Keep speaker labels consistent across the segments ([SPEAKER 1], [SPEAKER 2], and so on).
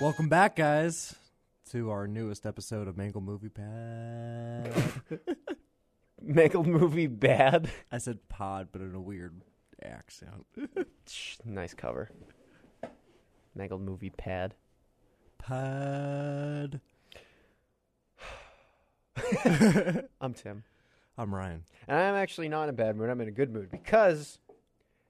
[SPEAKER 1] Welcome back, guys, to our newest episode of Mangle Movie Pad.
[SPEAKER 2] Make a movie bad.
[SPEAKER 1] I said pod, but in a weird accent.
[SPEAKER 2] Shh, nice cover. Mangled movie pad.
[SPEAKER 1] Pod.
[SPEAKER 2] I'm Tim.
[SPEAKER 1] I'm Ryan.
[SPEAKER 2] And I'm actually not in a bad mood. I'm in a good mood because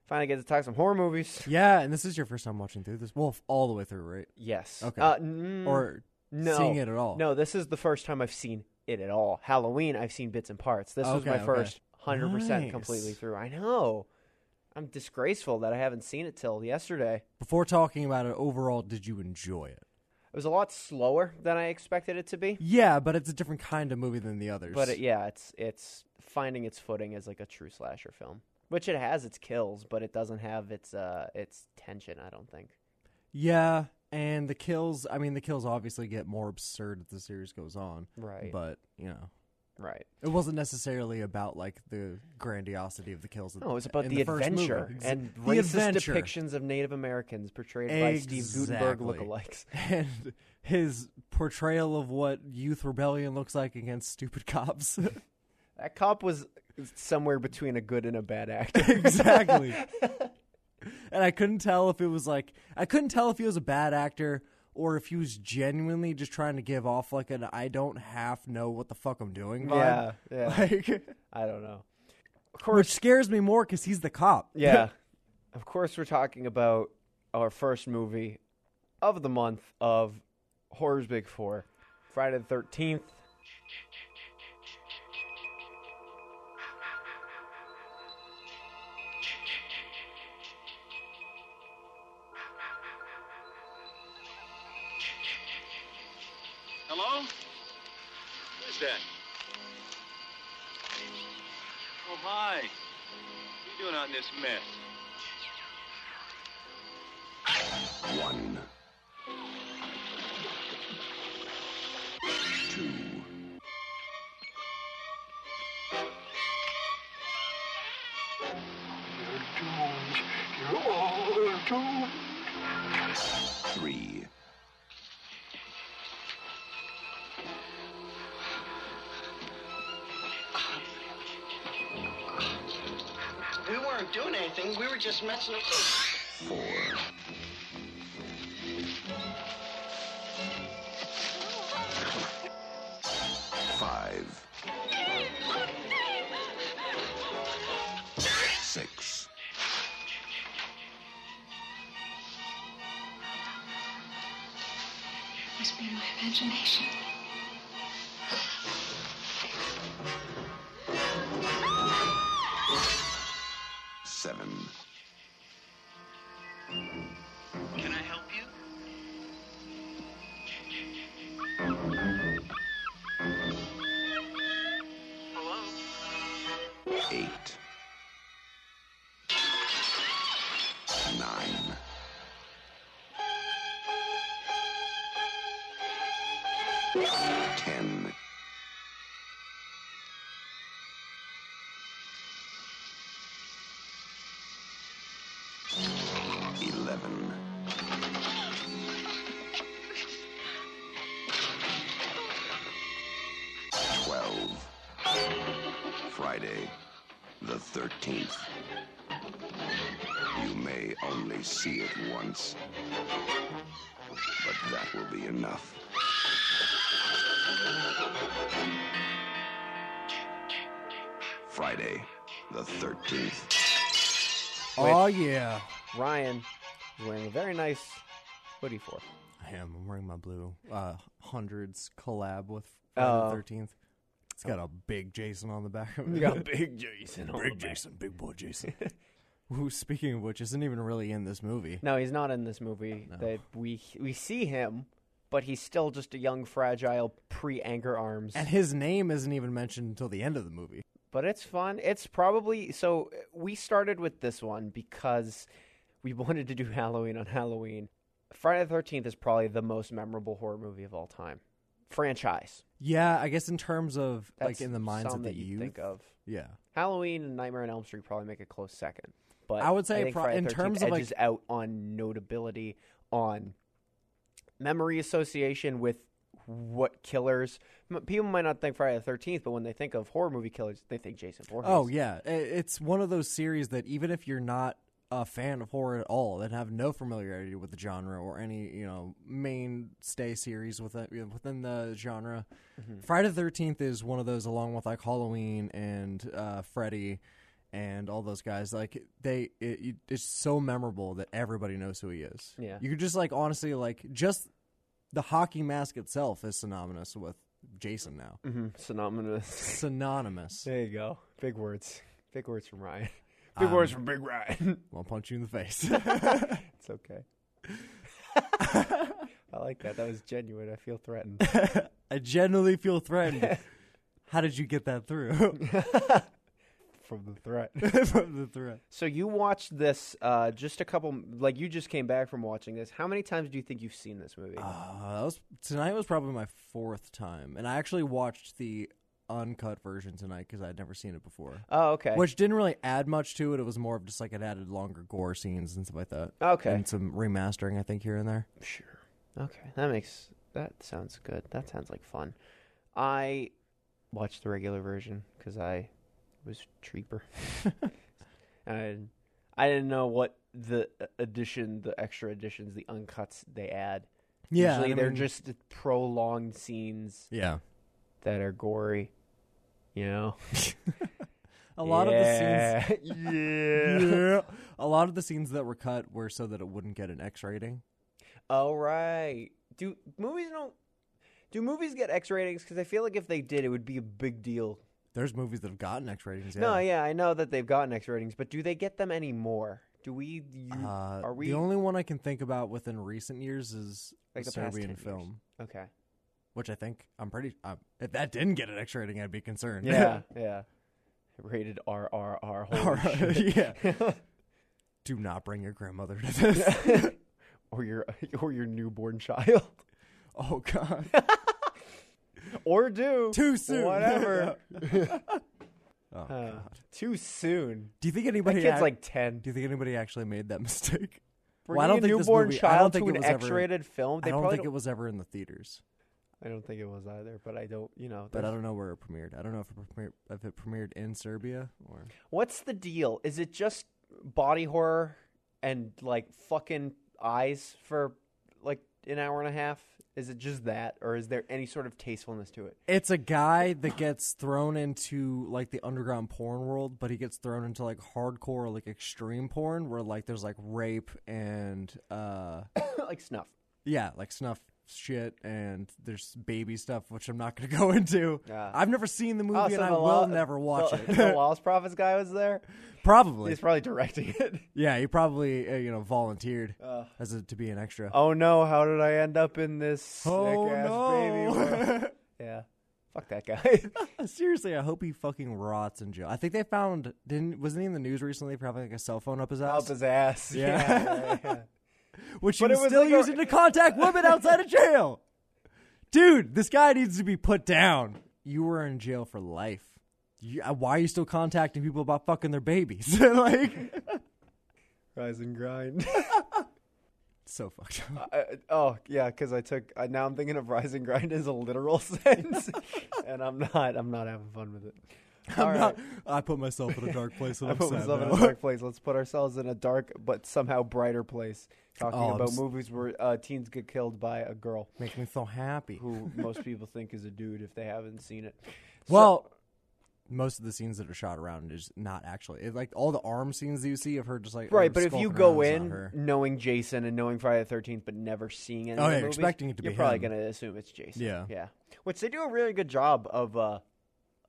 [SPEAKER 2] finally get to talk some horror movies.
[SPEAKER 1] Yeah, and this is your first time watching through this. Well, f- all the way through, right?
[SPEAKER 2] Yes.
[SPEAKER 1] Okay.
[SPEAKER 2] Uh, mm,
[SPEAKER 1] Or
[SPEAKER 2] no.
[SPEAKER 1] seeing it at all.
[SPEAKER 2] No, this is the first time I've seen it at all. Halloween, I've seen bits and parts. This was
[SPEAKER 1] Okay,
[SPEAKER 2] my
[SPEAKER 1] okay.
[SPEAKER 2] first 100%
[SPEAKER 1] Nice.
[SPEAKER 2] completely through. I know. I'm disgraceful that I haven't seen it till yesterday.
[SPEAKER 1] Before talking about it overall, did you enjoy it?
[SPEAKER 2] It was a lot slower than I expected it to be.
[SPEAKER 1] Yeah, but it's a different kind of movie than the others.
[SPEAKER 2] But it, yeah, it's it's finding its footing as like a true slasher film, which it has its kills, but it doesn't have its uh its tension. I don't think.
[SPEAKER 1] yeah, and the kills. I mean, the kills obviously get more absurd as the series goes on.
[SPEAKER 2] Right.
[SPEAKER 1] But you know,
[SPEAKER 2] Right.
[SPEAKER 1] It wasn't necessarily about like the grandiosity of the kills.
[SPEAKER 2] No, it's about
[SPEAKER 1] in
[SPEAKER 2] the,
[SPEAKER 1] first movie.
[SPEAKER 2] adventure
[SPEAKER 1] Ex-
[SPEAKER 2] and
[SPEAKER 1] the
[SPEAKER 2] racist
[SPEAKER 1] adventure.
[SPEAKER 2] depictions of Native Americans portrayed by Steve Gutenberg
[SPEAKER 1] Exactly.
[SPEAKER 2] lookalikes.
[SPEAKER 1] and his portrayal of what youth rebellion looks like against stupid cops.
[SPEAKER 2] That cop was somewhere between a good and a bad actor.
[SPEAKER 1] exactly. and I couldn't tell if it was like I couldn't tell if he was a bad actor or if he was genuinely just trying to give off like an I don't half know what the fuck I'm doing vibe.
[SPEAKER 2] yeah, yeah.
[SPEAKER 1] Like,
[SPEAKER 2] I don't know. Of course,
[SPEAKER 1] which scares me more because he's the cop.
[SPEAKER 2] Yeah. of course, we're talking about our first movie of the month of Horror's Big Four, Friday the 13th.
[SPEAKER 3] Hello? Who's that? Oh, hi. What are you doing out in this mess?
[SPEAKER 4] One. Two. You're doomed. You're all doomed. Three.
[SPEAKER 5] We weren't doing anything. We were just messing with
[SPEAKER 4] Four. Five. Six.
[SPEAKER 6] must be my imagination.
[SPEAKER 4] Seven.
[SPEAKER 3] Can I help you? Hello?
[SPEAKER 4] eight, nine, ten, eleven, twelve. Friday, the 13th. You may only see it once, but that will be enough. Friday, the 13th.
[SPEAKER 1] Oh yeah,
[SPEAKER 2] Ryan is wearing a very nice hoodie for.
[SPEAKER 1] I am. I'm wearing my blue uh, hundreds collab with
[SPEAKER 2] Oh.
[SPEAKER 1] Thirteenth. it's got a big Jason on the back of it.
[SPEAKER 2] Big Jason.
[SPEAKER 1] big Jason, big boy Jason. Who, speaking of which, isn't even really in this movie.
[SPEAKER 2] No, he's not in this movie. That we we see him, but he's still just a young, fragile, pre-anger arms.
[SPEAKER 1] And his name isn't even mentioned until the end of the movie.
[SPEAKER 2] But it's fun. It's probably so. We started with this one because we wanted to do Halloween on Halloween. Friday the Thirteenth is probably the most memorable horror movie of all time, franchise.
[SPEAKER 1] Yeah, I guess in terms of
[SPEAKER 2] That's
[SPEAKER 1] like in the minds
[SPEAKER 2] some
[SPEAKER 1] of the
[SPEAKER 2] that you
[SPEAKER 1] youth.
[SPEAKER 2] think of.
[SPEAKER 1] Yeah.
[SPEAKER 2] Halloween and Nightmare on Elm Street probably make a close second. But
[SPEAKER 1] I would say
[SPEAKER 2] think
[SPEAKER 1] pro-
[SPEAKER 2] Friday
[SPEAKER 1] in
[SPEAKER 2] the 13th
[SPEAKER 1] terms of, like-
[SPEAKER 2] edges out on notability, on memory association with what killers. M- People might not think Friday the Thirteenth, but when they think of horror movie killers, they think Jason Voorhees.
[SPEAKER 1] Oh yeah, I- it's one of those series that even if you're not a fan of horror at all and have no familiarity with the genre or any you know mainstay series within you know, within the genre, Friday the Thirteenth is one of those along with like Halloween and uh, Freddy and all those guys like they it, you- it's so memorable that everybody knows who he is.
[SPEAKER 2] Yeah.
[SPEAKER 1] you could just like honestly like just the hockey mask itself is synonymous with Jason now.
[SPEAKER 2] hmm synonymous.
[SPEAKER 1] Synonymous.
[SPEAKER 2] there you go. Big words. Big words from Ryan. Um, Big words from Big Ryan.
[SPEAKER 1] I'll punch you in the face.
[SPEAKER 2] it's okay. I like that. That was genuine. I feel threatened.
[SPEAKER 1] I genuinely feel threatened. How did you get that through
[SPEAKER 2] From the threat.
[SPEAKER 1] from the threat?
[SPEAKER 2] So you watched this uh, just a couple, like you just came back from watching this. How many times do you think you've seen this movie?
[SPEAKER 1] Uh, that was, tonight was probably my fourth time, and I actually watched the uncut version tonight because I'd never seen it before,
[SPEAKER 2] oh, okay.
[SPEAKER 1] which didn't really add much to it. It was more of just like it added longer gore scenes and stuff like that.
[SPEAKER 2] Okay.
[SPEAKER 1] and some remastering I think here and there.
[SPEAKER 2] Sure. Okay, that makes that sounds good. That sounds like fun. I watched the regular version because I was cheaper, and I didn't know what the uh, addition, the extra additions, the uncuts they add.
[SPEAKER 1] Yeah,
[SPEAKER 2] Usually
[SPEAKER 1] I
[SPEAKER 2] they're
[SPEAKER 1] mean-
[SPEAKER 2] just prolonged scenes
[SPEAKER 1] Yeah,
[SPEAKER 2] that are gory. You know,
[SPEAKER 1] a lot of the scenes.
[SPEAKER 2] of the scenes. yeah.
[SPEAKER 1] Yeah. A lot of the scenes that were cut were so that it wouldn't get an X rating.
[SPEAKER 2] All right. Do movies don't do movies get X ratings? Because I feel like if they did, it would be a big deal.
[SPEAKER 1] There's movies that have gotten X ratings.
[SPEAKER 2] No, yeah, I know that they've gotten X ratings, but do they get them anymore? Do we? You,
[SPEAKER 1] Uh,
[SPEAKER 2] are we
[SPEAKER 1] the only one I can think about within recent years is
[SPEAKER 2] Like
[SPEAKER 1] a
[SPEAKER 2] the past
[SPEAKER 1] Serbian
[SPEAKER 2] 10 years.
[SPEAKER 1] film,
[SPEAKER 2] okay?
[SPEAKER 1] which I think I'm pretty. i if that didn't get an X rating, I'd be concerned.
[SPEAKER 2] Yeah, yeah. Rated R R R.
[SPEAKER 1] All
[SPEAKER 2] Holy
[SPEAKER 1] right,
[SPEAKER 2] Oh, shit.
[SPEAKER 1] Do not bring your grandmother to this.
[SPEAKER 2] or your or your newborn child.
[SPEAKER 1] oh God.
[SPEAKER 2] Or do
[SPEAKER 1] Too soon.
[SPEAKER 2] Whatever.
[SPEAKER 1] Oh
[SPEAKER 2] Uh,
[SPEAKER 1] God.
[SPEAKER 2] too soon.
[SPEAKER 1] Do you think
[SPEAKER 2] That
[SPEAKER 1] anybody?
[SPEAKER 2] kid's
[SPEAKER 1] ac-
[SPEAKER 2] like ten.
[SPEAKER 1] Do you think anybody actually made that mistake?
[SPEAKER 2] Bringing
[SPEAKER 1] I don't
[SPEAKER 2] a
[SPEAKER 1] think this
[SPEAKER 2] newborn
[SPEAKER 1] movie- I don't
[SPEAKER 2] child
[SPEAKER 1] think
[SPEAKER 2] to
[SPEAKER 1] it
[SPEAKER 2] an
[SPEAKER 1] was ever-
[SPEAKER 2] X-rated film. They
[SPEAKER 1] I don't
[SPEAKER 2] probably
[SPEAKER 1] think it was ever in the theaters,
[SPEAKER 2] I don't think it was either, but I don't, you know.
[SPEAKER 1] but I
[SPEAKER 2] there's-
[SPEAKER 1] don't know where it premiered. I don't know if it premiered, if it premiered in Serbia or.
[SPEAKER 2] What's the deal? Is it just body horror and like fucking eyes for like an hour and a half? Is it just that, or is there any sort of tastefulness to it?
[SPEAKER 1] It's a guy that gets thrown into like the underground porn world, but he gets thrown into like hardcore, like extreme porn, where like there's like rape and uh,
[SPEAKER 2] like snuff.
[SPEAKER 1] yeah, like snuff shit, and there's baby stuff, which I'm not gonna go into.
[SPEAKER 2] Ah.
[SPEAKER 1] I've never seen the movie,
[SPEAKER 2] Oh, so
[SPEAKER 1] and I
[SPEAKER 2] the
[SPEAKER 1] will
[SPEAKER 2] Lo-
[SPEAKER 1] never watch
[SPEAKER 2] the, The
[SPEAKER 1] it.
[SPEAKER 2] Lost Prophets guy was there.
[SPEAKER 1] probably,
[SPEAKER 2] He's probably directing it.
[SPEAKER 1] yeah, he probably uh, you know volunteered
[SPEAKER 2] Ugh.
[SPEAKER 1] as a, to be an extra.
[SPEAKER 2] Oh no! How did I end up in this
[SPEAKER 1] Oh,
[SPEAKER 2] sick ass baby? world?
[SPEAKER 1] no!
[SPEAKER 2] yeah, fuck that guy.
[SPEAKER 1] Seriously, I hope he fucking rots in jail. I think they found didn't wasn't he in the news recently? Probably like a cell phone up his ass.
[SPEAKER 2] up his ass.
[SPEAKER 1] Yeah.
[SPEAKER 2] yeah, yeah, yeah.
[SPEAKER 1] which he
[SPEAKER 2] But
[SPEAKER 1] was,
[SPEAKER 2] it was
[SPEAKER 1] still
[SPEAKER 2] like a-
[SPEAKER 1] using to contact women outside of jail. Dude, this guy needs to be put down. You were in jail for life. You, uh, why are you still contacting people about fucking their babies? like,
[SPEAKER 2] Rise and grind.
[SPEAKER 1] so fucked up.
[SPEAKER 2] I, oh yeah, because I took. I, now I'm thinking of rise and grind as a literal sense, and I'm not. I'm not having fun with it. All
[SPEAKER 1] I'm
[SPEAKER 2] right.
[SPEAKER 1] not, I put myself in a dark place. And
[SPEAKER 2] I
[SPEAKER 1] I'm
[SPEAKER 2] put
[SPEAKER 1] sad
[SPEAKER 2] myself in
[SPEAKER 1] now.
[SPEAKER 2] a dark place. Let's put ourselves in a dark but somehow brighter place. Talking
[SPEAKER 1] Oh, I'm
[SPEAKER 2] about
[SPEAKER 1] s-
[SPEAKER 2] movies where uh, teens get killed by a girl
[SPEAKER 1] Make me so happy.
[SPEAKER 2] who most people think is a dude if they haven't seen it. So-
[SPEAKER 1] Well, most of the scenes that are shot around is not actually it, like all the arm scenes that you see of her just like
[SPEAKER 2] Right, but if you go in
[SPEAKER 1] in,
[SPEAKER 2] knowing Jason and knowing Friday the Thirteenth, but never seeing it,
[SPEAKER 1] Oh,
[SPEAKER 2] in
[SPEAKER 1] yeah,
[SPEAKER 2] the movie,
[SPEAKER 1] expecting it to
[SPEAKER 2] you're
[SPEAKER 1] be
[SPEAKER 2] probably
[SPEAKER 1] him.
[SPEAKER 2] gonna assume it's Jason.
[SPEAKER 1] Yeah.
[SPEAKER 2] yeah. Which they do a really good job of, uh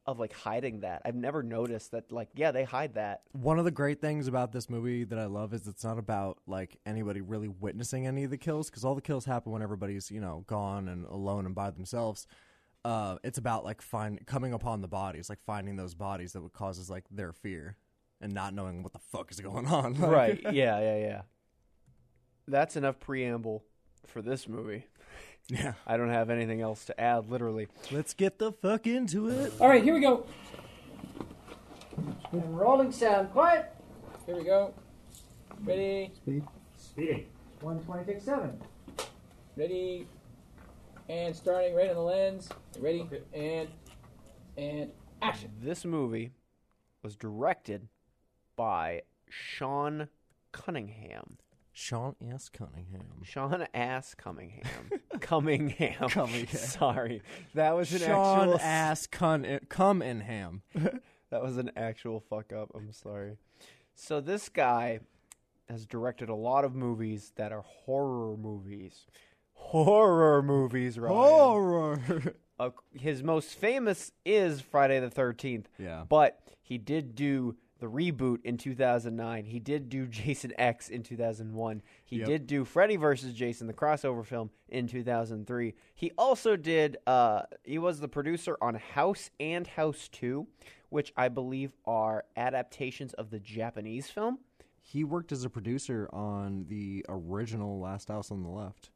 [SPEAKER 2] of like hiding that. I've never noticed that. Like, yeah, they hide that.
[SPEAKER 1] one of the great things about this movie that I love is it's not about like anybody really witnessing any of the kills because all the kills happen when everybody's you know gone and alone and by themselves. Uh, it's about like find coming upon the bodies, like finding those bodies that would causes like their fear and not knowing what the fuck is going on. Like,
[SPEAKER 2] Right. yeah. Yeah. Yeah. That's enough preamble for this movie.
[SPEAKER 1] Yeah.
[SPEAKER 2] I don't have anything else to add. Literally.
[SPEAKER 1] Let's get the fuck into it.
[SPEAKER 7] All right, here we go. And rolling sound. Quiet. Here we go. Ready. Speed. Speed. One twenty six seven. Ready. And starting right on the lens. Ready. And and action.
[SPEAKER 2] This movie was directed by Sean Cunningham.
[SPEAKER 1] Sean S. Cunningham.
[SPEAKER 2] Sean Ass Cunningham. Cunningham.
[SPEAKER 1] Cunningham.
[SPEAKER 2] Sorry, that was an
[SPEAKER 1] Sean
[SPEAKER 2] actual
[SPEAKER 1] ass cun cum in ham.
[SPEAKER 2] That was an actual fuck up. I'm sorry. So this guy has directed a lot of movies that are horror movies. Horror movies, right?
[SPEAKER 1] Horror.
[SPEAKER 2] uh, his most famous is Friday the 13th.
[SPEAKER 1] Yeah.
[SPEAKER 2] But he did do the reboot in 2009. He did do Jason X in 2001. He
[SPEAKER 1] Yep.
[SPEAKER 2] did do Freddy versus Jason, the crossover film, in 2003. He also did, uh, he was the producer on House and House 2, which I believe are adaptations of the Japanese film.
[SPEAKER 1] He worked as a producer on the original Last House on the Left.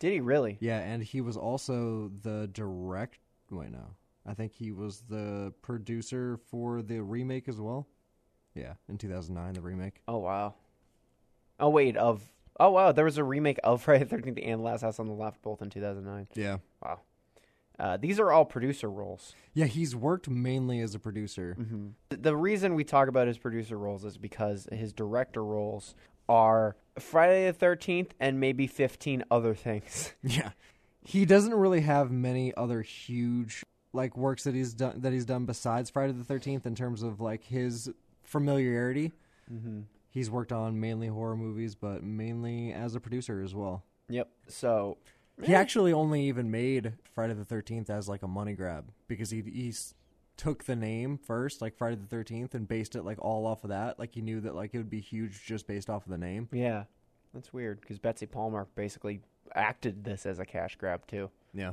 [SPEAKER 2] Did he really?
[SPEAKER 1] Yeah, and he was also the direct. Wait, no. I think he was the producer for the remake as well. Yeah, in 2009, the remake.
[SPEAKER 2] Oh wow. Oh wait, of oh wow, there was a remake of Friday the Thirteenth and Last House on the Left, both in two thousand nine.
[SPEAKER 1] Yeah.
[SPEAKER 2] Wow. Uh, these are all producer roles.
[SPEAKER 1] Yeah, he's worked mainly as a producer.
[SPEAKER 2] Th- The reason we talk about his producer roles is because his director roles are Friday the Thirteenth and maybe fifteen other things.
[SPEAKER 1] Yeah. He doesn't really have many other huge like works that he's done that he's done besides Friday the 13th in terms of like his familiarity. He's worked on mainly horror movies, but mainly as a producer as well.
[SPEAKER 2] yep. So
[SPEAKER 1] He actually only even made Friday the 13th as like a money grab because he he s- took the name first, like Friday the 13th and based it like all off of that. Like he knew that like it would be huge just based off of the name.
[SPEAKER 2] yeah, that's weird because Betsy Palmer basically acted this as a cash grab too.
[SPEAKER 1] Yeah.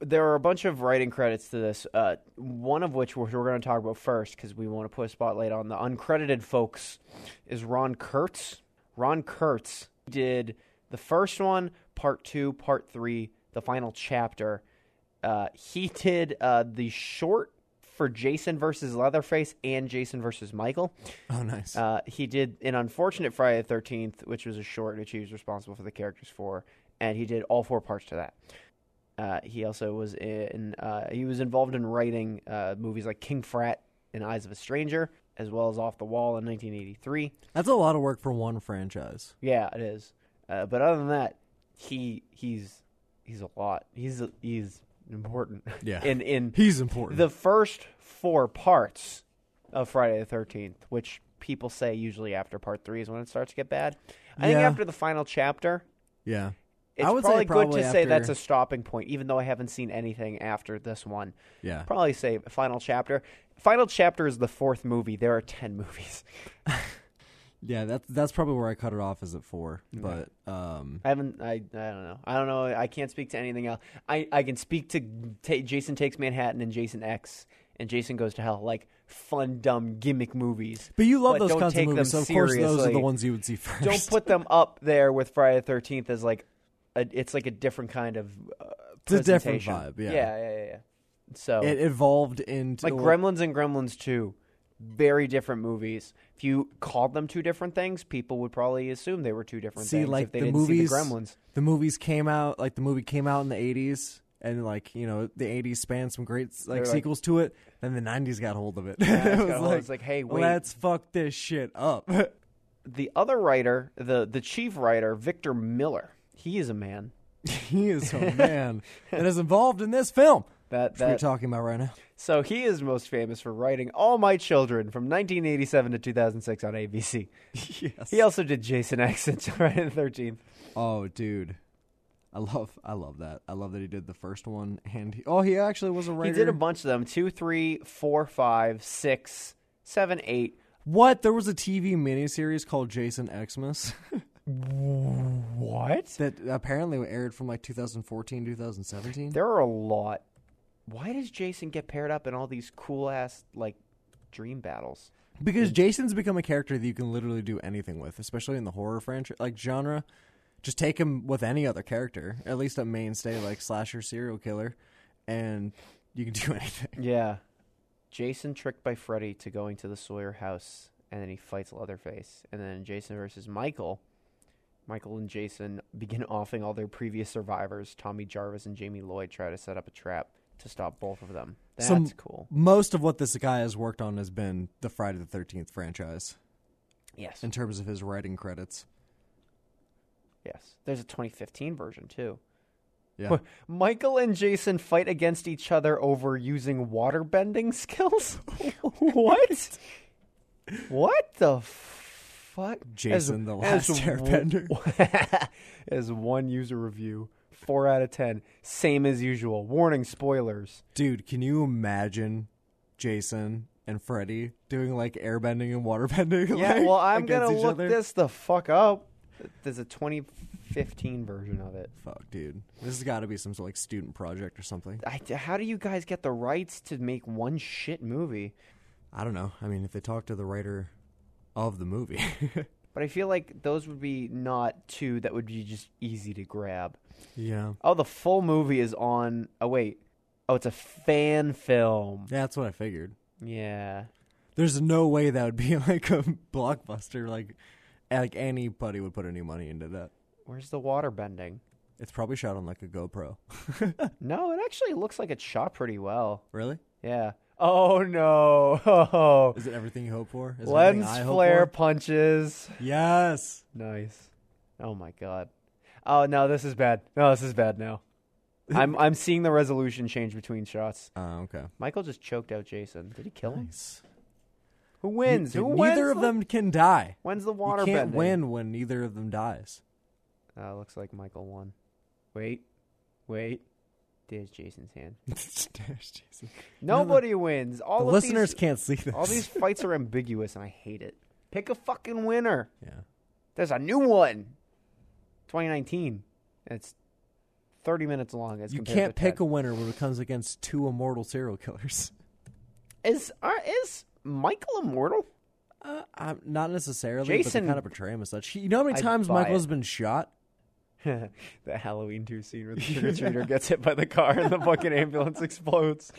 [SPEAKER 2] there are a bunch of writing credits to this. Uh, one of which we're, we're going to talk about first because we want to put a spotlight on the uncredited folks. Is Ron Kurtz? Ron Kurtz did the first one, part two, part three, the final chapter. Uh, he did uh, the short for Jason versus Leatherface and Jason versus Michael.
[SPEAKER 1] Oh, nice.
[SPEAKER 2] Uh, he did an unfortunate Friday the Thirteenth, which was a short, which he was responsible for the characters for, and he did all four parts to that. Uh, he also was in uh, he was involved in writing uh, movies like King Frat and Eyes of a Stranger, as well as Off the Wall in 1983.
[SPEAKER 1] That's a lot of work for one franchise.
[SPEAKER 2] Yeah, it is. Uh, but other than that, he he's he's a lot. He's he's important.
[SPEAKER 1] Yeah.
[SPEAKER 2] in in
[SPEAKER 1] He's important.
[SPEAKER 2] the first four parts of Friday the Thirteenth, which people say usually after part three is when it starts to get bad. I think
[SPEAKER 1] Yeah.
[SPEAKER 2] after the final chapter,
[SPEAKER 1] yeah.
[SPEAKER 2] it's
[SPEAKER 1] I would say
[SPEAKER 2] probably,
[SPEAKER 1] probably
[SPEAKER 2] good to say that's
[SPEAKER 1] after-
[SPEAKER 2] a stopping point. Even though I haven't seen anything after this one,
[SPEAKER 1] Yeah.
[SPEAKER 2] probably say final chapter. Final chapter is the fourth movie. There are ten movies.
[SPEAKER 1] Yeah, that's that's probably where I cut it off is at four. But um
[SPEAKER 2] I haven't. I. I don't know. I don't know. I can't speak to anything else. I. I can speak to ta Jason Takes Manhattan and Jason X and Jason Goes to Hell, like fun, dumb gimmick movies.
[SPEAKER 1] But you love
[SPEAKER 2] But
[SPEAKER 1] those
[SPEAKER 2] don't
[SPEAKER 1] kinds of
[SPEAKER 2] take
[SPEAKER 1] movies, so
[SPEAKER 2] them
[SPEAKER 1] of course those are the
[SPEAKER 2] seriously.
[SPEAKER 1] ones you would see 1st
[SPEAKER 2] Don't put them up there with Friday the Thirteenth as like. A, it's like a different kind of. Uh,
[SPEAKER 1] It's a different
[SPEAKER 2] presentation.
[SPEAKER 1] vibe, yeah.
[SPEAKER 2] Yeah. Yeah. Yeah. yeah. So
[SPEAKER 1] it evolved into
[SPEAKER 2] like Gremlins and Gremlins Two, very different movies. If you called them two different things, people would probably assume they were two different
[SPEAKER 1] see
[SPEAKER 2] things.
[SPEAKER 1] like
[SPEAKER 2] if they
[SPEAKER 1] the
[SPEAKER 2] didn't
[SPEAKER 1] movies
[SPEAKER 2] see the Gremlins.
[SPEAKER 1] the movies came out like the movie came out in the eighties and like, you know, the eighties spanned some great like
[SPEAKER 2] like-
[SPEAKER 1] sequels to it, then the nineties got hold of it.
[SPEAKER 2] it's
[SPEAKER 1] it
[SPEAKER 2] got
[SPEAKER 1] was
[SPEAKER 2] a hold- it's like, hey, wait.
[SPEAKER 1] Let's fuck this shit up.
[SPEAKER 2] the other writer, the the chief writer, Victor Miller. He is a man.
[SPEAKER 1] he is a man that is involved in this film.
[SPEAKER 2] That
[SPEAKER 1] Which we're
[SPEAKER 2] that
[SPEAKER 1] talking about right now.
[SPEAKER 2] So he is most famous for writing All My Children from 1987 to 2006 on ABC.
[SPEAKER 1] yes.
[SPEAKER 2] He also did Jason X and Friday the 13th.
[SPEAKER 1] Oh, dude. I love I love that. I love that he did the first one and he, oh, he actually was a
[SPEAKER 2] He
[SPEAKER 1] writer.
[SPEAKER 2] did a bunch of them two, three, four, five, six, seven, eight.
[SPEAKER 1] what? There was a TV miniseries called Jason Xmas
[SPEAKER 2] What?
[SPEAKER 1] that apparently aired from like 2014, 2017.
[SPEAKER 2] There are a lot. Why does Jason get paired up in all these cool ass, like, dream battles?
[SPEAKER 1] Because Jason's become a character that you can literally do anything with, especially in the horror franchise like genre. Just take him with any other character, at least a mainstay like slasher serial killer, and you can do anything.
[SPEAKER 2] Yeah. Jason tricked by Freddy to going to the Sawyer house, and then he fights Leatherface. And then Jason versus Michael. Michael and Jason begin offing all their previous survivors. Tommy Jarvis and Jamie Lloyd try to set up a trap to stop both of them. That's
[SPEAKER 1] Some-
[SPEAKER 2] cool.
[SPEAKER 1] Most of what this guy has worked on has been the Friday the 13th franchise
[SPEAKER 2] Yes.
[SPEAKER 1] in terms of his writing credits.
[SPEAKER 2] Yes. There's a 2015 version, too.
[SPEAKER 1] Yeah.
[SPEAKER 2] Wh- Michael and Jason fight against each other over using water bending skills? what? what the fuck?
[SPEAKER 1] Jason, the last airbender.
[SPEAKER 2] airbender. as one user review, 4 out of 10. Same as usual. Warning spoilers.
[SPEAKER 1] Dude, can you imagine Jason and Freddy doing like airbending and waterbending?
[SPEAKER 2] Yeah,
[SPEAKER 1] like,
[SPEAKER 2] well, I'm
[SPEAKER 1] against
[SPEAKER 2] going to
[SPEAKER 1] each
[SPEAKER 2] look
[SPEAKER 1] other?
[SPEAKER 2] this the fuck up. There's a 2015 version of it.
[SPEAKER 1] Fuck, dude. This has got to be some sort of like student project or something.
[SPEAKER 2] I, how do you guys get the rights to make one shit movie?
[SPEAKER 1] I don't know. I mean, if they talk to the writer of the movie.
[SPEAKER 2] But I feel like those would be not two that would be just easy to grab.
[SPEAKER 1] yeah.
[SPEAKER 2] Oh, the full movie is on. Oh, wait. Oh, it's a fan film.
[SPEAKER 1] Yeah, that's what I figured.
[SPEAKER 2] Yeah.
[SPEAKER 1] There's no way that would be like a blockbuster. Like, like anybody would put any money into that.
[SPEAKER 2] Where's the water bending?
[SPEAKER 1] It's probably shot on like a GoPro.
[SPEAKER 2] No, it actually looks like it's shot pretty well.
[SPEAKER 1] really?
[SPEAKER 2] Yeah. Oh, no. Oh.
[SPEAKER 1] Is it everything you hope for? Is it everything
[SPEAKER 2] Lens
[SPEAKER 1] I hope
[SPEAKER 2] flare
[SPEAKER 1] for?
[SPEAKER 2] punches.
[SPEAKER 1] Yes.
[SPEAKER 2] Nice. Oh, my God. Oh, no, this is bad. No, this is bad now. I'm I'm seeing the resolution change between shots.
[SPEAKER 1] Oh, okay.
[SPEAKER 2] Michael just choked out Jason. Did he kill him?
[SPEAKER 1] Nice.
[SPEAKER 2] Who wins?
[SPEAKER 1] Dude,
[SPEAKER 2] Who wins?
[SPEAKER 1] neither of
[SPEAKER 2] the-
[SPEAKER 1] them can die.
[SPEAKER 2] When's the water
[SPEAKER 1] you can't
[SPEAKER 2] bending?
[SPEAKER 1] win when neither of them dies.
[SPEAKER 2] Uh, looks like Michael won. Wait, wait. There's Jason's hand.
[SPEAKER 1] There's Jason.
[SPEAKER 2] Nobody wins. All
[SPEAKER 1] The
[SPEAKER 2] of
[SPEAKER 1] listeners
[SPEAKER 2] these,
[SPEAKER 1] can't see this.
[SPEAKER 2] All these fights are ambiguous, and I hate it. Pick a fucking winner.
[SPEAKER 1] yeah.
[SPEAKER 2] There's a new one. 2019. It's 30 minutes long. As
[SPEAKER 1] You can't pick a winner when it comes against two immortal serial killers.
[SPEAKER 2] a. Is are, is Michael immortal?
[SPEAKER 1] Uh, I'm not necessarily. but
[SPEAKER 2] Jason-
[SPEAKER 1] they kind of portray him as such. You know how many
[SPEAKER 2] I'd
[SPEAKER 1] times
[SPEAKER 2] buy
[SPEAKER 1] Michael
[SPEAKER 2] it.
[SPEAKER 1] has been shot?
[SPEAKER 2] the Halloween 2 scene where the trick or treater gets hit by the car and the fucking ambulance explodes.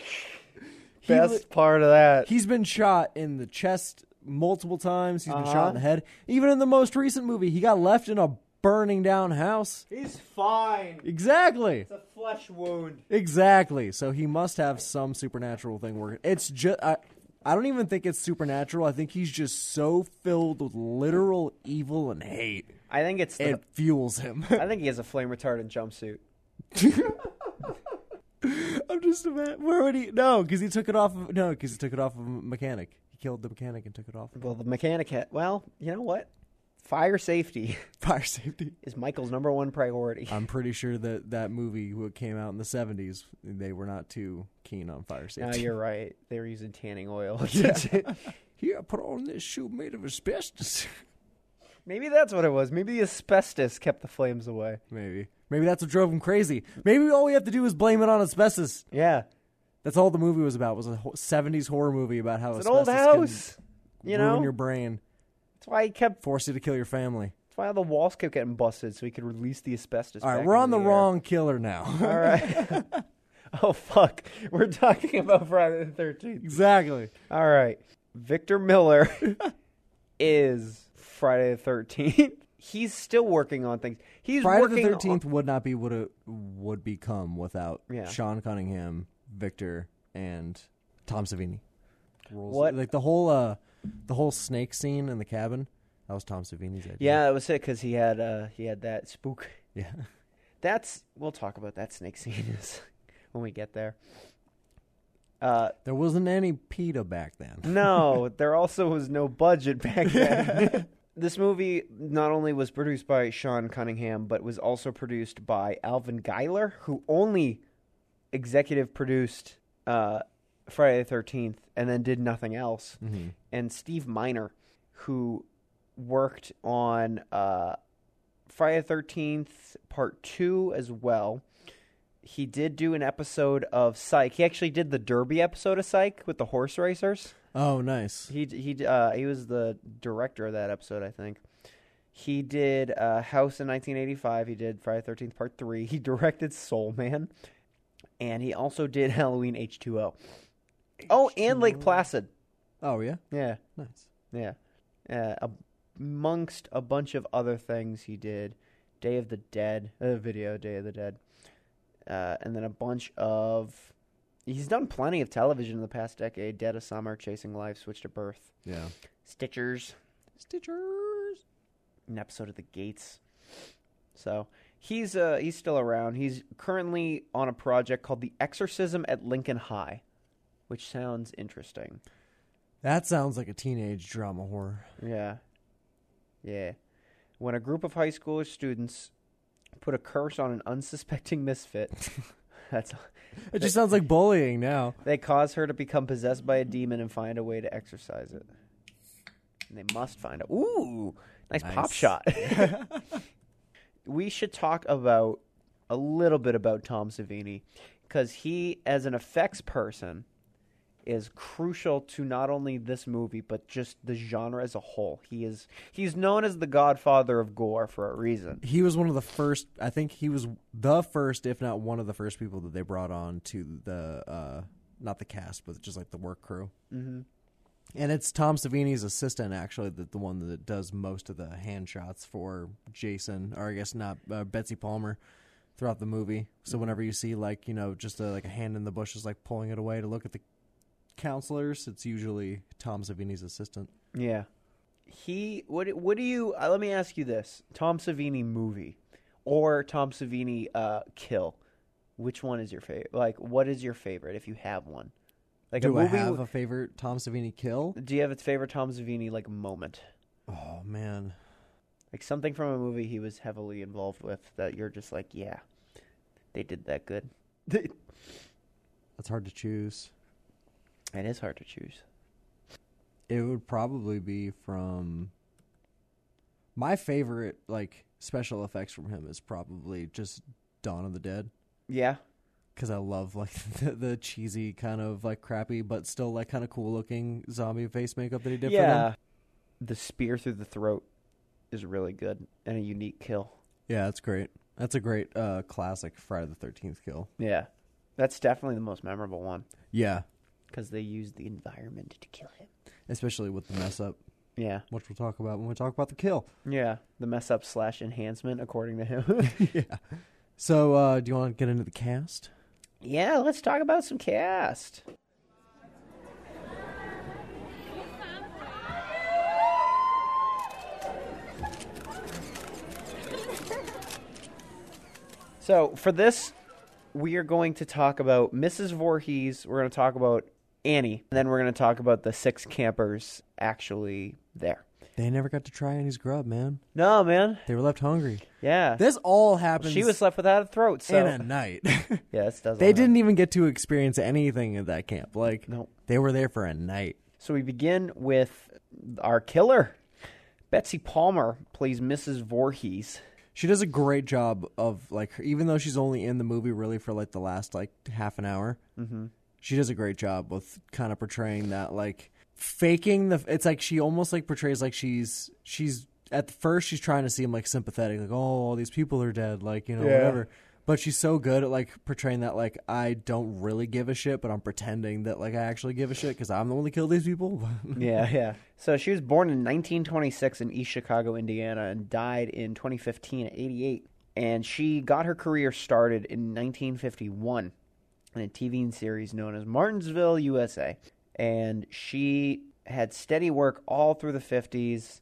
[SPEAKER 2] Best
[SPEAKER 1] li-
[SPEAKER 2] part of that.
[SPEAKER 1] He's been shot in the chest multiple times. He's been shot
[SPEAKER 2] Uh-huh.
[SPEAKER 1] in the head. Even in the most recent movie, he got left in a burning down house.
[SPEAKER 2] He's fine.
[SPEAKER 1] Exactly.
[SPEAKER 2] It's a flesh wound.
[SPEAKER 1] Exactly. So he must have some supernatural thing working. It's just I, I don't even think it's supernatural. I think he's just so filled with literal evil and hate.
[SPEAKER 2] I think it's. The,
[SPEAKER 1] It fuels him.
[SPEAKER 2] I think he has a flame retardant jumpsuit.
[SPEAKER 1] I'm just about where would he no because he took it off of no because he took it off of a mechanic. He killed the mechanic and took it off.
[SPEAKER 2] Well, the mechanic hat. Well, you know what? Fire safety
[SPEAKER 1] Fire safety.
[SPEAKER 2] is Michael's number one priority.
[SPEAKER 1] I'm pretty sure that that movie what came out in the 70s they were not too keen on fire
[SPEAKER 2] now
[SPEAKER 1] safety.
[SPEAKER 2] you're right. They were using tanning oil.
[SPEAKER 1] Here, I put on this shoe made of asbestos.
[SPEAKER 2] Maybe that's what it was. Maybe the asbestos kept the flames away.
[SPEAKER 1] Maybe. Maybe that's what drove him crazy. Maybe all we have to do is blame it on asbestos.
[SPEAKER 2] Yeah,
[SPEAKER 1] That's all the movie was about was a ho- 70s horror movie about how
[SPEAKER 2] it's an old
[SPEAKER 1] asbestos
[SPEAKER 2] house.
[SPEAKER 1] can
[SPEAKER 2] You
[SPEAKER 1] ruin
[SPEAKER 2] know,
[SPEAKER 1] your brain,
[SPEAKER 2] that's why he kept.
[SPEAKER 1] force you to kill your family.
[SPEAKER 2] That's why all the walls kept getting busted, so he could release the asbestos.
[SPEAKER 1] All right,
[SPEAKER 2] back uh,
[SPEAKER 1] we're
[SPEAKER 2] into
[SPEAKER 1] on the,
[SPEAKER 2] air.
[SPEAKER 1] wrong killer now.
[SPEAKER 2] All right. oh fuck, we're talking about Friday the Thirteenth.
[SPEAKER 1] exactly.
[SPEAKER 2] All right. Victor Miller is Friday the 13th. He's still working on things. He's
[SPEAKER 1] Friday the
[SPEAKER 2] working on-
[SPEAKER 1] 13th would not be what it would become without
[SPEAKER 2] Yeah.
[SPEAKER 1] Sean Cunningham, Victor, and Tom Savini. Roles-
[SPEAKER 2] What-
[SPEAKER 1] Like the whole uh, the whole snake scene in the cabin. That was Tom Savini's idea.
[SPEAKER 2] yeah, that was it because he had uh he had that spook.
[SPEAKER 1] Yeah.
[SPEAKER 2] That's we'll talk about that snake scene is when we get there. Uh,
[SPEAKER 1] There wasn't any PETA back then.
[SPEAKER 2] no, there also was no budget back then. this movie not only was produced by Sean Cunningham, but was also produced by Alvin Geiler, who only executive produced uh, Friday the Thirteenth and then did nothing else, and Steve Miner, who worked on uh, Friday the Thirteenth Part Two as well. He did do an episode of Psych. He actually did the Derby episode of Psych with the horse racers.
[SPEAKER 1] Oh, nice.
[SPEAKER 2] He d- he d- uh, he was the director of that episode, I think. He did uh, House in 1985. He did Friday Thirteenth Part Three. He directed Soul Man, and he also did Halloween H2O. Oh, and Lake Placid.
[SPEAKER 1] Oh yeah,
[SPEAKER 2] Yeah,
[SPEAKER 1] nice.
[SPEAKER 2] yeah. Uh, amongst a bunch of other things, he did Day of the Dead, uh, video Day of the Dead, uh, and then a bunch of. He's done plenty of television in the past decade. Dead of Summer, Chasing Life, Switch to Birth.
[SPEAKER 1] Yeah.
[SPEAKER 2] Stitchers. Stitchers. An episode of The Gates. So he's uh he's still around. He's currently on a project called The Exorcism at Lincoln High, which sounds interesting.
[SPEAKER 1] That sounds like a teenage drama horror.
[SPEAKER 2] Yeah. Yeah. When a group of high school students put a curse on an unsuspecting misfit, that's
[SPEAKER 1] It just sounds like bullying now.
[SPEAKER 2] They cause her to become possessed by a demon and find a way to exorcise it. And they must find a ooh, nice, pop
[SPEAKER 1] Nice.
[SPEAKER 2] shot. we should talk about a little bit about Tom Savini because he, as an effects person, is crucial to not only this movie but just the genre as a whole. He is he's known as the Godfather of gore for a reason.
[SPEAKER 1] He was one of the first. I think he was the first, if not one of the first people that they brought on to the uh, not the cast, but just like the work crew. Mm-hmm. And it's Tom Savini's assistant, actually, that the one that does most of the hand shots for Jason, or I guess not uh, Betsy Palmer, throughout the movie. So
[SPEAKER 2] Mm-hmm.
[SPEAKER 1] whenever you see like you know just a, like a hand in the bushes, like pulling it away to look at the counselors, it's usually Tom Savini's assistant.
[SPEAKER 2] Yeah. He what what do you uh, let me ask you this. Tom Savini movie or Tom Savini uh kill. Which one is your favorite? Like what is your favorite if you have one? Like
[SPEAKER 1] Do
[SPEAKER 2] a
[SPEAKER 1] I
[SPEAKER 2] movie
[SPEAKER 1] have
[SPEAKER 2] w-
[SPEAKER 1] a favorite Tom Savini kill?
[SPEAKER 2] Do you have a favorite Tom Savini like moment?
[SPEAKER 1] Oh man.
[SPEAKER 2] Like something from a movie he was heavily involved with that you're just like, yeah. They did that good. it
[SPEAKER 1] That's hard to choose.
[SPEAKER 2] is hard to choose.
[SPEAKER 1] It would probably be from my favorite like special effects from him is probably just Dawn of the Dead
[SPEAKER 2] Yeah.
[SPEAKER 1] because I love like the, the cheesy kind of like crappy but still like kind of cool looking zombie face makeup that he did for them.
[SPEAKER 2] Yeah. The spear through the throat is really good and a unique kill.
[SPEAKER 1] Yeah, that's great. That's a great uh, classic Friday the Thirteenth kill.
[SPEAKER 2] Yeah. That's definitely the most memorable one
[SPEAKER 1] Yeah,
[SPEAKER 2] because they used the environment to kill him.
[SPEAKER 1] especially with the mess up,
[SPEAKER 2] Yeah.
[SPEAKER 1] which we'll talk about when we talk about the kill.
[SPEAKER 2] Yeah. The mess up slash enhancement, according to him.
[SPEAKER 1] So, uh, do you want to get into the cast?
[SPEAKER 2] yeah, let's talk about some cast. So, for this, we are going to talk about Mrs. Voorhees. We're going to talk about Annie. And then we're going to talk about the six campers actually there.
[SPEAKER 1] They never got to try Annie's grub, man.
[SPEAKER 2] No, man.
[SPEAKER 1] They were left hungry.
[SPEAKER 2] Yeah.
[SPEAKER 1] This all happens.
[SPEAKER 2] she was left without a throat, so
[SPEAKER 1] in a night.
[SPEAKER 2] yeah, this does.
[SPEAKER 1] they
[SPEAKER 2] all happen.
[SPEAKER 1] didn't even get to experience anything at that camp. Like,
[SPEAKER 2] No.
[SPEAKER 1] they were there for a night.
[SPEAKER 2] So we begin with our killer, Betsy Palmer plays Mrs. Voorhees.
[SPEAKER 1] She does a great job of like, her- even though she's only in the movie really for like the last like half an hour, mm-hmm. she does a great job with kind of portraying that like faking the. It's like she almost like portrays like she's she's at the first she's trying to seem like sympathetic, like oh all these people are dead, like you know whatever. But she's so good at like portraying that like I don't really give a shit, but I'm pretending that like I actually give a shit because I'm the one that killed these people.
[SPEAKER 2] Yeah, yeah. So she was born in 1926 in East Chicago, Indiana, and died in 2015 at 88. And she got her career started in 1951 in a TV series known as Martinsville, USA. And she had steady work all through the 50s.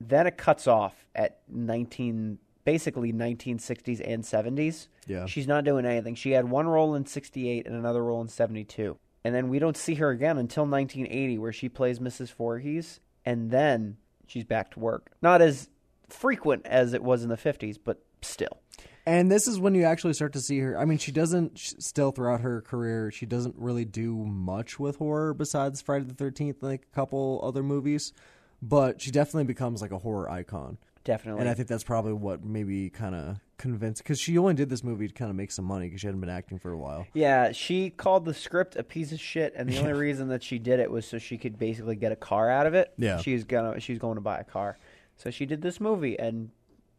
[SPEAKER 2] Then it cuts off at 19, basically 1960s and 70s.
[SPEAKER 1] Yeah.
[SPEAKER 2] She's not doing anything. She had one role in 68 and another role in 72. And then we don't see her again until 1980, where she plays Mrs. Voorhees, and then she's back to work. Not as frequent as it was in the 50s, but still.
[SPEAKER 1] And this is when you actually start to see her. I mean, she doesn't sh- still throughout her career. She doesn't really do much with horror besides Friday the Thirteenth and like a couple other movies. But she definitely becomes like a horror icon,
[SPEAKER 2] Definitely.
[SPEAKER 1] and I think that's probably what maybe kind of convinced because she only did this movie to kind of make some money because she hadn't been acting for a while.
[SPEAKER 2] yeah, she called the script a piece of shit, and the only reason that she did it was so she could basically get a car out of it.
[SPEAKER 1] Yeah.
[SPEAKER 2] she's gonna she's going to buy a car, so she did this movie, and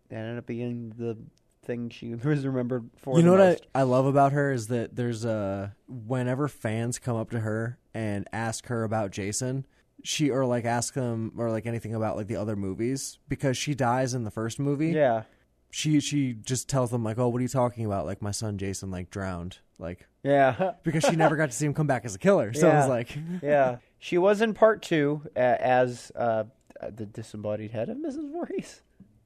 [SPEAKER 2] it ended up being the thing she was remembered for.
[SPEAKER 1] You
[SPEAKER 2] the
[SPEAKER 1] know what I,
[SPEAKER 2] most.
[SPEAKER 1] I love about her is that there's a whenever fans come up to her and ask her about Jason, she or like ask them or like anything about like the other movies because she dies in the first movie.
[SPEAKER 2] Yeah,
[SPEAKER 1] She she just tells them like, "Oh, what are you talking about? Like my son Jason like drowned." Like
[SPEAKER 2] yeah.
[SPEAKER 1] because she never got to see him come back as a killer. So I
[SPEAKER 2] Yeah.
[SPEAKER 1] was like,
[SPEAKER 2] yeah. She was in part two uh, as uh, the disembodied head of Mrs. Voorhees.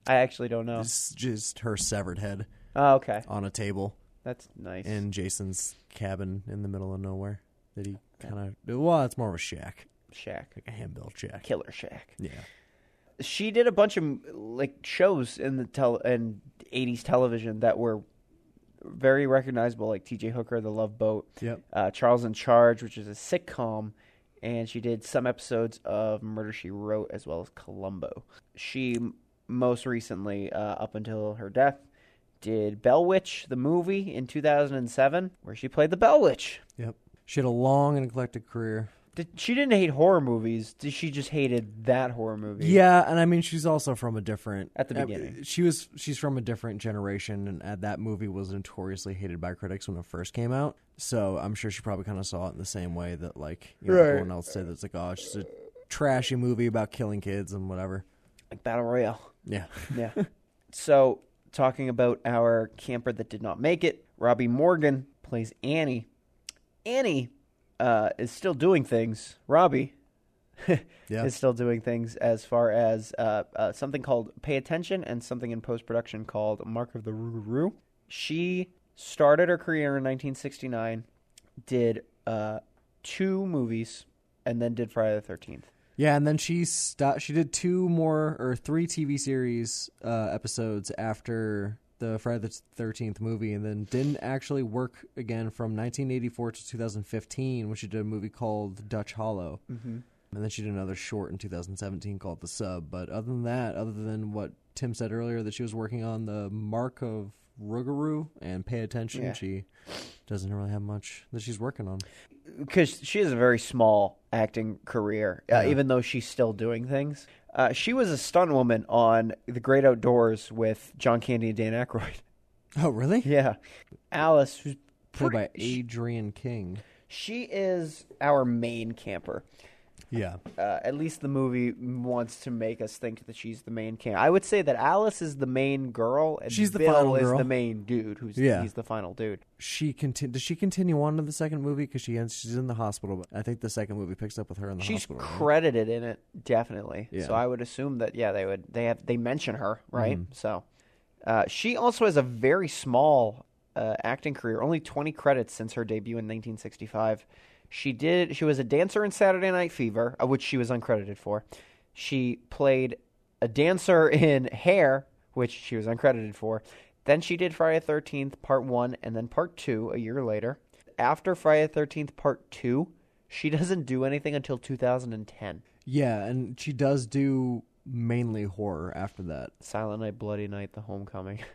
[SPEAKER 2] I actually don't know.
[SPEAKER 1] it's just her severed head
[SPEAKER 2] Oh, okay.
[SPEAKER 1] on a table
[SPEAKER 2] That's nice.
[SPEAKER 1] in Jason's cabin in the middle of nowhere that he kind of well, it's more of a shack,
[SPEAKER 2] Shack.
[SPEAKER 1] like a handbuilt shack.
[SPEAKER 2] Killer Shack.
[SPEAKER 1] Yeah.
[SPEAKER 2] She did a bunch of like shows in the tel in 80s television that were very recognizable like TJ Hooker The Love Boat.
[SPEAKER 1] Yep.
[SPEAKER 2] Uh, Charles in Charge, which is a sitcom, and she did some episodes of Murder She Wrote as well as Columbo. She m- most recently, uh, up until her death, did Bell Witch the movie in 2007, where she played the Bell Witch.
[SPEAKER 1] Yep. She had a long and eclectic career.
[SPEAKER 2] Did, she didn't hate horror movies. Did she just hated that horror movie?
[SPEAKER 1] Yeah, and I mean she's also from a different
[SPEAKER 2] At the
[SPEAKER 1] uh,
[SPEAKER 2] beginning.
[SPEAKER 1] she was she's from a different generation and uh, that movie was notoriously hated by critics when it first came out. So I'm sure she probably kind of saw it in the same way that like you know,
[SPEAKER 2] Right.
[SPEAKER 1] everyone else said it's like oh it's just a trashy movie about killing kids and whatever.
[SPEAKER 2] like Battle Royale.
[SPEAKER 1] Yeah.
[SPEAKER 2] Yeah. so, talking about our camper that did not make it, Robbie Morgan plays Annie. Annie uh, is still doing things. Robbie
[SPEAKER 1] Yeah.
[SPEAKER 2] is still doing things as far as uh, uh, something called Pay Attention and something in post production called Mark of the Rougarou. She started her career in 1969, did uh, two movies, and then did Friday the 13th.
[SPEAKER 1] Yeah, and then she stopped. She did two more or three TV series uh, episodes after the Friday the Thirteenth movie, and then didn't actually work again from 1984 to 2015 when she did a movie called Dutch Hollow, mm-hmm. and then she did another short in 2017 called The Sub. But other than that, other than what Tim said earlier that she was working on the Mark of Rougarou and Pay Attention,
[SPEAKER 2] Yeah.
[SPEAKER 1] she doesn't really have much that she's working on.
[SPEAKER 2] because she has a very small acting career, uh, even though she's still doing things. Uh, she was a stunt woman on The Great Outdoors with John Candy and Dan Aykroyd.
[SPEAKER 1] Oh, really?
[SPEAKER 2] yeah, Alice, who's
[SPEAKER 1] Played by
[SPEAKER 2] pretty- she,
[SPEAKER 1] Adrian King.
[SPEAKER 2] she is our main camper.
[SPEAKER 1] Yeah.
[SPEAKER 2] Uh, at least the movie wants to make us think that she's the main camp. I would say that Alice is the main girl, and
[SPEAKER 1] She's the
[SPEAKER 2] Bill
[SPEAKER 1] final
[SPEAKER 2] is
[SPEAKER 1] girl.
[SPEAKER 2] the main dude. Who's
[SPEAKER 1] Yeah.
[SPEAKER 2] he's the final dude.
[SPEAKER 1] she conti- does she continue on to the second movie because she ends she's in the hospital but i think the second movie picks up with her in the
[SPEAKER 2] She's
[SPEAKER 1] hospital right?
[SPEAKER 2] credited in it, definitely.
[SPEAKER 1] Yeah. Mm-hmm.
[SPEAKER 2] So I would assume that yeah, they would they have they mention her, right? So uh, she also has a very small uh, acting career, only twenty credits since her debut in nineteen sixty five. She did she was a dancer in Saturday Night Fever, uh, which she was uncredited for. She played a dancer in Hair, which she was uncredited for. Then she did Friday the Thirteenth Part One, and then Part Two a year later. After Friday the Thirteenth Part Two, she doesn't do anything until 2010.
[SPEAKER 1] yeah and she does do mainly horror after that
[SPEAKER 2] Silent Night, Bloody Night, The Homecoming.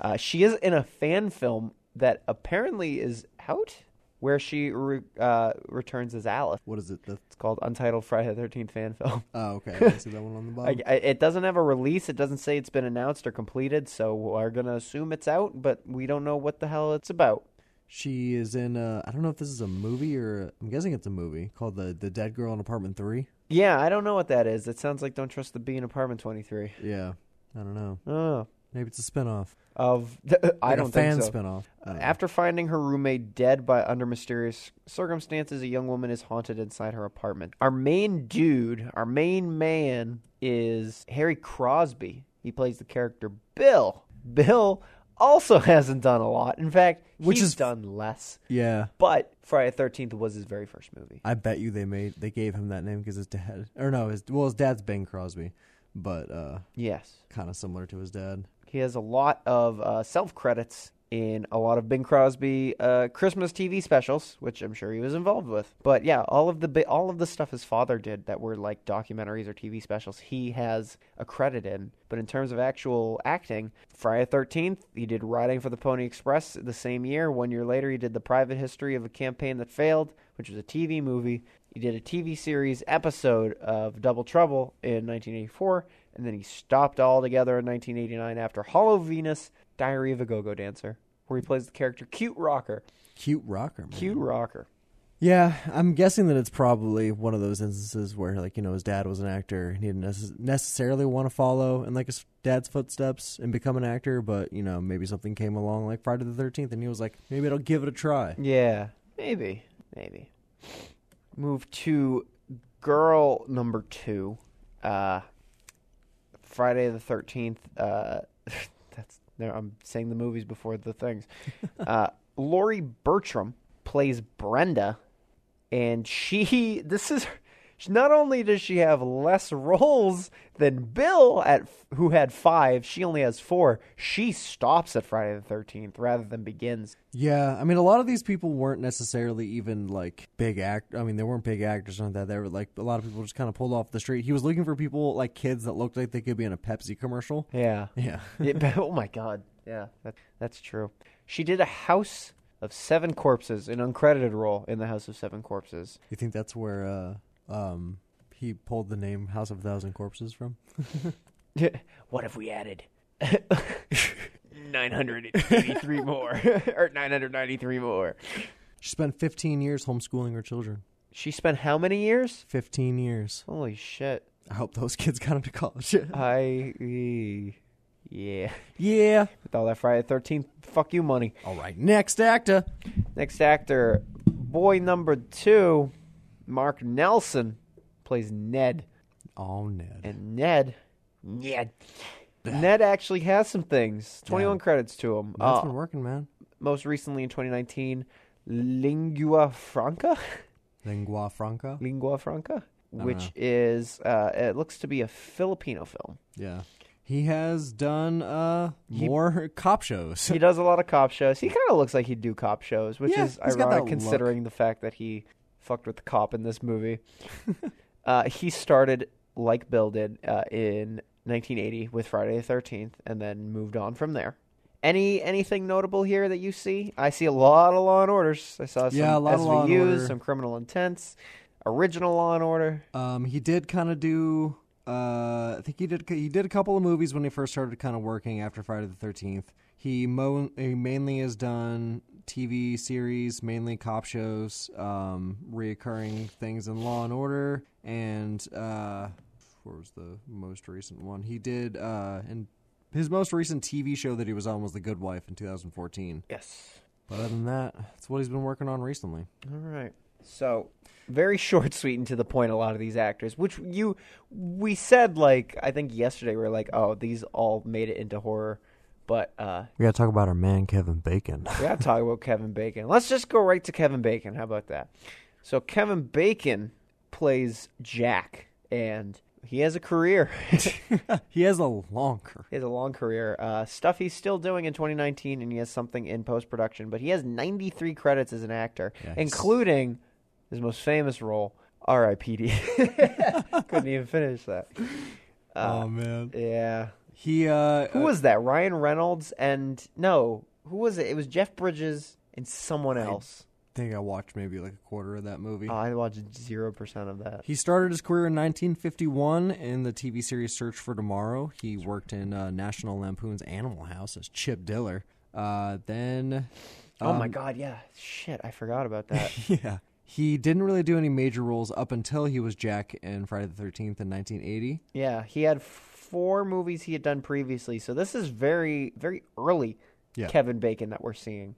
[SPEAKER 2] Uh, she is in a fan film that apparently is out, where she re- uh, returns as Alice.
[SPEAKER 1] what is it the
[SPEAKER 2] It's called Untitled Friday the 13th Fan Film.
[SPEAKER 1] oh okay i didn't see that one on the bottom
[SPEAKER 2] I, I, it doesn't have a release. It doesn't say it's been announced or completed, so we're gonna assume it's out, but we don't know what the hell it's about.
[SPEAKER 1] she is in uh i don't know if this is a movie or i'm guessing it's a movie called the the dead girl in apartment three
[SPEAKER 2] Yeah, I don't know what that is. It sounds like Don't Trust the Bee in Apartment 23.
[SPEAKER 1] yeah i don't know
[SPEAKER 2] Oh,
[SPEAKER 1] maybe it's a spinoff
[SPEAKER 2] of I
[SPEAKER 1] Like
[SPEAKER 2] don't
[SPEAKER 1] a fan
[SPEAKER 2] think so.
[SPEAKER 1] spinoff Uh, I don't know.
[SPEAKER 2] After finding her roommate dead by under mysterious circumstances, a young woman is haunted inside her apartment. Our main dude, our main man, is Harry Crosby. He plays the character Bill. Bill also hasn't done a lot. In fact,
[SPEAKER 1] Which
[SPEAKER 2] he's
[SPEAKER 1] is-
[SPEAKER 2] done less.
[SPEAKER 1] Yeah,
[SPEAKER 2] But Friday the Thirteenth was his very first movie.
[SPEAKER 1] I bet you they made they gave him that name because his dad, or no, his well, his dad's Bing Crosby, but uh,
[SPEAKER 2] Yes,
[SPEAKER 1] kind of similar to his dad.
[SPEAKER 2] he has a lot of uh, self credits in a lot of Bing Crosby uh, Christmas TV specials, which I'm sure he was involved with. But yeah, all of the bi- all of the stuff his father did that were like documentaries or TV specials, he has a credit in. But in terms of actual acting, Friday Thirteenth, he did Riding for the Pony Express the same year. One year later, he did The Private History of a Campaign That Failed, which was a TV movie. He did a TV series episode of Double Trouble in 1984, and then he stopped altogether in 1989 after Hollow Venus, Diary of a Go-Go Dancer, where he plays the character Cute Rocker.
[SPEAKER 1] Cute rocker, man.
[SPEAKER 2] Cute Rocker.
[SPEAKER 1] Yeah, I'm guessing that it's probably one of those instances where, like, you know, his dad was an actor and he didn't necess- necessarily want to follow in, like, his dad's footsteps and become an actor, but, you know, maybe something came along like Friday the 13th and he was like, maybe I'll give it a try.
[SPEAKER 2] Yeah, maybe, maybe. Move to girl number two, uh, Friday the Thirteenth. Uh, that's no, I'm saying the movies before the things. uh, Lori Bertram plays Brenda, and she. This is. Not only does she have less roles than Bill at who had 5, she only has 4. She stops at Friday the 13th rather than begins.
[SPEAKER 1] Yeah, I mean, a lot of these people weren't necessarily even, like, big act. I mean, they weren't big actors or anything like that. They were, like, a lot of people just kind of pulled off the street. He was looking for people, like, kids that looked like they could be in a Pepsi commercial.
[SPEAKER 2] Yeah.
[SPEAKER 1] Yeah.
[SPEAKER 2] Yeah, but- oh my god. Yeah, that, that's true. She did a House of Seven Corpses, an uncredited role in the House of Seven Corpses.
[SPEAKER 1] You think that's where, uh, um, he pulled the name House of a Thousand Corpses from?
[SPEAKER 2] what have we added? 983 more. or 993 more.
[SPEAKER 1] She spent 15 years homeschooling her children.
[SPEAKER 2] She spent how many years?
[SPEAKER 1] 15 years.
[SPEAKER 2] Holy shit.
[SPEAKER 1] I hope those kids got into college.
[SPEAKER 2] I. e- Yeah.
[SPEAKER 1] yeah.
[SPEAKER 2] With all that Friday the 13th, fuck you money.
[SPEAKER 1] All right. Next actor.
[SPEAKER 2] Next actor, boy number two, Mark Nelson, plays Ned.
[SPEAKER 1] Oh, Ned.
[SPEAKER 2] And Ned, Ned, Ned actually has some things. Twenty-one credits to him.
[SPEAKER 1] That's
[SPEAKER 2] Uh,
[SPEAKER 1] been working, man.
[SPEAKER 2] most recently in 2019, Lingua Franca,
[SPEAKER 1] Lingua franca.
[SPEAKER 2] Lingua Franca, which is uh, it looks to be a Filipino film.
[SPEAKER 1] Yeah. He has done uh more cop shows.
[SPEAKER 2] He does a lot of cop shows. He kind of looks like he'd do cop shows, which
[SPEAKER 1] Yeah,
[SPEAKER 2] is
[SPEAKER 1] he's got that
[SPEAKER 2] ironic
[SPEAKER 1] look.
[SPEAKER 2] considering the fact that he fucked with the cop in this movie. uh, he started like Bill did uh, in 1980 with Friday the 13th, and then moved on from there. Any anything notable here that you see? I see a lot of Law and Orders. I saw some
[SPEAKER 1] Yeah, a lot of Law and
[SPEAKER 2] SVUs,
[SPEAKER 1] Order.
[SPEAKER 2] some Criminal Intents, original Law and Order.
[SPEAKER 1] Um he did kind of do uh I think he did he did a couple of movies when he first started kind of working after Friday the 13th. He, mo- he mainly has done TV series, mainly cop shows, um reoccurring things in Law and Order and uh what was the most recent one? He did uh and his most recent TV show that he was on was The Good Wife in 2014.
[SPEAKER 2] Yes.
[SPEAKER 1] But other than that, that's what he's been working on recently.
[SPEAKER 2] All right. So very short, sweet, and to the point. A lot of these actors, which you we said like I think yesterday, we were like, oh, these all made it into horror. But uh,
[SPEAKER 1] We got to talk about our man Kevin Bacon.
[SPEAKER 2] we gotta talk about Kevin Bacon. Let's just go right to Kevin Bacon. How about that? So Kevin Bacon plays Jack, and he has a career.
[SPEAKER 1] he has a long career.
[SPEAKER 2] He has a long career. Uh, stuff he's still doing in 2019, and he has something in post production. But he has 93 credits as an actor, including his most famous role, R.I.P.D. Couldn't even finish that.
[SPEAKER 1] oh man.
[SPEAKER 2] Yeah.
[SPEAKER 1] He uh
[SPEAKER 2] Who was that? Ryan Reynolds and no, who was it? It was Jeff Bridges and someone else.
[SPEAKER 1] I think I watched maybe like a quarter of that movie.
[SPEAKER 2] Oh, I watched zero percent of that.
[SPEAKER 1] he started his career in 1951 in the TV series Search for Tomorrow. He worked in uh, National Lampoon's Animal House as Chip Diller. Uh, then,
[SPEAKER 2] oh my god, yeah. Shit, I forgot about that.
[SPEAKER 1] yeah, he didn't really do any major roles up until he was Jack in Friday the 13th in 1980.
[SPEAKER 2] yeah, he had four movies he had done previously, so this is very, very early
[SPEAKER 1] Yeah. Mm-hmm.
[SPEAKER 2] Kevin Bacon that we're seeing.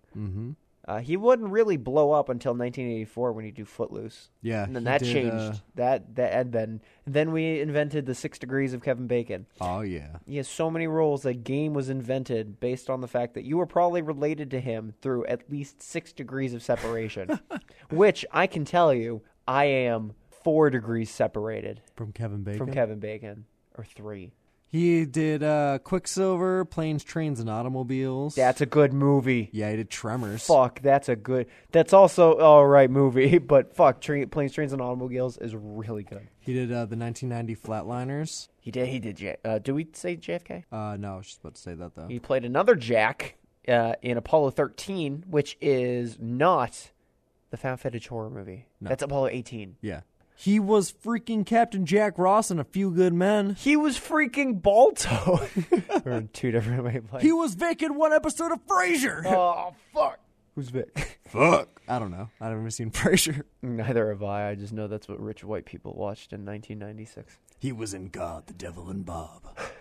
[SPEAKER 2] Uh, he wouldn't really blow up until 1984 when he do Footloose.
[SPEAKER 1] Yeah,
[SPEAKER 2] and then
[SPEAKER 1] he
[SPEAKER 2] that
[SPEAKER 1] did,
[SPEAKER 2] changed.
[SPEAKER 1] uh,
[SPEAKER 2] that that and then then we invented the six degrees of Kevin Bacon.
[SPEAKER 1] Oh yeah.
[SPEAKER 2] He has so many roles. That game was invented based on the fact that you were probably related to him through at least six degrees of separation, which I can tell you, I am four degrees separated
[SPEAKER 1] From Kevin Bacon.
[SPEAKER 2] from Kevin Bacon, or three.
[SPEAKER 1] He did uh, Quicksilver, Planes, Trains, and Automobiles.
[SPEAKER 2] That's a good movie.
[SPEAKER 1] yeah, he did Tremors.
[SPEAKER 2] Fuck, that's a good. That's also all right movie, but fuck, tra- planes, trains, and automobiles is really good.
[SPEAKER 1] He did uh, the 1990 Flatliners.
[SPEAKER 2] He did. He did. J- uh, do we say JFK?
[SPEAKER 1] Uh, no, I was just about to say that though.
[SPEAKER 2] He played another Jack uh, in Apollo 13, which is not the found footage horror movie. That's Apollo 18.
[SPEAKER 1] yeah, he was freaking Captain Jack Ross in A Few Good Men.
[SPEAKER 2] He was freaking Balto. We're in two different way of life.
[SPEAKER 1] He was Vic in one episode of Frasier.
[SPEAKER 2] oh fuck. Who's Vic?
[SPEAKER 1] Fuck. I don't know. I've never seen Frasier.
[SPEAKER 2] Neither have I. I just know that's what rich white people watched in 1996.
[SPEAKER 1] He was in God, the Devil, and Bob.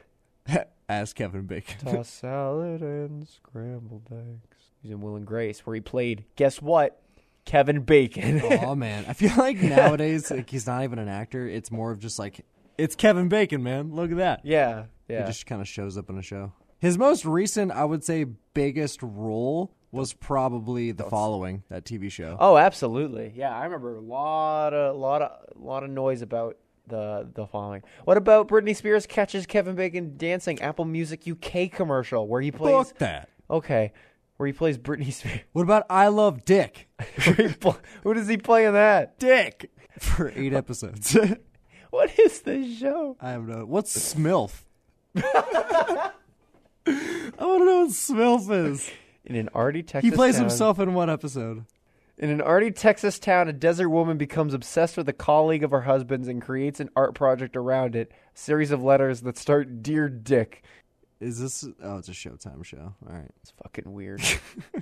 [SPEAKER 1] As Kevin Bacon.
[SPEAKER 2] Toss salad and scrambled eggs. He's in Will and Grace, where he played. Guess what? Kevin Bacon.
[SPEAKER 1] oh man, I feel like nowadays like he's not even an actor. It's more of just like it's Kevin Bacon, man. Look at that.
[SPEAKER 2] yeah, yeah.
[SPEAKER 1] It just kind of shows up in a show. His most recent, I would say, biggest role was probably the following that TV show.
[SPEAKER 2] Oh, absolutely. Yeah, I remember a lot of lot of lot of noise about the the following. What about Britney Spears catches Kevin Bacon dancing Apple Music UK commercial where he plays
[SPEAKER 1] Oh, Fuck that.
[SPEAKER 2] Okay, where he plays Britney Spears.
[SPEAKER 1] What about I Love Dick?
[SPEAKER 2] where he pl- who does he play in that?
[SPEAKER 1] Dick for eight episodes.
[SPEAKER 2] What is this show?
[SPEAKER 1] I have no. What's Smilf? I want to know what Smilf is.
[SPEAKER 2] In an arty Texas
[SPEAKER 1] He plays
[SPEAKER 2] town-
[SPEAKER 1] himself in one episode.
[SPEAKER 2] In an arty Texas town, a desert woman becomes obsessed with a colleague of her husband's and creates an art project around it. A series of letters that start Dear Dick.
[SPEAKER 1] Is this? Oh, it's a Showtime show. All right.
[SPEAKER 2] It's fucking weird.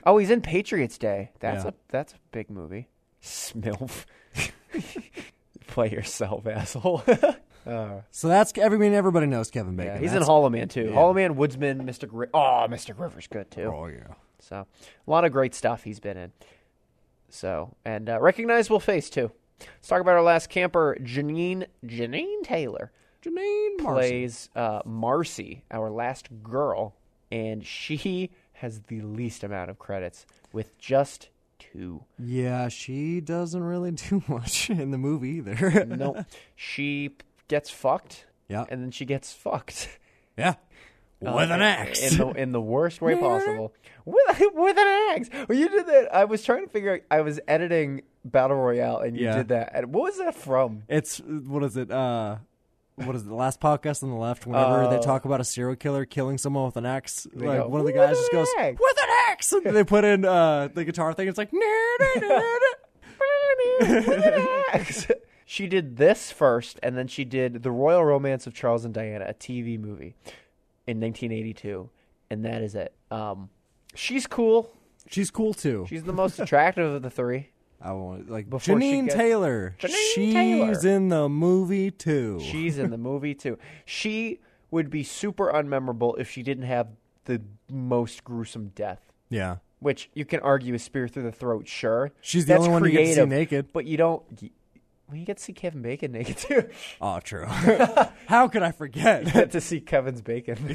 [SPEAKER 2] oh, he's in Patriots Day. That's
[SPEAKER 1] Yeah.
[SPEAKER 2] a that's a big movie. Smilf. Play yourself, asshole. Uh,
[SPEAKER 1] So that's I mean everybody knows Kevin Bacon.
[SPEAKER 2] yeah, he's in
[SPEAKER 1] That's-
[SPEAKER 2] Hollow Man too. Hollow Man, Woodsman, Mystic. Ri- oh, Mystic River's good too.
[SPEAKER 1] Oh yeah.
[SPEAKER 2] So a lot of great stuff he's been in. So and uh, recognizable face too. Let's talk about our last camper, Janine Janine Taylor
[SPEAKER 1] Janine Marcy.
[SPEAKER 2] plays uh, Marcy, our last girl, and she has the least amount of credits with just two.
[SPEAKER 1] Yeah, she doesn't really do much in the movie either.
[SPEAKER 2] No, she p- gets fucked,
[SPEAKER 1] Yeah.
[SPEAKER 2] and then she gets fucked
[SPEAKER 1] Yeah. With an axe.
[SPEAKER 2] Uh, in the in the worst way possible. With with an axe. Well, you did that. I was trying to figure. out, I was editing Battle Royale, and you
[SPEAKER 1] Yeah.
[SPEAKER 2] did that. And what was that from?
[SPEAKER 1] It's what is it? Uh what is it? The last podcast on the left, whenever they talk about a serial killer killing someone with an axe, like
[SPEAKER 2] Oh. go,
[SPEAKER 1] one of the
[SPEAKER 2] "With
[SPEAKER 1] guys just
[SPEAKER 2] an
[SPEAKER 1] goes,
[SPEAKER 2] axe!"
[SPEAKER 1] With an axe and they put in uh the guitar thing, it's like "Nah, nah, nah, nah."
[SPEAKER 2] With an axe. She did this first, and then she did The Royal Romance of Charles and Diana, a TV movie in 1982, and that is it. Um, she's cool.
[SPEAKER 1] She's cool too.
[SPEAKER 2] She's the most attractive of the three.
[SPEAKER 1] I want like
[SPEAKER 2] Before she
[SPEAKER 1] Janine
[SPEAKER 2] gets-
[SPEAKER 1] Taylor.
[SPEAKER 2] Janine
[SPEAKER 1] She's
[SPEAKER 2] Taylor.
[SPEAKER 1] in the movie too.
[SPEAKER 2] She's in the movie too. She would be super unmemorable if she didn't have the most gruesome death,
[SPEAKER 1] yeah.
[SPEAKER 2] which you can argue is spear through the throat. Sure,
[SPEAKER 1] She's the
[SPEAKER 2] That's
[SPEAKER 1] only one you get to see
[SPEAKER 2] creative,
[SPEAKER 1] naked.
[SPEAKER 2] but you don't. y- Well, you get to see Kevin Bacon naked too.
[SPEAKER 1] Oh, true. How could I forget?
[SPEAKER 2] get to see Kevin's bacon.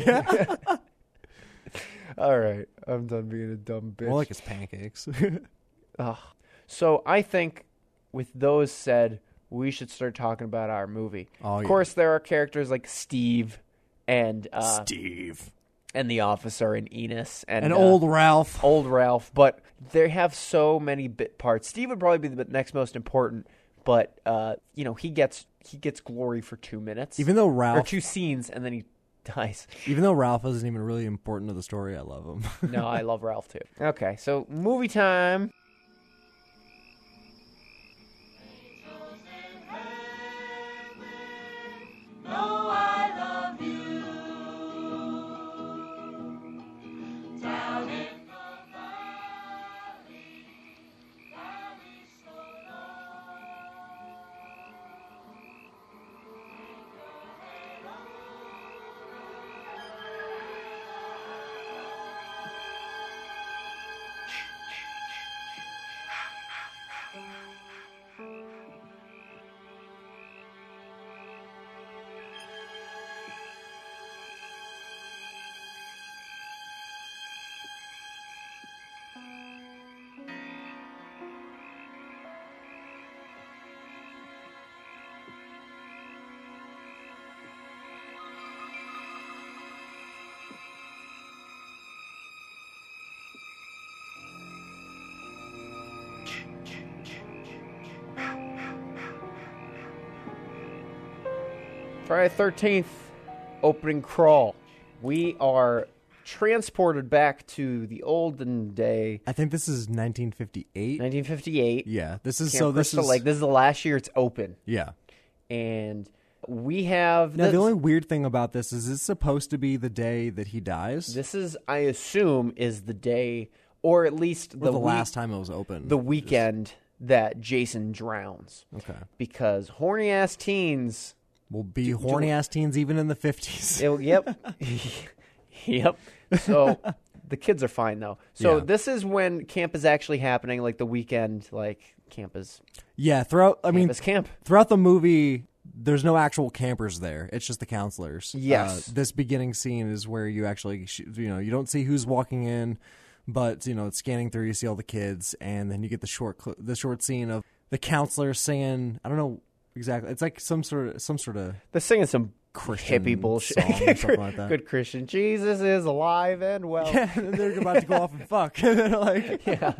[SPEAKER 2] All right, I'm done being a dumb bitch.
[SPEAKER 1] More like it's pancakes.
[SPEAKER 2] Uh, So I think, with those said, we should start talking about our movie.
[SPEAKER 1] Oh,
[SPEAKER 2] of
[SPEAKER 1] yeah.
[SPEAKER 2] course, there are characters like Steve and uh,
[SPEAKER 1] Steve.
[SPEAKER 2] and the officer and Enos and
[SPEAKER 1] And
[SPEAKER 2] uh,
[SPEAKER 1] old Ralph.
[SPEAKER 2] old Ralph, but they have so many bit parts. Steve would probably be the next most important, but uh, you know he gets he gets glory for two minutes,
[SPEAKER 1] Even though
[SPEAKER 2] or
[SPEAKER 1] Ralph,
[SPEAKER 2] two scenes, and then he dies.
[SPEAKER 1] even though Ralph isn't even really important to the story, I love him.
[SPEAKER 2] no, I love Ralph too. Okay, so movie time. Friday Thirteenth opening crawl. We are transported back to the olden day,
[SPEAKER 1] I think this is 1958.
[SPEAKER 2] 1958.
[SPEAKER 1] yeah, this is
[SPEAKER 2] Camp
[SPEAKER 1] so. This
[SPEAKER 2] Crystal
[SPEAKER 1] is
[SPEAKER 2] Lake. This is the last year it's open,
[SPEAKER 1] yeah.
[SPEAKER 2] and we have
[SPEAKER 1] Now
[SPEAKER 2] this,
[SPEAKER 1] the only weird thing about this is it's supposed to be the day that he dies,
[SPEAKER 2] this is, I assume, is the day, or at least
[SPEAKER 1] or the,
[SPEAKER 2] the week-
[SPEAKER 1] last time it was open.
[SPEAKER 2] the weekend that Jason drowns,
[SPEAKER 1] okay,
[SPEAKER 2] because horny ass teens
[SPEAKER 1] will be horny ass teens even in the 50s.
[SPEAKER 2] It- yep. yep. So the kids are fine though. So
[SPEAKER 1] Yeah.
[SPEAKER 2] this is when camp is actually happening, like the weekend, like camp is
[SPEAKER 1] yeah, throughout. I mean,
[SPEAKER 2] camp is camp.
[SPEAKER 1] throughout the movie, there's no actual campers there. It's just the counselors.
[SPEAKER 2] Yes.
[SPEAKER 1] Uh, this beginning scene is where you actually, sh- you know, you don't see who's walking in, but you know, it's scanning through. You see all the kids, and then you get the short, cl- the short scene of the counselor singing. I don't know exactly. It's like some sort of, some sort of.
[SPEAKER 2] They're singing some
[SPEAKER 1] Christian
[SPEAKER 2] hippie bullshit.
[SPEAKER 1] song or something like that.
[SPEAKER 2] Good Christian. Jesus is alive and well.
[SPEAKER 1] Yeah, they're about to go off and fuck. They're like,
[SPEAKER 2] Yeah.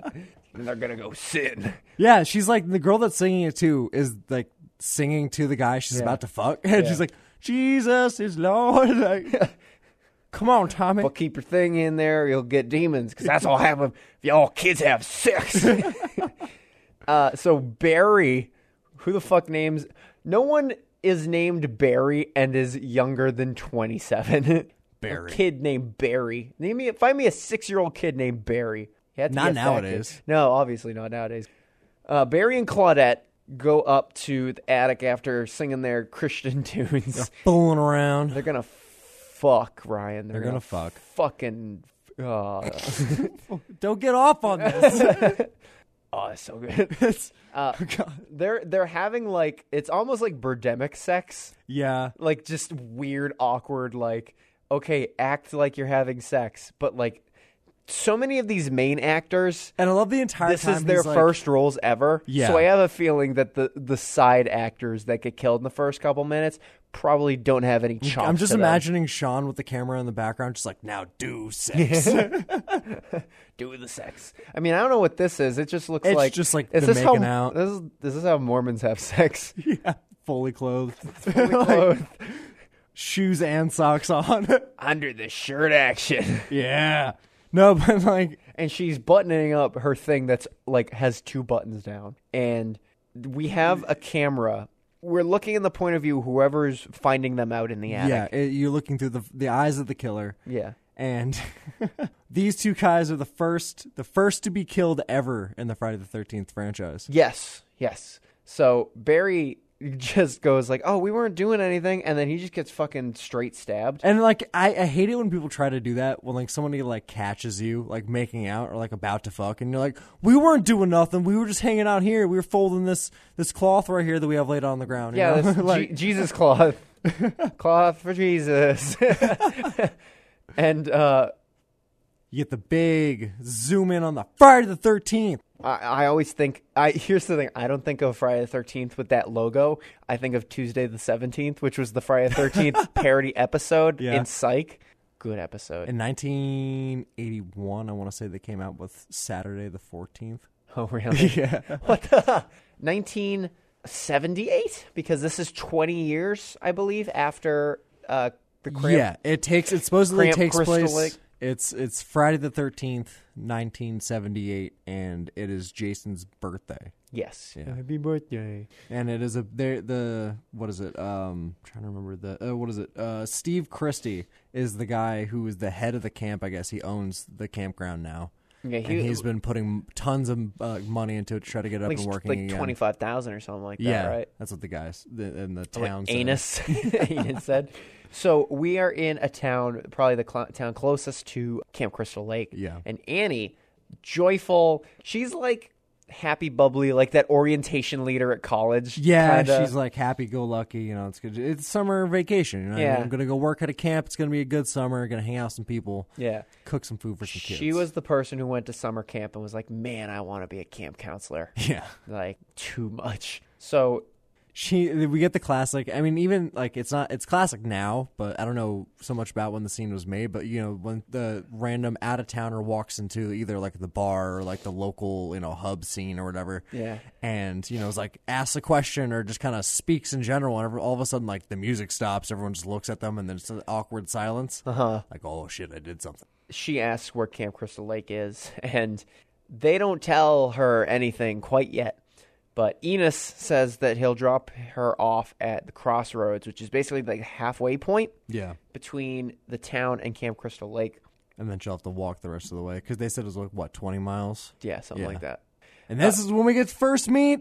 [SPEAKER 2] and they're gonna go sin.
[SPEAKER 1] yeah, she's like the girl that's singing it too is like singing to the guy she's about to fuck, and she's like, "Jesus is Lord." Like, come on, Tommy.
[SPEAKER 2] Well, keep your thing in there. You'll get demons because that's all happen if y'all kids have sex. uh, so Barry, who the fuck names? No one is named Barry and is younger than twenty seven.
[SPEAKER 1] Barry.
[SPEAKER 2] a kid named Barry. Name me, find me a six year old kid named Barry. You have to
[SPEAKER 1] Not
[SPEAKER 2] be effective.
[SPEAKER 1] nowadays.
[SPEAKER 2] No, obviously not nowadays. Uh, Barry and Claudette go up to the attic after singing their Christian tunes.
[SPEAKER 1] fooling around.
[SPEAKER 2] They're gonna fuck Ryan. They're,
[SPEAKER 1] They're gonna fuck.
[SPEAKER 2] Fucking. Uh,
[SPEAKER 1] Don't get off on this. Oh,
[SPEAKER 2] oh, that's so good. Uh, they're they're having like it's almost like birdemic sex,
[SPEAKER 1] yeah.
[SPEAKER 2] like just weird, awkward. Like okay, act like you're having sex, but like so many of these main actors.
[SPEAKER 1] And I love the entire
[SPEAKER 2] This
[SPEAKER 1] time
[SPEAKER 2] is their
[SPEAKER 1] he's like-
[SPEAKER 2] first roles ever,
[SPEAKER 1] Yeah.
[SPEAKER 2] so I have a feeling that the the side actors that get killed in the first couple minutes probably don't have any chops.
[SPEAKER 1] I'm just
[SPEAKER 2] to them.
[SPEAKER 1] imagining Sean with the camera in the background, just like, now do sex.
[SPEAKER 2] do the sex. I mean, I don't know what this is. It just looks
[SPEAKER 1] It's
[SPEAKER 2] like
[SPEAKER 1] just like
[SPEAKER 2] is
[SPEAKER 1] them
[SPEAKER 2] this
[SPEAKER 1] making
[SPEAKER 2] how,
[SPEAKER 1] out.
[SPEAKER 2] This is, this is how Mormons have sex. Oh,
[SPEAKER 1] yeah. Fully clothed. Like,
[SPEAKER 2] Clothed
[SPEAKER 1] shoes and socks on.
[SPEAKER 2] under the shirt action,
[SPEAKER 1] yeah. No, but like,
[SPEAKER 2] and she's buttoning up her thing that's like has two buttons down, and we have a camera. We're looking in the point of view of whoever's finding them out in the
[SPEAKER 1] yeah,
[SPEAKER 2] attic.
[SPEAKER 1] it, you're looking through the, the eyes of the killer.
[SPEAKER 2] Yeah,
[SPEAKER 1] And these two guys are the first, the first to be killed ever in the Friday the 13th franchise.
[SPEAKER 2] Yes, yes. So Barry just goes like, "Oh, we weren't doing anything," and then he just gets fucking straight stabbed.
[SPEAKER 1] And like I, I hate it when people try to do that when like somebody like catches you like making out or like about to fuck and you're like we weren't doing nothing we were just hanging out here we were folding this this cloth right here that we have laid on the ground you
[SPEAKER 2] Yeah,
[SPEAKER 1] know?
[SPEAKER 2] that's
[SPEAKER 1] like
[SPEAKER 2] Je- Jesus cloth, cloth for Jesus, and uh,
[SPEAKER 1] you get the big zoom in on the Friday the Thirteenth
[SPEAKER 2] I, I always think I here's the thing I don't think of Friday the Thirteenth with that logo. I think of Tuesday the Seventeenth, which was the Friday the Thirteenth parody episode
[SPEAKER 1] Yeah.
[SPEAKER 2] in Psych. Good episode.
[SPEAKER 1] in 1981 I want to say they came out with Saturday the Fourteenth
[SPEAKER 2] oh really?
[SPEAKER 1] yeah
[SPEAKER 2] What the? Nineteen seventy-eight, because this is twenty years, I believe, after uh, the cramp.
[SPEAKER 1] yeah it takes it supposedly
[SPEAKER 2] Cramp
[SPEAKER 1] takes
[SPEAKER 2] Crystal
[SPEAKER 1] place
[SPEAKER 2] Lake.
[SPEAKER 1] it's it's Friday the Thirteenth 1978 and it is Jason's birthday.
[SPEAKER 2] Yes.
[SPEAKER 1] Yeah.
[SPEAKER 2] Happy birthday.
[SPEAKER 1] and it is a there the what is it um I'm trying to remember the uh, what is it uh Steve Christie is the guy who is the head of the camp I guess he owns the campground now
[SPEAKER 2] Yeah,
[SPEAKER 1] and he's been putting tons of uh, money into it to try to get it up
[SPEAKER 2] like,
[SPEAKER 1] and working
[SPEAKER 2] like
[SPEAKER 1] again.
[SPEAKER 2] twenty five thousand or something like that,
[SPEAKER 1] yeah
[SPEAKER 2] right?
[SPEAKER 1] that's what the guys the, in the
[SPEAKER 2] Like,
[SPEAKER 1] town said.
[SPEAKER 2] anus, anus said. So we are in a town, probably the cl- town closest to Camp Crystal Lake.
[SPEAKER 1] Yeah.
[SPEAKER 2] and Annie, joyful, she's like happy, bubbly, like that orientation leader at college.
[SPEAKER 1] yeah
[SPEAKER 2] kinda.
[SPEAKER 1] she's like happy go lucky you know it's good it's summer vacation you know what I mean?
[SPEAKER 2] Yeah.
[SPEAKER 1] I'm gonna go work at a camp it's gonna be a good summer gonna hang out with some people
[SPEAKER 2] yeah.
[SPEAKER 1] cook some food for some kids
[SPEAKER 2] She was the person who went to summer camp and was like, "Man, I want to be a camp counselor."
[SPEAKER 1] yeah
[SPEAKER 2] like too much. So
[SPEAKER 1] she we get the classic. I mean, even like it's not it's classic now, but I don't know so much about when the scene was made. But you know, when the random out of towner walks into either like the bar or like the local you know hub scene or whatever,
[SPEAKER 2] Yeah.
[SPEAKER 1] and you know is like asks a question or just kind of speaks in general, and every- all of a sudden like the music stops, everyone just looks at them, and then it's an awkward silence. Uh
[SPEAKER 2] Uh-huh.
[SPEAKER 1] huh. Like oh shit, I did something.
[SPEAKER 2] she asks where Camp Crystal Lake is, and they don't tell her anything quite yet. But Enos says that he'll drop her off at the crossroads, which is basically like the halfway point
[SPEAKER 1] Yeah.
[SPEAKER 2] between the town and Camp Crystal Lake.
[SPEAKER 1] And then she'll have to walk the rest of the way because they said it was like what twenty miles.
[SPEAKER 2] Yeah, something
[SPEAKER 1] Yeah.
[SPEAKER 2] like that.
[SPEAKER 1] And this is when we get first meet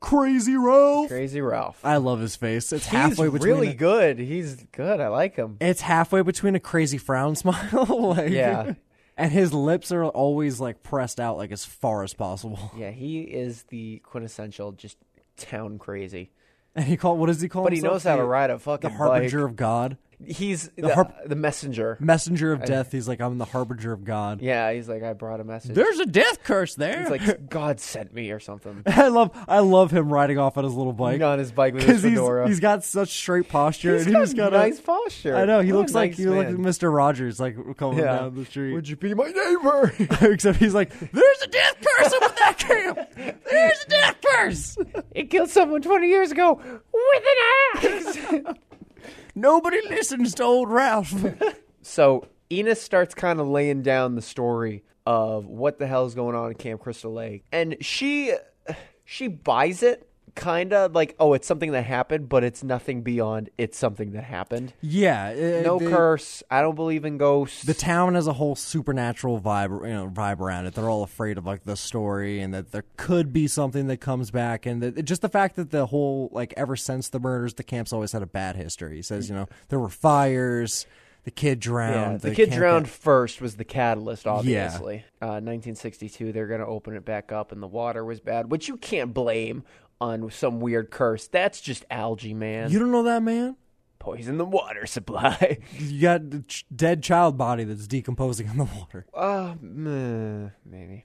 [SPEAKER 1] Crazy Ralph.
[SPEAKER 2] Crazy Ralph.
[SPEAKER 1] I love his face. It's Uh, halfway
[SPEAKER 2] He's
[SPEAKER 1] between
[SPEAKER 2] really
[SPEAKER 1] a-
[SPEAKER 2] good. He's good. I like him.
[SPEAKER 1] It's halfway between a crazy frown smile. like,
[SPEAKER 2] Yeah.
[SPEAKER 1] And his lips are always like pressed out like as far as possible.
[SPEAKER 2] Yeah, he is the quintessential just town crazy.
[SPEAKER 1] And he called what does he call
[SPEAKER 2] But he
[SPEAKER 1] himself?
[SPEAKER 2] knows how to
[SPEAKER 1] The-
[SPEAKER 2] ride a fucking
[SPEAKER 1] The harbinger of God,
[SPEAKER 2] bike. He's the, the,
[SPEAKER 1] harp-
[SPEAKER 2] messenger.
[SPEAKER 1] messenger of death. He's like I'm the harbinger of God.
[SPEAKER 2] Yeah, he's like I brought a message.
[SPEAKER 1] There's a death curse there.
[SPEAKER 2] It's like God sent me or something.
[SPEAKER 1] I love I love him riding off on his little bike
[SPEAKER 2] Like, on his bike with
[SPEAKER 1] because
[SPEAKER 2] his
[SPEAKER 1] he's
[SPEAKER 2] fedora.
[SPEAKER 1] he's got such straight posture
[SPEAKER 2] He's
[SPEAKER 1] and he's
[SPEAKER 2] got
[SPEAKER 1] got
[SPEAKER 2] nice
[SPEAKER 1] a,
[SPEAKER 2] posture.
[SPEAKER 1] I know he
[SPEAKER 2] What a
[SPEAKER 1] looks like
[SPEAKER 2] nice
[SPEAKER 1] he looks
[SPEAKER 2] man.
[SPEAKER 1] like Mr. Rogers like coming
[SPEAKER 2] Yeah.
[SPEAKER 1] down the street.
[SPEAKER 2] Would you be my neighbor?
[SPEAKER 1] Except he's like, there's a death curse over that camp. There's a death curse.
[SPEAKER 2] it killed someone 20 years ago with an axe.
[SPEAKER 1] Nobody listens to old Ralph.
[SPEAKER 2] so Enos starts kind of laying down the story of what the hell's going on in Camp Crystal Lake, and she she buys it. Kinda like, oh, it's something that happened, but it's nothing beyond. It's something that happened.
[SPEAKER 1] yeah, uh,
[SPEAKER 2] No
[SPEAKER 1] the,
[SPEAKER 2] curse. I don't believe in ghosts.
[SPEAKER 1] The town has a whole supernatural vibe, you know, vibe around it. They're all afraid of like the story, and that there could be something that comes back, and that, just the fact that the whole like ever since the murders, the camp's always had a bad history. He says, you know, there were fires, the kid drowned,
[SPEAKER 2] Yeah, the kid
[SPEAKER 1] camp-
[SPEAKER 2] drowned first was the catalyst, obviously. Uh, 1962, they're going to open it back up, and the water was bad, which you can't blame on some weird curse. That's just algae, man.
[SPEAKER 1] You don't know that man?
[SPEAKER 2] Poison the water supply.
[SPEAKER 1] You got the ch- dead child body that's decomposing in the water.
[SPEAKER 2] uh, meh, maybe.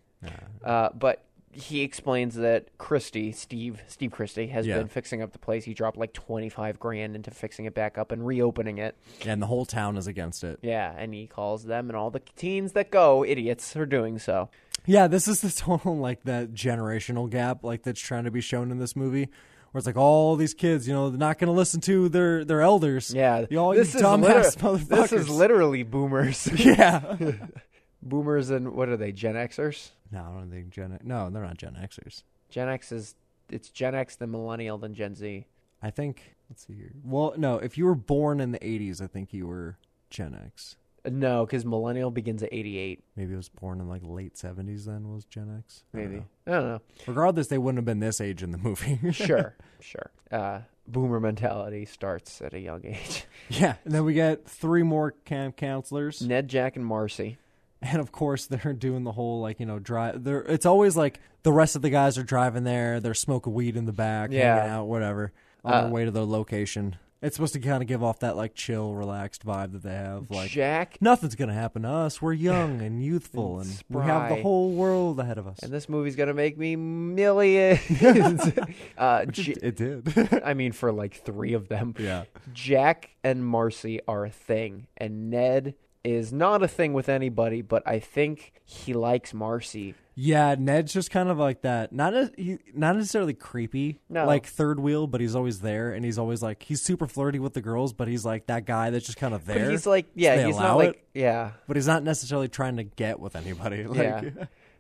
[SPEAKER 2] Uh, but he explains that Christie, Steve, Steve Christie, has
[SPEAKER 1] Yeah.
[SPEAKER 2] been fixing up the place. He dropped like 25 grand into fixing it back up and reopening it.
[SPEAKER 1] And the whole town is against it.
[SPEAKER 2] Yeah, and he calls them and all the teens that go idiots for doing so.
[SPEAKER 1] Yeah, this is the total like that generational gap like that's trying to be shown in this movie. Where it's like all these kids, you know, they're not going to listen to their their elders.
[SPEAKER 2] Yeah,
[SPEAKER 1] you all
[SPEAKER 2] this
[SPEAKER 1] you
[SPEAKER 2] is
[SPEAKER 1] dumbass
[SPEAKER 2] liter-
[SPEAKER 1] motherfuckers.
[SPEAKER 2] This is literally boomers.
[SPEAKER 1] yeah. no,
[SPEAKER 2] boomers and what are they? Gen Xers?
[SPEAKER 1] I don't think Gen. No, they're not Gen Xers.
[SPEAKER 2] Gen X is it's Gen X, then Millennial, then Gen Z.
[SPEAKER 1] I think. Let's see here. Well, no, if you were born in the '80s, I think you were Gen X.
[SPEAKER 2] Uh, No, because Millennial begins at eighty-eight.
[SPEAKER 1] Maybe it was born in like late '70s. Then was Gen X. I don't
[SPEAKER 2] Maybe
[SPEAKER 1] know.
[SPEAKER 2] I don't know.
[SPEAKER 1] Regardless, they wouldn't have been this age in the movie.
[SPEAKER 2] Sure, sure. Uh, boomer mentality starts at a young age.
[SPEAKER 1] yeah, and then we get three more camp counselors.
[SPEAKER 2] Ned, Jack, and Marcy.
[SPEAKER 1] and of course they're doing the whole like you know drive they're it's always like the rest of the guys are driving there they're smoking weed in the back
[SPEAKER 2] Yeah.
[SPEAKER 1] hanging out whatever on
[SPEAKER 2] Uh,
[SPEAKER 1] their way to their location it's supposed to kind of give off that like chill relaxed vibe that they have like
[SPEAKER 2] Jack.
[SPEAKER 1] nothing's gonna happen to us we're young and youthful and we have
[SPEAKER 2] spry.
[SPEAKER 1] the whole world ahead of us
[SPEAKER 2] And this movie's gonna make me millions. uh,
[SPEAKER 1] Which
[SPEAKER 2] J-
[SPEAKER 1] it, it did
[SPEAKER 2] I mean, for like three of them.
[SPEAKER 1] yeah
[SPEAKER 2] Jack and Marcy are a thing, and Ned is not a thing with anybody, but I think he likes Marcy.
[SPEAKER 1] yeah ned's just kind of like that not as he, not necessarily creepy
[SPEAKER 2] No.
[SPEAKER 1] like third wheel but he's always there and he's always like he's super flirty with the girls but he's like that guy that's just kind of there
[SPEAKER 2] But he's like,
[SPEAKER 1] So
[SPEAKER 2] yeah,
[SPEAKER 1] they
[SPEAKER 2] he's not
[SPEAKER 1] allow
[SPEAKER 2] like,
[SPEAKER 1] it?
[SPEAKER 2] yeah,
[SPEAKER 1] but he's not necessarily trying to get with anybody. Like,
[SPEAKER 2] yeah.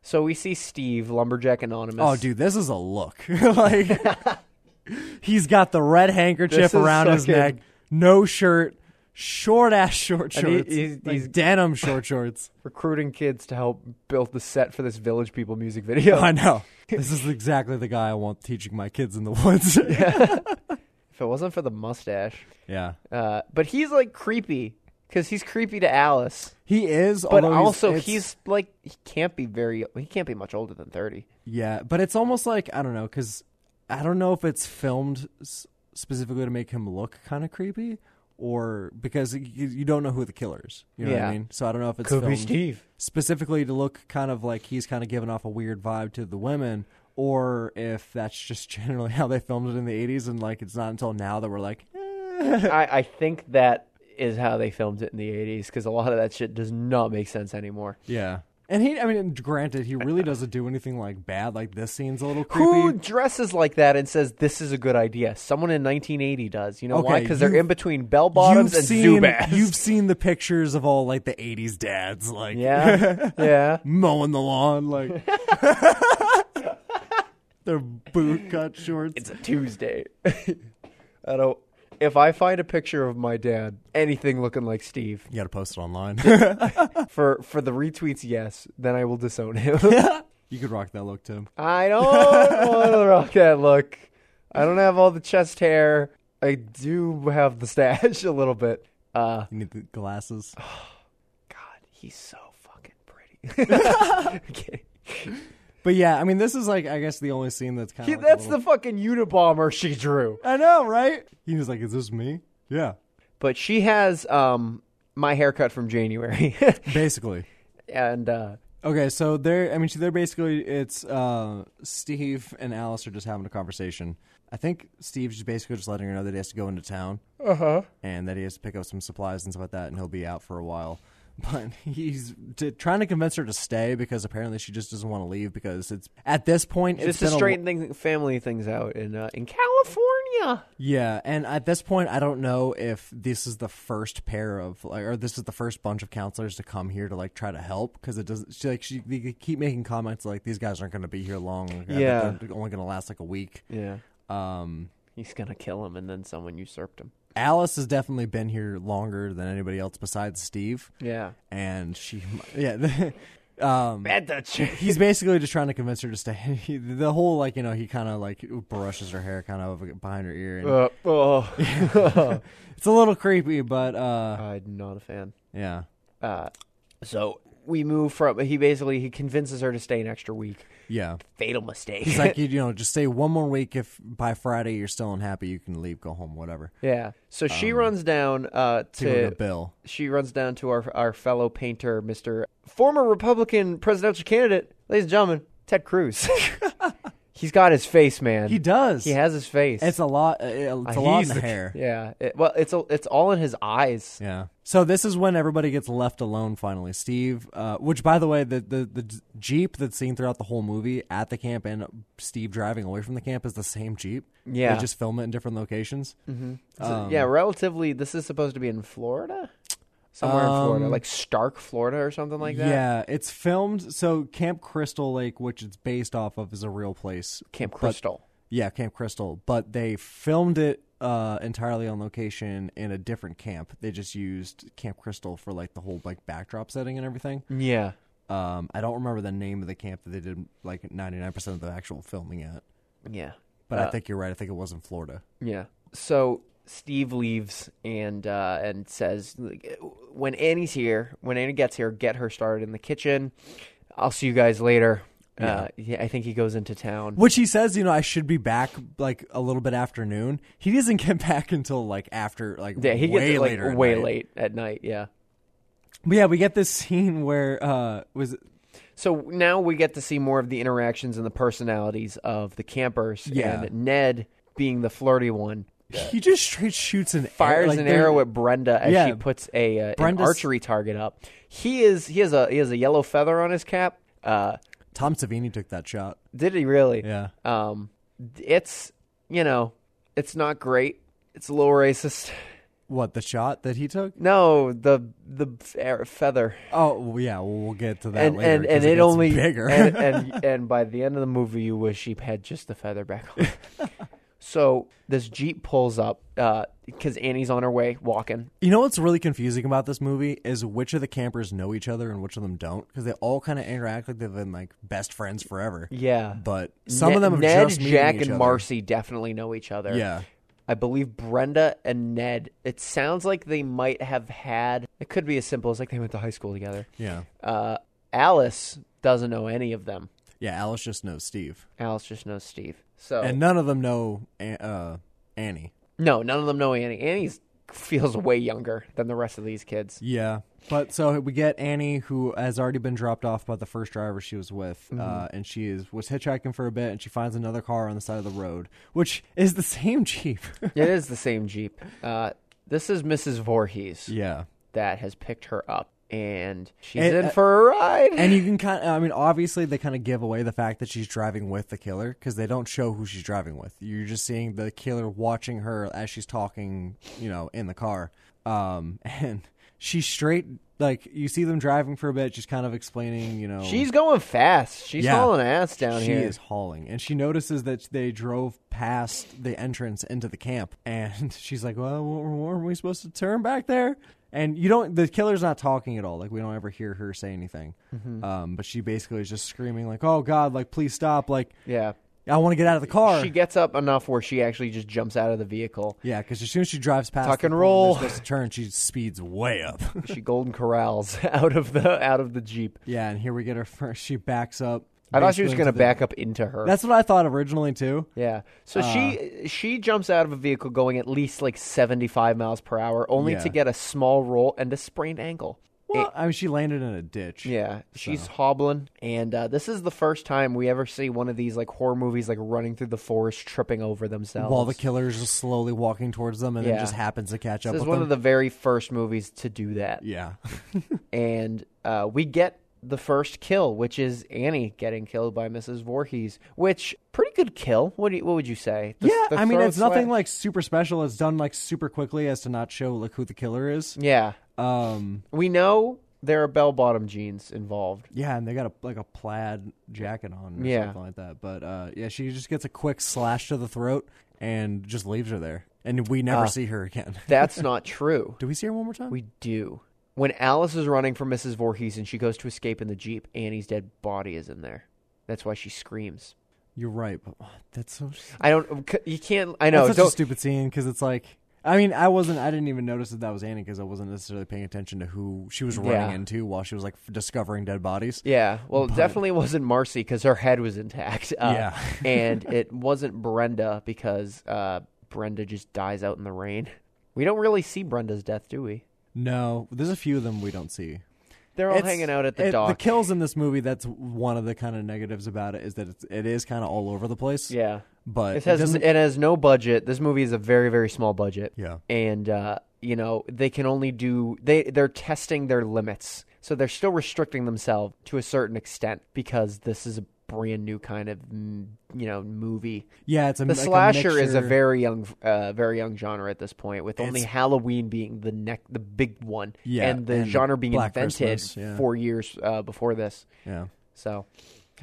[SPEAKER 2] So we see Steve, Lumberjack Anonymous.
[SPEAKER 1] oh, dude, this is a look. like, he's got the red
[SPEAKER 2] This
[SPEAKER 1] handkerchief
[SPEAKER 2] is
[SPEAKER 1] around his
[SPEAKER 2] fucking-
[SPEAKER 1] neck, no shirt, short ass short
[SPEAKER 2] And he-
[SPEAKER 1] shorts,
[SPEAKER 2] he's-
[SPEAKER 1] like
[SPEAKER 2] he's-
[SPEAKER 1] denim short shorts.
[SPEAKER 2] recruiting kids to help build the set for this Village People music video.
[SPEAKER 1] I know. This is exactly the guy I want teaching my kids in the woods. yeah.
[SPEAKER 2] if it wasn't for the mustache, uh, but he's like creepy because he's creepy to Alice,
[SPEAKER 1] he is.
[SPEAKER 2] but
[SPEAKER 1] although he's-
[SPEAKER 2] also
[SPEAKER 1] it's-
[SPEAKER 2] he's like he can't be very, he can't be much older than thirty.
[SPEAKER 1] Yeah, but it's almost like I don't know because I don't know if it's filmed s- specifically to make him look kind of creepy or because you, you don't know who the killer is. You know what
[SPEAKER 2] Yeah.
[SPEAKER 1] I mean? So I don't know if it's filmed specifically to look kind of like he's kind of giving off a weird vibe to the women or if that's just generally how they filmed it in the 80s and like it's not until now that we're like eh.
[SPEAKER 2] I, I think that is how they filmed it in the 80s because a lot of that shit does not make sense anymore.
[SPEAKER 1] yeah and he i mean and granted he really doesn't do anything like bad like this scene's a little creepy
[SPEAKER 2] Who dresses like that and says this is a good idea? Someone in 1980 does. You know why?
[SPEAKER 1] Okay,
[SPEAKER 2] Because they're
[SPEAKER 1] you've-
[SPEAKER 2] in between bell bottoms
[SPEAKER 1] you've
[SPEAKER 2] and
[SPEAKER 1] seen
[SPEAKER 2] Zubaz.
[SPEAKER 1] you've seen the pictures of all like the 80s dads like
[SPEAKER 2] yeah, yeah.
[SPEAKER 1] mowing the lawn like their boot cut shorts
[SPEAKER 2] It's a Tuesday. I don't. If I find a picture of my dad, anything looking like Steve
[SPEAKER 1] you gotta post it online
[SPEAKER 2] for for the retweets, yes, then I will disown him.
[SPEAKER 1] you could rock that look tim
[SPEAKER 2] I don't want to rock that look. I don't have all the chest hair. I do have the stash a little bit. Uh,
[SPEAKER 1] you need the glasses
[SPEAKER 2] God, he's so fucking pretty. Okay.
[SPEAKER 1] but yeah i mean this is like i guess the only scene that's kind
[SPEAKER 2] He-
[SPEAKER 1] of
[SPEAKER 2] that's the fucking Unabomber she drew.
[SPEAKER 1] I know, right? He was like, "Is this me?" Yeah,
[SPEAKER 2] But she has um my haircut from January,
[SPEAKER 1] basically.
[SPEAKER 2] and uh,
[SPEAKER 1] Okay, so they're. I mean, they're basically. It's uh, Steve and Alice are just having a conversation. I think Steve's just basically just letting her know that he has to go into town. Uh huh. And that he has to pick up some supplies and stuff like that, and he'll be out for a while. But he's t- trying to convince her to stay because apparently she just doesn't want to leave because it's at this point it's
[SPEAKER 2] just to
[SPEAKER 1] been a-
[SPEAKER 2] straighten thing, family things out in uh, in California.
[SPEAKER 1] Yeah, and at this point, I don't know if this is the first pair of like, or this is the first bunch of counselors to come here to like try to help because it doesn't. She like she they keep making comments like these guys aren't going to be here long. Like, I bet
[SPEAKER 2] Yeah.
[SPEAKER 1] they're only going to last like a week.
[SPEAKER 2] Yeah,
[SPEAKER 1] Um,
[SPEAKER 2] he's gonna kill him, and then someone usurped him.
[SPEAKER 1] Alice has definitely been here longer than anybody else besides Steve,
[SPEAKER 2] Yeah,
[SPEAKER 1] and she, yeah. Um,
[SPEAKER 2] bad touch.
[SPEAKER 1] he's basically just trying to convince her to stay. He, the whole like you know he kind of like brushes her hair kind of behind her ear. And
[SPEAKER 2] Uh, oh,
[SPEAKER 1] It's a little creepy, but uh,
[SPEAKER 2] I'm not a fan.
[SPEAKER 1] yeah.
[SPEAKER 2] Uh, so we move from he basically he convinces her to stay an extra week.
[SPEAKER 1] Yeah.
[SPEAKER 2] Fatal mistake.
[SPEAKER 1] It's like you, you know, just say one more week. If by Friday you're still unhappy, you can leave, go home, whatever.
[SPEAKER 2] Yeah. So she
[SPEAKER 1] um,
[SPEAKER 2] runs down uh,
[SPEAKER 1] To go
[SPEAKER 2] to
[SPEAKER 1] to Bill,
[SPEAKER 2] she runs down to our our fellow painter, Mister former Republican presidential candidate, ladies and gentlemen, Ted Cruz. He's got his face, man.
[SPEAKER 1] he does.
[SPEAKER 2] He has his face.
[SPEAKER 1] It's a lot. uh, It's a
[SPEAKER 2] Uh,
[SPEAKER 1] lot in
[SPEAKER 2] he's
[SPEAKER 1] the
[SPEAKER 2] the-
[SPEAKER 1] hair. Yeah.
[SPEAKER 2] yeah. It- well, it's a, it's all in his eyes.
[SPEAKER 1] So this is when everybody gets left alone finally. Steve, uh, which by the way, the, the the jeep that's seen throughout the whole movie at the camp and Steve driving away from the camp is the same jeep.
[SPEAKER 2] Yeah. Mm-hmm.
[SPEAKER 1] They just film it in different locations.
[SPEAKER 2] So,
[SPEAKER 1] Um,
[SPEAKER 2] yeah. Relatively, this is supposed to be in Florida, somewhere in Florida,
[SPEAKER 1] Um,
[SPEAKER 2] like Stark, Florida, or something like that.
[SPEAKER 1] Yeah, it's filmed. So Camp Crystal Lake, which it's based off of, is a real place.
[SPEAKER 2] Camp
[SPEAKER 1] but-
[SPEAKER 2] Crystal.
[SPEAKER 1] Yeah, Camp Crystal, but they filmed it uh, entirely on location in a different camp. They just used Camp Crystal for like the whole like backdrop setting and everything.
[SPEAKER 2] yeah.
[SPEAKER 1] Um, I don't remember the name of the camp that they did like ninety nine percent of the actual filming at,
[SPEAKER 2] Yeah.
[SPEAKER 1] but I
[SPEAKER 2] Uh,
[SPEAKER 1] think you're right. I think it was in Florida.
[SPEAKER 2] Yeah. So Steve leaves and uh, and says, like, "When Annie's here, when Annie gets here, get her started in the kitchen. I'll see you guys later." Uh, yeah, I think he goes into town.
[SPEAKER 1] Which he says, you know, I should be back like a little bit after noon. He doesn't get back until like after like
[SPEAKER 2] Yeah, he
[SPEAKER 1] way
[SPEAKER 2] gets it, like
[SPEAKER 1] later at
[SPEAKER 2] way
[SPEAKER 1] night.
[SPEAKER 2] late at night. Yeah.
[SPEAKER 1] But yeah, we get this scene where uh was it-
[SPEAKER 2] So now we get to see more of the interactions and the personalities of the campers.
[SPEAKER 1] Yeah.
[SPEAKER 2] And Ned being the flirty one
[SPEAKER 1] he just straight shoots an
[SPEAKER 2] fires
[SPEAKER 1] arrow, like,
[SPEAKER 2] an
[SPEAKER 1] they're-
[SPEAKER 2] arrow at Brenda as
[SPEAKER 1] Yeah.
[SPEAKER 2] she puts a uh, an
[SPEAKER 1] Brenda's-
[SPEAKER 2] archery target up. He is he has a he has a yellow feather on his cap. Uh,
[SPEAKER 1] Tom Savini took that shot.
[SPEAKER 2] Did he really?
[SPEAKER 1] Yeah.
[SPEAKER 2] Um, it's you know, it's not great. It's a little racist.
[SPEAKER 1] What the shot that he took?
[SPEAKER 2] No, the the fe- feather
[SPEAKER 1] Oh well, yeah, well, we'll get to that
[SPEAKER 2] and
[SPEAKER 1] later.
[SPEAKER 2] and,
[SPEAKER 1] 'cause
[SPEAKER 2] and
[SPEAKER 1] it
[SPEAKER 2] it
[SPEAKER 1] gets
[SPEAKER 2] only
[SPEAKER 1] bigger.
[SPEAKER 2] and, and and by the end of the movie, you wish she had just the feather back on. so this jeep pulls up because Annie's on her way walking.
[SPEAKER 1] you know what's really confusing about this movie is which of the campers know each other and which of them don't because they all kind of interact like they've been like best friends forever.
[SPEAKER 2] Yeah,
[SPEAKER 1] But some
[SPEAKER 2] Ne-
[SPEAKER 1] of them have
[SPEAKER 2] Ned,
[SPEAKER 1] just meeting
[SPEAKER 2] Jack,
[SPEAKER 1] each
[SPEAKER 2] and
[SPEAKER 1] other.
[SPEAKER 2] Marcy definitely know each other.
[SPEAKER 1] Yeah.
[SPEAKER 2] I believe Brenda and Ned. It sounds like they might have had. It could be as simple as like they went to high school together.
[SPEAKER 1] Yeah.
[SPEAKER 2] Uh, Alice doesn't know any of them.
[SPEAKER 1] Yeah. Alice just knows Steve,
[SPEAKER 2] Alice just knows Steve. So
[SPEAKER 1] and none of them know An- uh, Annie.
[SPEAKER 2] no, none of them know Annie. Annie's feels way younger than the rest of these kids.
[SPEAKER 1] Yeah. But so we get Annie, who has already been dropped off by the first driver she was with, uh, and she is was hitchhiking for a bit, and she finds another car on the side of the road, which is the same Jeep.
[SPEAKER 2] It is the same Jeep. Uh, this is Mrs. Voorhees
[SPEAKER 1] yeah.
[SPEAKER 2] that has picked her up, and she's
[SPEAKER 1] And,
[SPEAKER 2] in
[SPEAKER 1] uh,
[SPEAKER 2] for a ride.
[SPEAKER 1] And you can kind of, I mean, obviously they kind of give away the fact that she's driving with the killer because they don't show who she's driving with. You're just seeing the killer watching her as she's talking, you know, in the car. Um, and she's straight, like, you see them driving for a bit. She's kind of explaining, you know.
[SPEAKER 2] she's going fast. She's
[SPEAKER 1] Yeah.
[SPEAKER 2] hauling ass down
[SPEAKER 1] she
[SPEAKER 2] here.
[SPEAKER 1] is hauling. And she notices that they drove past the entrance into the camp. And she's like, well, weren't we supposed to turn back there? And you don't, the killer's not talking at all. Like, we don't ever hear her say anything.
[SPEAKER 2] Mm-hmm.
[SPEAKER 1] Um, but she basically is just screaming, like, oh, God, like, please stop. Like,
[SPEAKER 2] Yeah.
[SPEAKER 1] I want to get out of the car.
[SPEAKER 2] She gets up enough where she actually just jumps out of the vehicle.
[SPEAKER 1] yeah, because as soon as she drives past,
[SPEAKER 2] Tuck
[SPEAKER 1] the
[SPEAKER 2] and
[SPEAKER 1] corner
[SPEAKER 2] roll.
[SPEAKER 1] they're supposed to turn, she speeds way up.
[SPEAKER 2] She golden corrals out of the out of the jeep.
[SPEAKER 1] yeah, and here we get her first. She backs up.
[SPEAKER 2] I thought she was
[SPEAKER 1] basically
[SPEAKER 2] going to
[SPEAKER 1] into the-
[SPEAKER 2] back up into her.
[SPEAKER 1] That's what I thought originally too.
[SPEAKER 2] yeah. So
[SPEAKER 1] Uh.
[SPEAKER 2] she she jumps out of a vehicle going at least like 75 miles per hour only
[SPEAKER 1] Yeah.
[SPEAKER 2] to get a small roll and a sprained ankle.
[SPEAKER 1] Well, I mean, she landed in a ditch.
[SPEAKER 2] Yeah, she's hobbling, and uh, this is the first time we ever see one of these like horror movies, like running through the forest, tripping over themselves.
[SPEAKER 1] While the killer is just slowly walking towards them and
[SPEAKER 2] Yeah.
[SPEAKER 1] then just happens to catch up
[SPEAKER 2] this is
[SPEAKER 1] with
[SPEAKER 2] one
[SPEAKER 1] them.
[SPEAKER 2] of the very first movies to do that,
[SPEAKER 1] yeah.
[SPEAKER 2] and uh, we get the first kill, which is Annie getting killed by Mrs. Voorhees, which pretty good kill. What do you, what would you say? The-
[SPEAKER 1] yeah,
[SPEAKER 2] the
[SPEAKER 1] I mean,
[SPEAKER 2] throat
[SPEAKER 1] it's nothing
[SPEAKER 2] slash-
[SPEAKER 1] like super special. It's done like super quickly as to not show like who the killer is.
[SPEAKER 2] yeah.
[SPEAKER 1] Um,
[SPEAKER 2] We know there are bell bottom jeans involved.
[SPEAKER 1] yeah, and they got a like a plaid jacket on or
[SPEAKER 2] Yeah.
[SPEAKER 1] something like that. But uh, yeah, she just gets a quick slash to the throat and just leaves her there, and we never see her again.
[SPEAKER 2] That's not true.
[SPEAKER 1] Do we see her one more time?
[SPEAKER 2] Ah. We do. When Alice is running from Mrs. Voorhees and she goes to escape in the Jeep, Annie's dead body is in there. That's why she screams.
[SPEAKER 1] You're right, but oh, that's so.
[SPEAKER 2] I don't. c- You can't. I know.
[SPEAKER 1] That's such a
[SPEAKER 2] Don't,
[SPEAKER 1] stupid scene because it's like. I mean, I wasn't. I didn't even notice that that was Annie because I wasn't necessarily paying attention to who she was running
[SPEAKER 2] Yeah.
[SPEAKER 1] into while she was like f- discovering dead bodies.
[SPEAKER 2] yeah. Well, it definitely wasn't Marcy because her head was intact. Uh,
[SPEAKER 1] Yeah.
[SPEAKER 2] and it wasn't Brenda because uh, Brenda just dies out in the rain. We don't really see Brenda's death, do we?
[SPEAKER 1] No, there's a few of them we don't see.
[SPEAKER 2] They're all
[SPEAKER 1] It's-
[SPEAKER 2] hanging out at the
[SPEAKER 1] it-
[SPEAKER 2] dock.
[SPEAKER 1] The kills in this movie. That's one of the kind of negatives about it is that it's, it is kind of all over the place.
[SPEAKER 2] yeah.
[SPEAKER 1] but
[SPEAKER 2] It
[SPEAKER 1] it,
[SPEAKER 2] has
[SPEAKER 1] doesn't.
[SPEAKER 2] it, has no budget. This movie is a very very small budget.
[SPEAKER 1] Yeah.
[SPEAKER 2] and uh, you know they can only do they they're testing their limits, so they're still restricting themselves to a certain extent because this is a brand new kind of mm, you know movie.
[SPEAKER 1] yeah, it's a
[SPEAKER 2] The
[SPEAKER 1] like
[SPEAKER 2] slasher is a
[SPEAKER 1] mixture.
[SPEAKER 2] very young uh, very young genre at this point, with only
[SPEAKER 1] It's-
[SPEAKER 2] Halloween being the neck the big one,
[SPEAKER 1] Yeah,
[SPEAKER 2] and the
[SPEAKER 1] and
[SPEAKER 2] genre being
[SPEAKER 1] Black
[SPEAKER 2] invented
[SPEAKER 1] Christmas, yeah.
[SPEAKER 2] four years uh, before this.
[SPEAKER 1] yeah.
[SPEAKER 2] So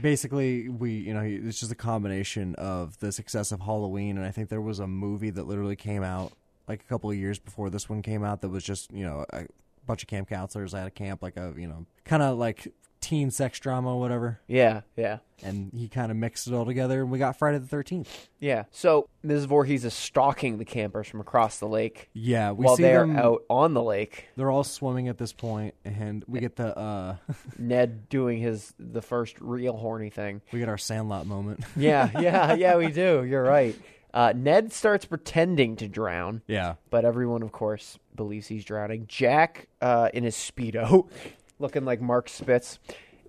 [SPEAKER 1] Basically, we you know it's just a combination of the success of Halloween, and I think there was a movie that literally came out like a couple of years before this one came out that was just you know a bunch of camp counselors at a camp, like a you know kind of like teen sex drama, whatever,
[SPEAKER 2] yeah, yeah.
[SPEAKER 1] and he kind of mixed it all together, and we got Friday the Thirteenth.
[SPEAKER 2] Yeah. So Ms. Voorhees is stalking the campers from across the lake
[SPEAKER 1] Yeah, we
[SPEAKER 2] while
[SPEAKER 1] see
[SPEAKER 2] they're
[SPEAKER 1] them
[SPEAKER 2] out on the lake.
[SPEAKER 1] They're all swimming at this point, and we get the uh,
[SPEAKER 2] Ned doing his the first real horny thing.
[SPEAKER 1] we get our Sandlot moment.
[SPEAKER 2] Yeah, yeah, yeah. We do. You're right. Uh, Ned starts pretending to drown,
[SPEAKER 1] yeah,
[SPEAKER 2] but everyone, of course, believes he's drowning. Jack uh, in his speedo, looking like Mark Spitz,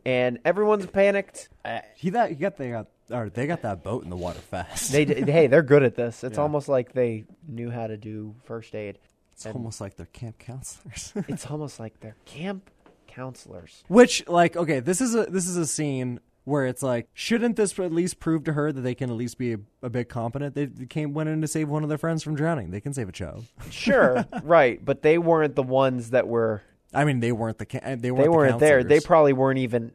[SPEAKER 2] and everyone's panicked. Uh,
[SPEAKER 1] he that he got they got or they got that boat in the water fast.
[SPEAKER 2] they, d- hey, they're good at this. It's almost like they knew how to do first aid.
[SPEAKER 1] it's almost like they're camp counselors.
[SPEAKER 2] It's almost like they're camp counselors.
[SPEAKER 1] Which, like, okay, this is a this is a scene where it's like, shouldn't this at least prove to her that they can at least be a, a bit competent? They came went in to save one of their friends from drowning. They can save a child.
[SPEAKER 2] Sure, right, but they weren't the ones that were.
[SPEAKER 1] I mean, they weren't the ca- uh, they weren't
[SPEAKER 2] They
[SPEAKER 1] the
[SPEAKER 2] weren't there. They
[SPEAKER 1] counselors.
[SPEAKER 2] probably weren't even.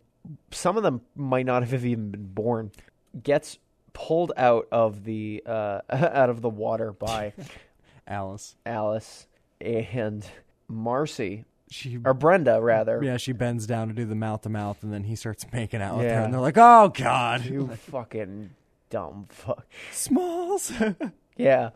[SPEAKER 2] Some of them might not have even been born. Gets pulled out of the uh, out of the water by
[SPEAKER 1] Alice.
[SPEAKER 2] Alice and Marcy
[SPEAKER 1] She
[SPEAKER 2] or Brenda rather.
[SPEAKER 1] yeah, she bends down to do the mouth to mouth, and then he starts making out with her,
[SPEAKER 2] Yeah.
[SPEAKER 1] and they're like, "Oh God,
[SPEAKER 2] You fucking dumb fuck.
[SPEAKER 1] Smalls."
[SPEAKER 2] Yeah.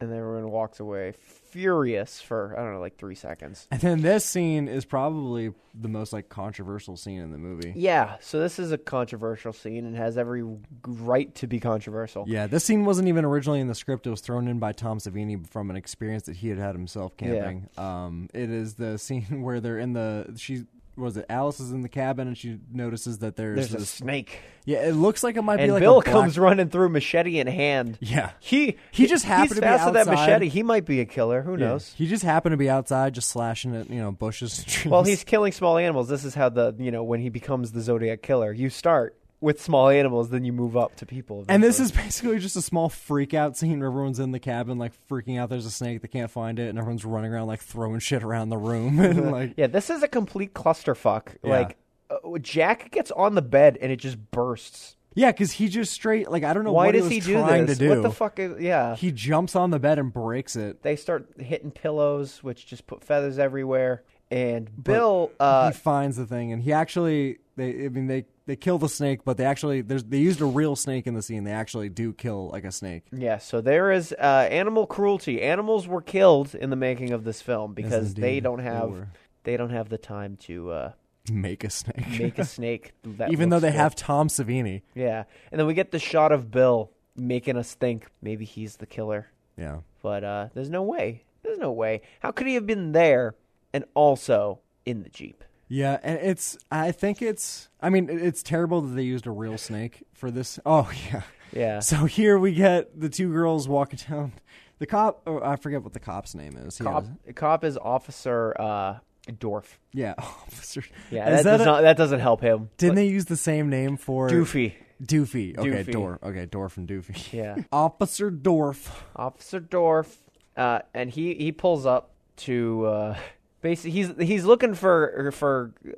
[SPEAKER 2] and then everyone walks away furious for I don't know, like three seconds.
[SPEAKER 1] And then this scene is probably the most like controversial scene in the movie.
[SPEAKER 2] Yeah, so this is a controversial scene and has every right to be controversial.
[SPEAKER 1] Yeah, this scene wasn't even originally in the script. It was thrown in by Tom Savini from an experience that he had had himself camping. Um, it is the scene where they're in the she was it Alice is in the cabin and she notices that there's,
[SPEAKER 2] There's a
[SPEAKER 1] this.
[SPEAKER 2] snake,
[SPEAKER 1] yeah, it looks like it might be
[SPEAKER 2] and
[SPEAKER 1] like
[SPEAKER 2] Bill
[SPEAKER 1] a black,
[SPEAKER 2] comes running through, machete in hand.
[SPEAKER 1] Yeah,
[SPEAKER 2] He
[SPEAKER 1] He just happened
[SPEAKER 2] he's
[SPEAKER 1] to be
[SPEAKER 2] fast with that
[SPEAKER 1] outside.
[SPEAKER 2] machete. He might be a killer. Who
[SPEAKER 1] Yeah.
[SPEAKER 2] knows?
[SPEAKER 1] He just happened to be outside, just slashing at you know bushes. And trees.
[SPEAKER 2] Well, he's killing small animals. This is how the you know when he becomes the Zodiac killer. You start with small animals, then you move up to people.
[SPEAKER 1] And this
[SPEAKER 2] eventually.
[SPEAKER 1] is basically just a small freak out scene where everyone's in the cabin, like freaking out. There's a snake, they can't find it, and everyone's running around, like throwing shit around the room. and like,
[SPEAKER 2] yeah, this is a complete clusterfuck.
[SPEAKER 1] Yeah.
[SPEAKER 2] Like uh, Jack gets on the bed and it just bursts.
[SPEAKER 1] yeah, because he just straight, like, I don't know
[SPEAKER 2] Why
[SPEAKER 1] what
[SPEAKER 2] does
[SPEAKER 1] he
[SPEAKER 2] he
[SPEAKER 1] was
[SPEAKER 2] do
[SPEAKER 1] trying
[SPEAKER 2] this?
[SPEAKER 1] to do.
[SPEAKER 2] What the fuck is yeah?
[SPEAKER 1] He jumps on the bed and breaks it.
[SPEAKER 2] they start hitting pillows, which just put feathers everywhere. And Bill, uh,
[SPEAKER 1] he finds the thing, and he actually, they, I mean, they they kill the snake, but they actually, there's they used a real snake in the scene. They actually do kill like a snake.
[SPEAKER 2] yeah. So there is uh, animal cruelty. Animals were killed in the making of this film because they
[SPEAKER 1] indeed
[SPEAKER 2] don't
[SPEAKER 1] they
[SPEAKER 2] have
[SPEAKER 1] were.
[SPEAKER 2] they don't have the time to. Uh,
[SPEAKER 1] Make a snake,
[SPEAKER 2] make a snake. That
[SPEAKER 1] even though
[SPEAKER 2] looks
[SPEAKER 1] they
[SPEAKER 2] good.
[SPEAKER 1] have Tom Savini.
[SPEAKER 2] yeah. And then we get the shot of Bill making us think maybe he's the killer,
[SPEAKER 1] Yeah.
[SPEAKER 2] but uh, there's no way. There's no way. How could he have been there and also in the jeep?
[SPEAKER 1] Yeah, and it's. I think it's. I mean, it- it's terrible that they used a real snake for this. Oh yeah.
[SPEAKER 2] Yeah.
[SPEAKER 1] So here we get the two girls walking down. The cop. Oh, I forget what the cop's name is. He
[SPEAKER 2] Cop,
[SPEAKER 1] has-
[SPEAKER 2] cop is Officer uh, Dorf.
[SPEAKER 1] yeah. Officer.
[SPEAKER 2] Yeah,
[SPEAKER 1] Is
[SPEAKER 2] that, does
[SPEAKER 1] a-
[SPEAKER 2] not, that doesn't help him.
[SPEAKER 1] Didn't they use the same name for
[SPEAKER 2] Doofy.
[SPEAKER 1] Doofy. Okay,
[SPEAKER 2] Doofy.
[SPEAKER 1] Dorf. Okay, Dorf and Doofy.
[SPEAKER 2] Yeah.
[SPEAKER 1] Officer Dorf.
[SPEAKER 2] Officer Dorf, uh, and he he pulls up to uh, basically he's he's looking for for uh,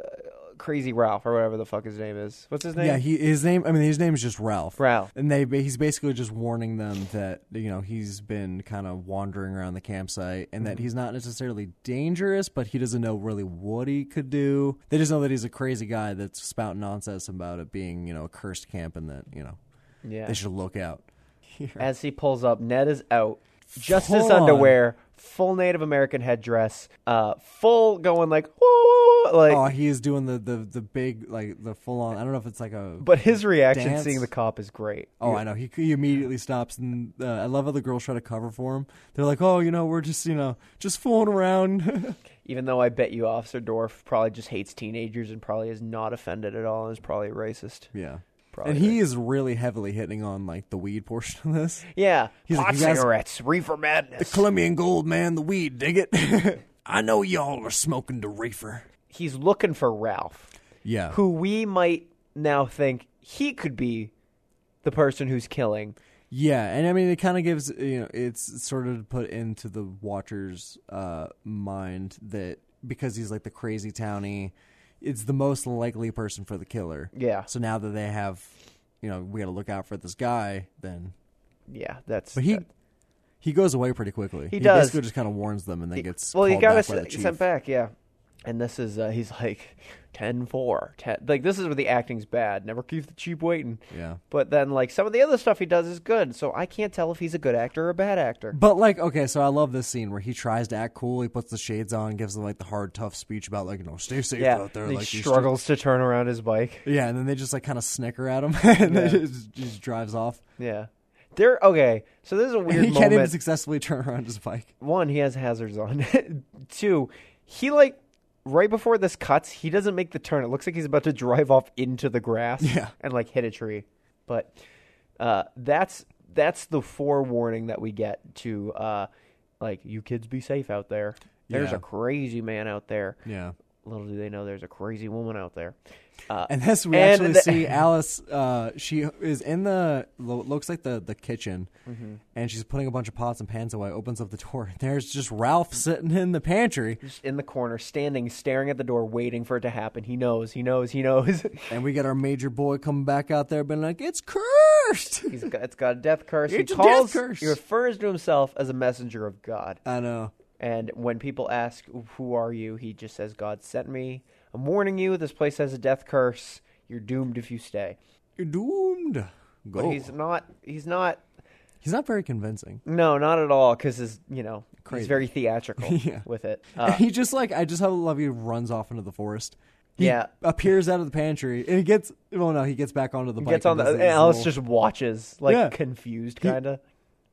[SPEAKER 2] Crazy Ralph or whatever the fuck his name is. What's his name?
[SPEAKER 1] Yeah, he his name. I mean, his name is just Ralph.
[SPEAKER 2] Ralph.
[SPEAKER 1] And they ba- he's basically just warning them that you know he's been kind of wandering around the campsite and
[SPEAKER 2] Mm-hmm.
[SPEAKER 1] that he's not necessarily dangerous, but he doesn't know really what he could do. They just know that he's a crazy guy that's spouting nonsense about it being you know a cursed camp and that you know
[SPEAKER 2] yeah.
[SPEAKER 1] they should look out.
[SPEAKER 2] As he pulls up, Ned is out, just his
[SPEAKER 1] Full on.
[SPEAKER 2] underwear, full Native American headdress, uh, full going like, "Whoa," like.
[SPEAKER 1] Oh, he is doing the the the big like the full on. I don't know if it's like a.
[SPEAKER 2] but his reaction
[SPEAKER 1] Dance.
[SPEAKER 2] seeing the cop is great.
[SPEAKER 1] Oh, I know. He, he immediately stops, and uh, I love how the girls try to cover for him. They're like, "Oh, you know, we're just you know just fooling around."
[SPEAKER 2] Even though I bet you Officer Dorf probably just hates teenagers and probably is not offended at all and is probably racist.
[SPEAKER 1] Yeah.
[SPEAKER 2] Probably
[SPEAKER 1] and he is really heavily hitting on like the weed portion of this.
[SPEAKER 2] Yeah,
[SPEAKER 1] He's like,
[SPEAKER 2] pot
[SPEAKER 1] "You guys-
[SPEAKER 2] cigarettes, reefer madness.
[SPEAKER 1] Colombian gold, man, the weed, dig it. I know y'all are smoking the reefer.
[SPEAKER 2] He's looking for Ralph,
[SPEAKER 1] Yeah.
[SPEAKER 2] who we might now think he could be the person who's killing.
[SPEAKER 1] Yeah, and I mean it kind of gives, you know, it's sort of put into the watcher's uh mind that because he's like the crazy townie, it's the most likely person for the killer.
[SPEAKER 2] Yeah.
[SPEAKER 1] So now that they have, you know, we got to look out for this guy, then
[SPEAKER 2] Yeah, that's.
[SPEAKER 1] but he
[SPEAKER 2] that-
[SPEAKER 1] he goes away pretty quickly.
[SPEAKER 2] He does.
[SPEAKER 1] basically just kind of warns them and then gets
[SPEAKER 2] well, you
[SPEAKER 1] called
[SPEAKER 2] got
[SPEAKER 1] back by the chief.
[SPEAKER 2] sent back, yeah. And this is uh, he's like 10-4. 10 Like this is where the acting's bad. Never keep the cheap waiting.
[SPEAKER 1] Yeah.
[SPEAKER 2] But then like some of the other stuff he does is good, so I can't tell if he's a good actor or a bad actor.
[SPEAKER 1] But like, okay, so I love this scene where he tries to act cool. He puts the shades on, gives them like the hard, tough speech about like, you know, stay safe
[SPEAKER 2] Yeah,
[SPEAKER 1] out there.
[SPEAKER 2] and he
[SPEAKER 1] like you
[SPEAKER 2] struggles to turn around his bike.
[SPEAKER 1] still- Yeah, and then they just like kind of snicker at him, and then just, just drives off.
[SPEAKER 2] Yeah, they're okay. So this is a
[SPEAKER 1] And
[SPEAKER 2] weird
[SPEAKER 1] he
[SPEAKER 2] moment.
[SPEAKER 1] can't even successfully turn around his bike.
[SPEAKER 2] one, he has hazards on. Two, he like right before this cuts, he doesn't make the turn. It looks like he's about to drive off into the grass
[SPEAKER 1] Yeah.
[SPEAKER 2] and like hit a tree. But uh, that's that's the forewarning that we get to uh, like you kids be safe out there. There's
[SPEAKER 1] Yeah.
[SPEAKER 2] a crazy man out there.
[SPEAKER 1] Yeah,
[SPEAKER 2] Little do they know there's a crazy woman out there. Uh,
[SPEAKER 1] and this we
[SPEAKER 2] And
[SPEAKER 1] actually
[SPEAKER 2] the-
[SPEAKER 1] see Alice. Uh, she is in the lo- looks like the the kitchen,
[SPEAKER 2] Mm-hmm.
[SPEAKER 1] and she's putting a bunch of pots and pans away. Opens up the door. There's just Ralph sitting in the pantry,
[SPEAKER 2] just in the corner, standing, staring at the door, waiting for it to happen. He knows. He knows. He knows.
[SPEAKER 1] and we get our major boy coming back out there, being like, "It's cursed."
[SPEAKER 2] He's got, it's got a death curse.
[SPEAKER 1] It's
[SPEAKER 2] he
[SPEAKER 1] a death
[SPEAKER 2] calls,
[SPEAKER 1] curse.
[SPEAKER 2] He refers to himself as a messenger of God.
[SPEAKER 1] I know.
[SPEAKER 2] And when people ask, Who are you? he just says, God sent me. I'm warning you, this place has a death curse. You're doomed if you stay.
[SPEAKER 1] You're doomed. Go.
[SPEAKER 2] But he's not, he's not,
[SPEAKER 1] He's not very convincing.
[SPEAKER 2] No, not at all. Because his, you know,
[SPEAKER 1] Crazy.
[SPEAKER 2] he's very theatrical
[SPEAKER 1] Yeah.
[SPEAKER 2] with it. Uh,
[SPEAKER 1] he just like I just how love you runs off into the forest. He
[SPEAKER 2] Yeah.
[SPEAKER 1] appears out of the pantry and he gets. Well, no, he gets back onto the bike.
[SPEAKER 2] gets on
[SPEAKER 1] and
[SPEAKER 2] the
[SPEAKER 1] does
[SPEAKER 2] and
[SPEAKER 1] his
[SPEAKER 2] Alice
[SPEAKER 1] little-
[SPEAKER 2] just watches, like
[SPEAKER 1] Yeah.
[SPEAKER 2] confused, kind of.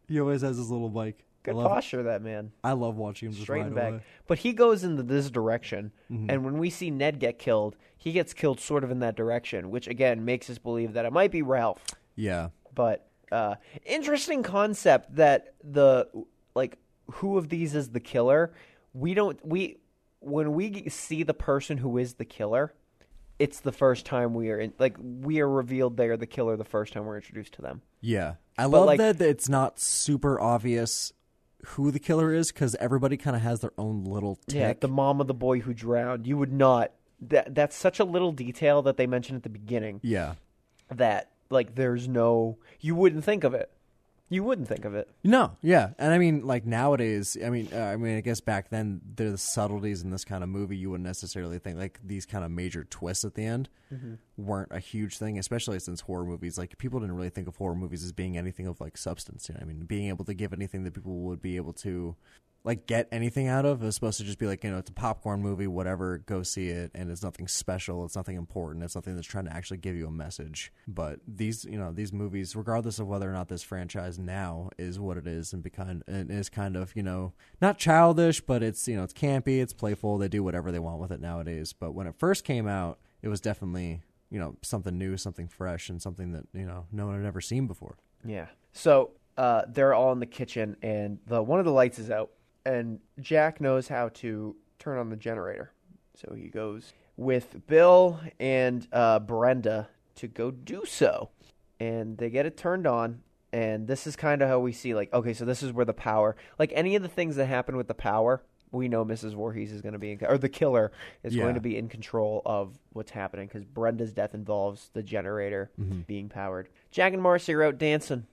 [SPEAKER 1] He always has his little bike. I
[SPEAKER 2] Good
[SPEAKER 1] love,
[SPEAKER 2] posture, that man.
[SPEAKER 1] I love watching him just
[SPEAKER 2] Straight
[SPEAKER 1] ride
[SPEAKER 2] and back.
[SPEAKER 1] away. Mm-hmm.
[SPEAKER 2] But he goes into this direction, and when we see Ned get killed, he gets killed sort of in that direction, which again makes us believe that it might be Ralph.
[SPEAKER 1] Yeah,
[SPEAKER 2] But uh, interesting concept that the like who of these is the killer? We don't we when we g- see the person who is the killer, it's the first time we are in, like we are revealed they are the killer the first time we're introduced to them.
[SPEAKER 1] yeah. I love
[SPEAKER 2] like-
[SPEAKER 1] that it's not super obvious who the killer is because everybody kind of has their own little tick.
[SPEAKER 2] Yeah, the mom of the boy who drowned. You would not. That that's such a little detail that they mention at the beginning.
[SPEAKER 1] yeah.
[SPEAKER 2] That like there's no. You wouldn't think of it. You wouldn't think of it.
[SPEAKER 1] No, yeah, and I mean, like nowadays, I mean, uh, I mean, I guess back then there's subtleties in this kind of movie you wouldn't necessarily think like these kind of major twists at the end weren't a huge thing, especially since horror movies like people didn't really think of horror movies as being anything of like substance. You know, what I mean, being able to give anything that people would be able to like get anything out of is supposed to just be like you know it's a popcorn movie, whatever, go see it, and it's nothing special, it's nothing important, it's nothing that's trying to actually give you a message. But these you know these movies, regardless of whether or not this franchise now is what it is and be kind and is kind of you know not childish, but it's you know it's campy, it's playful, they do whatever they want with it nowadays. But when it first came out, it was definitely you know something new, something fresh, and something that you know no one had ever seen before.
[SPEAKER 2] Yeah. So uh, they're all in the kitchen, and the one of the lights is out, and Jack knows how to turn on the generator, so he goes with Bill and uh, Brenda to go do so, and they get it turned on. And this is kind of how we see, like, okay, so this is where the power, like any of the things that happen with the power, we know Mrs. Voorhees is going to be, in, or the killer is
[SPEAKER 1] Yeah.
[SPEAKER 2] going to be in control of what's happening because Brenda's death involves the generator being powered. Jack and Marcy are out dancing,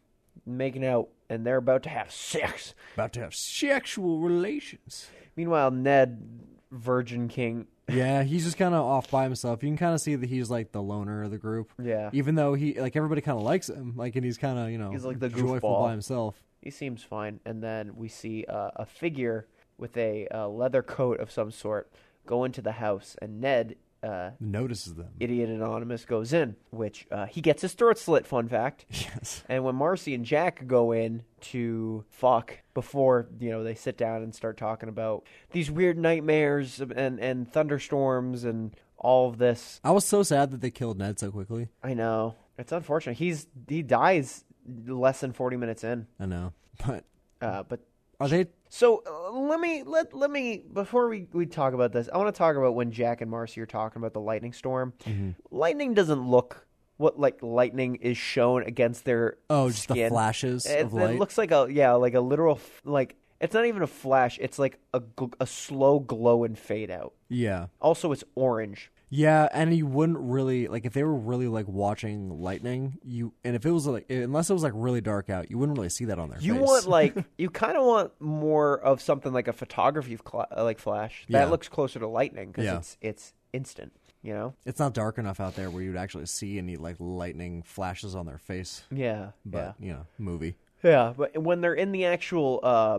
[SPEAKER 2] making out, and they're about to have sex.
[SPEAKER 1] About to have sexual relations.
[SPEAKER 2] Meanwhile, Ned, Virgin King,
[SPEAKER 1] Yeah, he's just kind of off by himself. You can kind of see that he's like the loner of the group.
[SPEAKER 2] Yeah.
[SPEAKER 1] Even though he like everybody kind of likes him, like and he's kind of you know
[SPEAKER 2] He's like the
[SPEAKER 1] joyful
[SPEAKER 2] goofball.
[SPEAKER 1] by himself.
[SPEAKER 2] he seems fine. And then we see uh, a figure with a uh, leather coat of some sort go into the house, and Ned, uh,
[SPEAKER 1] Notices them.
[SPEAKER 2] Idiot Anonymous, goes in, which uh, he gets his throat slit, fun fact.
[SPEAKER 1] yes.
[SPEAKER 2] And when Marcy and Jack go in to fuck before, you know, they sit down and start talking about these weird nightmares and, and thunderstorms and all of this.
[SPEAKER 1] I was so sad that they killed Ned so quickly.
[SPEAKER 2] I know. It's unfortunate. He's he dies less than 40 minutes in.
[SPEAKER 1] I know, but
[SPEAKER 2] Uh, but
[SPEAKER 1] are they?
[SPEAKER 2] so uh, let me let let me before we, we talk about this, I want to talk about when Jack and Marcy are talking about the lightning storm.
[SPEAKER 1] Mm-hmm.
[SPEAKER 2] Lightning doesn't look what like lightning is shown against their
[SPEAKER 1] Oh, just the
[SPEAKER 2] skin.
[SPEAKER 1] flashes
[SPEAKER 2] It,
[SPEAKER 1] of
[SPEAKER 2] it
[SPEAKER 1] light.
[SPEAKER 2] looks like a yeah, like a literal f- like it's not even a flash. It's like a gl- a slow glow and fade out.
[SPEAKER 1] yeah.
[SPEAKER 2] Also, it's orange.
[SPEAKER 1] Yeah, and you wouldn't really like if they were really like watching lightning. You and if it was like unless it was like really dark out, you wouldn't really see that on their.
[SPEAKER 2] You
[SPEAKER 1] face.
[SPEAKER 2] want like you kind of want more of something like a photography of cla- uh, like flash that
[SPEAKER 1] Yeah.
[SPEAKER 2] looks closer to lightning because
[SPEAKER 1] Yeah.
[SPEAKER 2] it's it's instant. You know.
[SPEAKER 1] it's not dark enough out there where you'd actually see any like lightning flashes on their face.
[SPEAKER 2] Yeah.
[SPEAKER 1] But you know, movie.
[SPEAKER 2] yeah. Yeah. But when they're in the actual uh,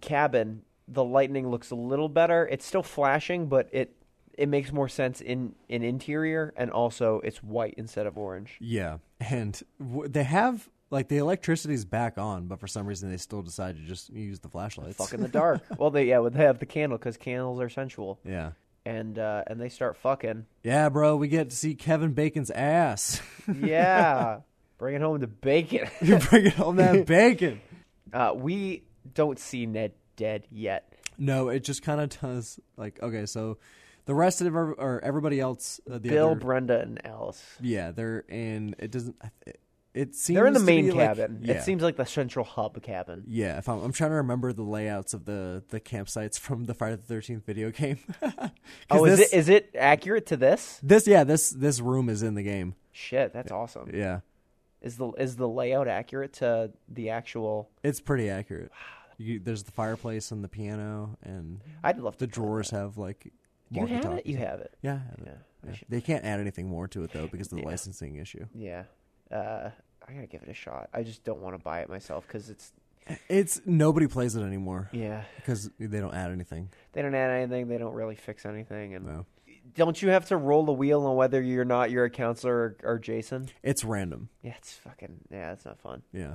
[SPEAKER 2] cabin, the lightning looks a little better. It's still flashing, but it. It makes more sense in in interior, and also it's white instead of orange.
[SPEAKER 1] Yeah, and w- they have like the electricity's back on, but for some reason they still decide to just use the flashlights.
[SPEAKER 2] fuck in the dark. well, they yeah, well, they have the candle because candles are sensual,
[SPEAKER 1] yeah,
[SPEAKER 2] and uh, and they start fucking.
[SPEAKER 1] yeah, bro. We get to see Kevin Bacon's ass.
[SPEAKER 2] Yeah, bring it home to bacon.
[SPEAKER 1] you bring it home that bacon.
[SPEAKER 2] uh, we don't see Ned dead yet.
[SPEAKER 1] No, it just kind of does. Like, okay, so the rest of ev- or everybody else, uh, the
[SPEAKER 2] Bill,
[SPEAKER 1] other,
[SPEAKER 2] Brenda, and Alice.
[SPEAKER 1] yeah, they're in. It doesn't. It, it seems
[SPEAKER 2] They're in the
[SPEAKER 1] to
[SPEAKER 2] main
[SPEAKER 1] be like-
[SPEAKER 2] cabin.
[SPEAKER 1] yeah.
[SPEAKER 2] It seems like the central hub cabin.
[SPEAKER 1] Yeah, if I'm, I'm trying to remember the layouts of the, the campsites from the Friday the Thirteenth video game. 'Cause
[SPEAKER 2] Oh, is
[SPEAKER 1] this,
[SPEAKER 2] it is it accurate to this?
[SPEAKER 1] this? Yeah, this this room is in the game.
[SPEAKER 2] Shit, that's awesome.
[SPEAKER 1] Yeah,
[SPEAKER 2] Is the is the layout accurate to the actual?
[SPEAKER 1] it's pretty accurate. You, there's the fireplace and the piano, and
[SPEAKER 2] I'd love to.
[SPEAKER 1] the drawers have like.
[SPEAKER 2] Do you have it?
[SPEAKER 1] walkie-talkies.
[SPEAKER 2] You have it.
[SPEAKER 1] Yeah, I have it.
[SPEAKER 2] Yeah, I
[SPEAKER 1] Yeah. They can't add anything more to it though because of the licensing issue.
[SPEAKER 2] Yeah. Uh, I gotta give it a shot. I just don't want to buy it myself because it's
[SPEAKER 1] It's nobody plays it anymore
[SPEAKER 2] yeah.
[SPEAKER 1] because they don't add anything.
[SPEAKER 2] They don't add anything. They don't really fix anything. And
[SPEAKER 1] No.
[SPEAKER 2] don't you have to roll the wheel on whether you're not you're a counselor or, or Jason?
[SPEAKER 1] It's random.
[SPEAKER 2] Yeah, it's fucking yeah, it's not fun.
[SPEAKER 1] Yeah.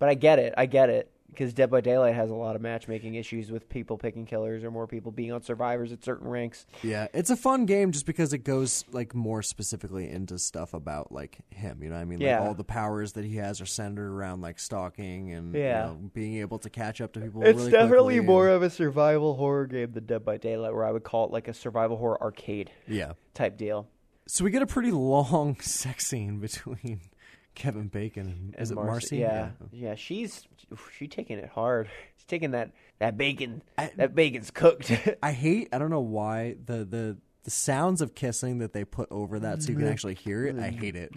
[SPEAKER 2] But I get it. I get it because Dead by Daylight has a lot of matchmaking issues with people picking killers or more people being on survivors at certain ranks.
[SPEAKER 1] Yeah, it's a fun game just because it goes like more specifically into stuff about like him. You know, what I mean,
[SPEAKER 2] Yeah.
[SPEAKER 1] like all the powers that he has are centered around like stalking and
[SPEAKER 2] Yeah.
[SPEAKER 1] you know, being able to catch up to people.
[SPEAKER 2] It's
[SPEAKER 1] really
[SPEAKER 2] definitely
[SPEAKER 1] quickly and-
[SPEAKER 2] more of a survival horror game than Dead by Daylight, where I would call it like a survival horror arcade
[SPEAKER 1] yeah.
[SPEAKER 2] type deal.
[SPEAKER 1] So we get a pretty long sex scene between Kevin Bacon and is it
[SPEAKER 2] Marcy-
[SPEAKER 1] Marcy?
[SPEAKER 2] Yeah, yeah, she's oof, she taking it hard. She's taking that that bacon.
[SPEAKER 1] I-
[SPEAKER 2] that bacon's cooked.
[SPEAKER 1] I hate. I don't know why the the. The sounds of kissing that they put over that so you can
[SPEAKER 2] Mm-hmm.
[SPEAKER 1] actually hear it, I hate it.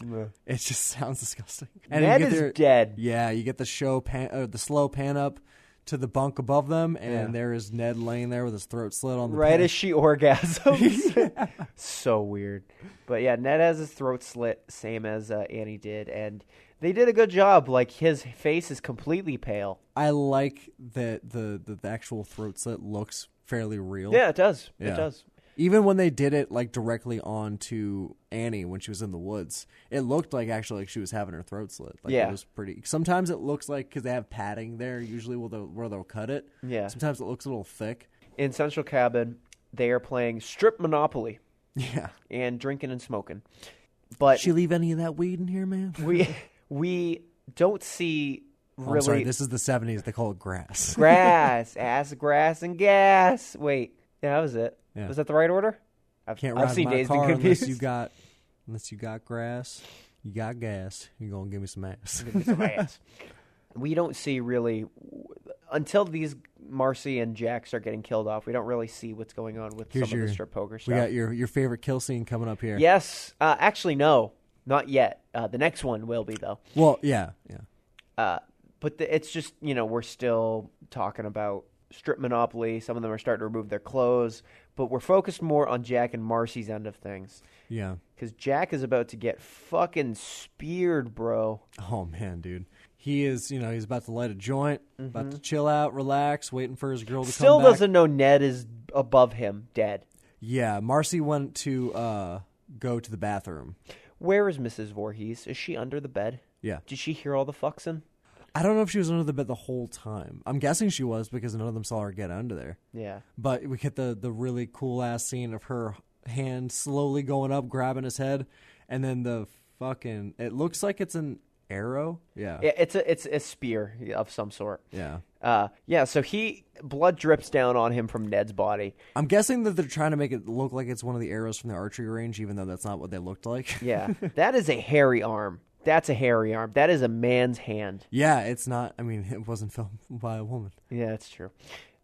[SPEAKER 1] It just sounds disgusting. And you
[SPEAKER 2] Ned
[SPEAKER 1] get
[SPEAKER 2] Mm-hmm. is
[SPEAKER 1] their-
[SPEAKER 2] dead.
[SPEAKER 1] Yeah, you get the show pan, uh, the slow pan up to the bunk above them, and there is Ned laying there with his throat slit on the
[SPEAKER 2] Right
[SPEAKER 1] pan.
[SPEAKER 2] as she orgasms. so weird. But yeah, Ned has his throat slit, same as uh, Annie did, and they did a good job. Like his face is completely pale.
[SPEAKER 1] I like that the, the the actual throat slit looks fairly real.
[SPEAKER 2] Yeah, it does. It
[SPEAKER 1] Yeah.
[SPEAKER 2] does.
[SPEAKER 1] Even when they did it like directly on to Annie when she was in the woods, it looked like actually like she was having her throat slit. Like
[SPEAKER 2] Yeah.
[SPEAKER 1] it was pretty. Sometimes it looks like because they have padding there usually where they'll, where they'll cut it.
[SPEAKER 2] Yeah.
[SPEAKER 1] Sometimes it looks a little thick.
[SPEAKER 2] In Central Cabin, they are playing Strip Monopoly
[SPEAKER 1] Yeah.
[SPEAKER 2] and drinking and smoking. But
[SPEAKER 1] She leave any of that weed in here, man?
[SPEAKER 2] we we don't see really
[SPEAKER 1] Oh, I'm sorry. This is the '70s. They call it grass.
[SPEAKER 2] grass, ass, grass, and gas. Wait, yeah, that was it.
[SPEAKER 1] Yeah.
[SPEAKER 2] Was that the right order? I've,
[SPEAKER 1] Can't
[SPEAKER 2] I've
[SPEAKER 1] ride
[SPEAKER 2] seen
[SPEAKER 1] my
[SPEAKER 2] Dazed and
[SPEAKER 1] car
[SPEAKER 2] Confused.
[SPEAKER 1] unless you got unless you got grass. You got gas. You're gonna give me some ass.
[SPEAKER 2] we don't see really until these Marcy and Jax are getting killed off. We don't really see what's going on with
[SPEAKER 1] Here's
[SPEAKER 2] some of
[SPEAKER 1] your-
[SPEAKER 2] the strip poker
[SPEAKER 1] we
[SPEAKER 2] stuff.
[SPEAKER 1] got your your favorite kill scene coming up here.
[SPEAKER 2] Yes, uh, actually, no, not yet. Uh, the next one will be though.
[SPEAKER 1] Well, yeah, yeah.
[SPEAKER 2] Uh, but the, it's just you know we're still talking about strip monopoly. Some of them are starting to remove their clothes, but we're focused more on Jack and Marcy's end of things
[SPEAKER 1] Yeah.
[SPEAKER 2] because Jack is about to get fucking speared, bro.
[SPEAKER 1] Oh man, dude. He is, you know, he's about to light a joint, about to chill out, relax, waiting for his girl to
[SPEAKER 2] Mm-hmm. Still
[SPEAKER 1] come back.
[SPEAKER 2] doesn't know Ned is above him, dead.
[SPEAKER 1] Yeah, Marcy went to uh go to the bathroom.
[SPEAKER 2] Where is Mrs. Voorhees? Is she under the bed?
[SPEAKER 1] Yeah.
[SPEAKER 2] Did she hear all the fucksin?
[SPEAKER 1] I don't know if she was under the bed the whole time. I'm guessing she was because none of them saw her get under there.
[SPEAKER 2] Yeah.
[SPEAKER 1] But we get the the really cool ass scene of her hand slowly going up, grabbing his head, and then the fucking it looks like it's an arrow. Yeah.
[SPEAKER 2] I- It's a it's a spear of some sort.
[SPEAKER 1] Yeah.
[SPEAKER 2] Uh, yeah. So he blood drips down on him from Ned's body.
[SPEAKER 1] I'm guessing that they're trying to make it look like it's one of the arrows from the archery range, even though that's not what they looked like.
[SPEAKER 2] Yeah, that is a hairy arm. That's a hairy arm. That is a man's hand.
[SPEAKER 1] yeah, it's not. I mean, it wasn't filmed by a woman.
[SPEAKER 2] Yeah, that's true.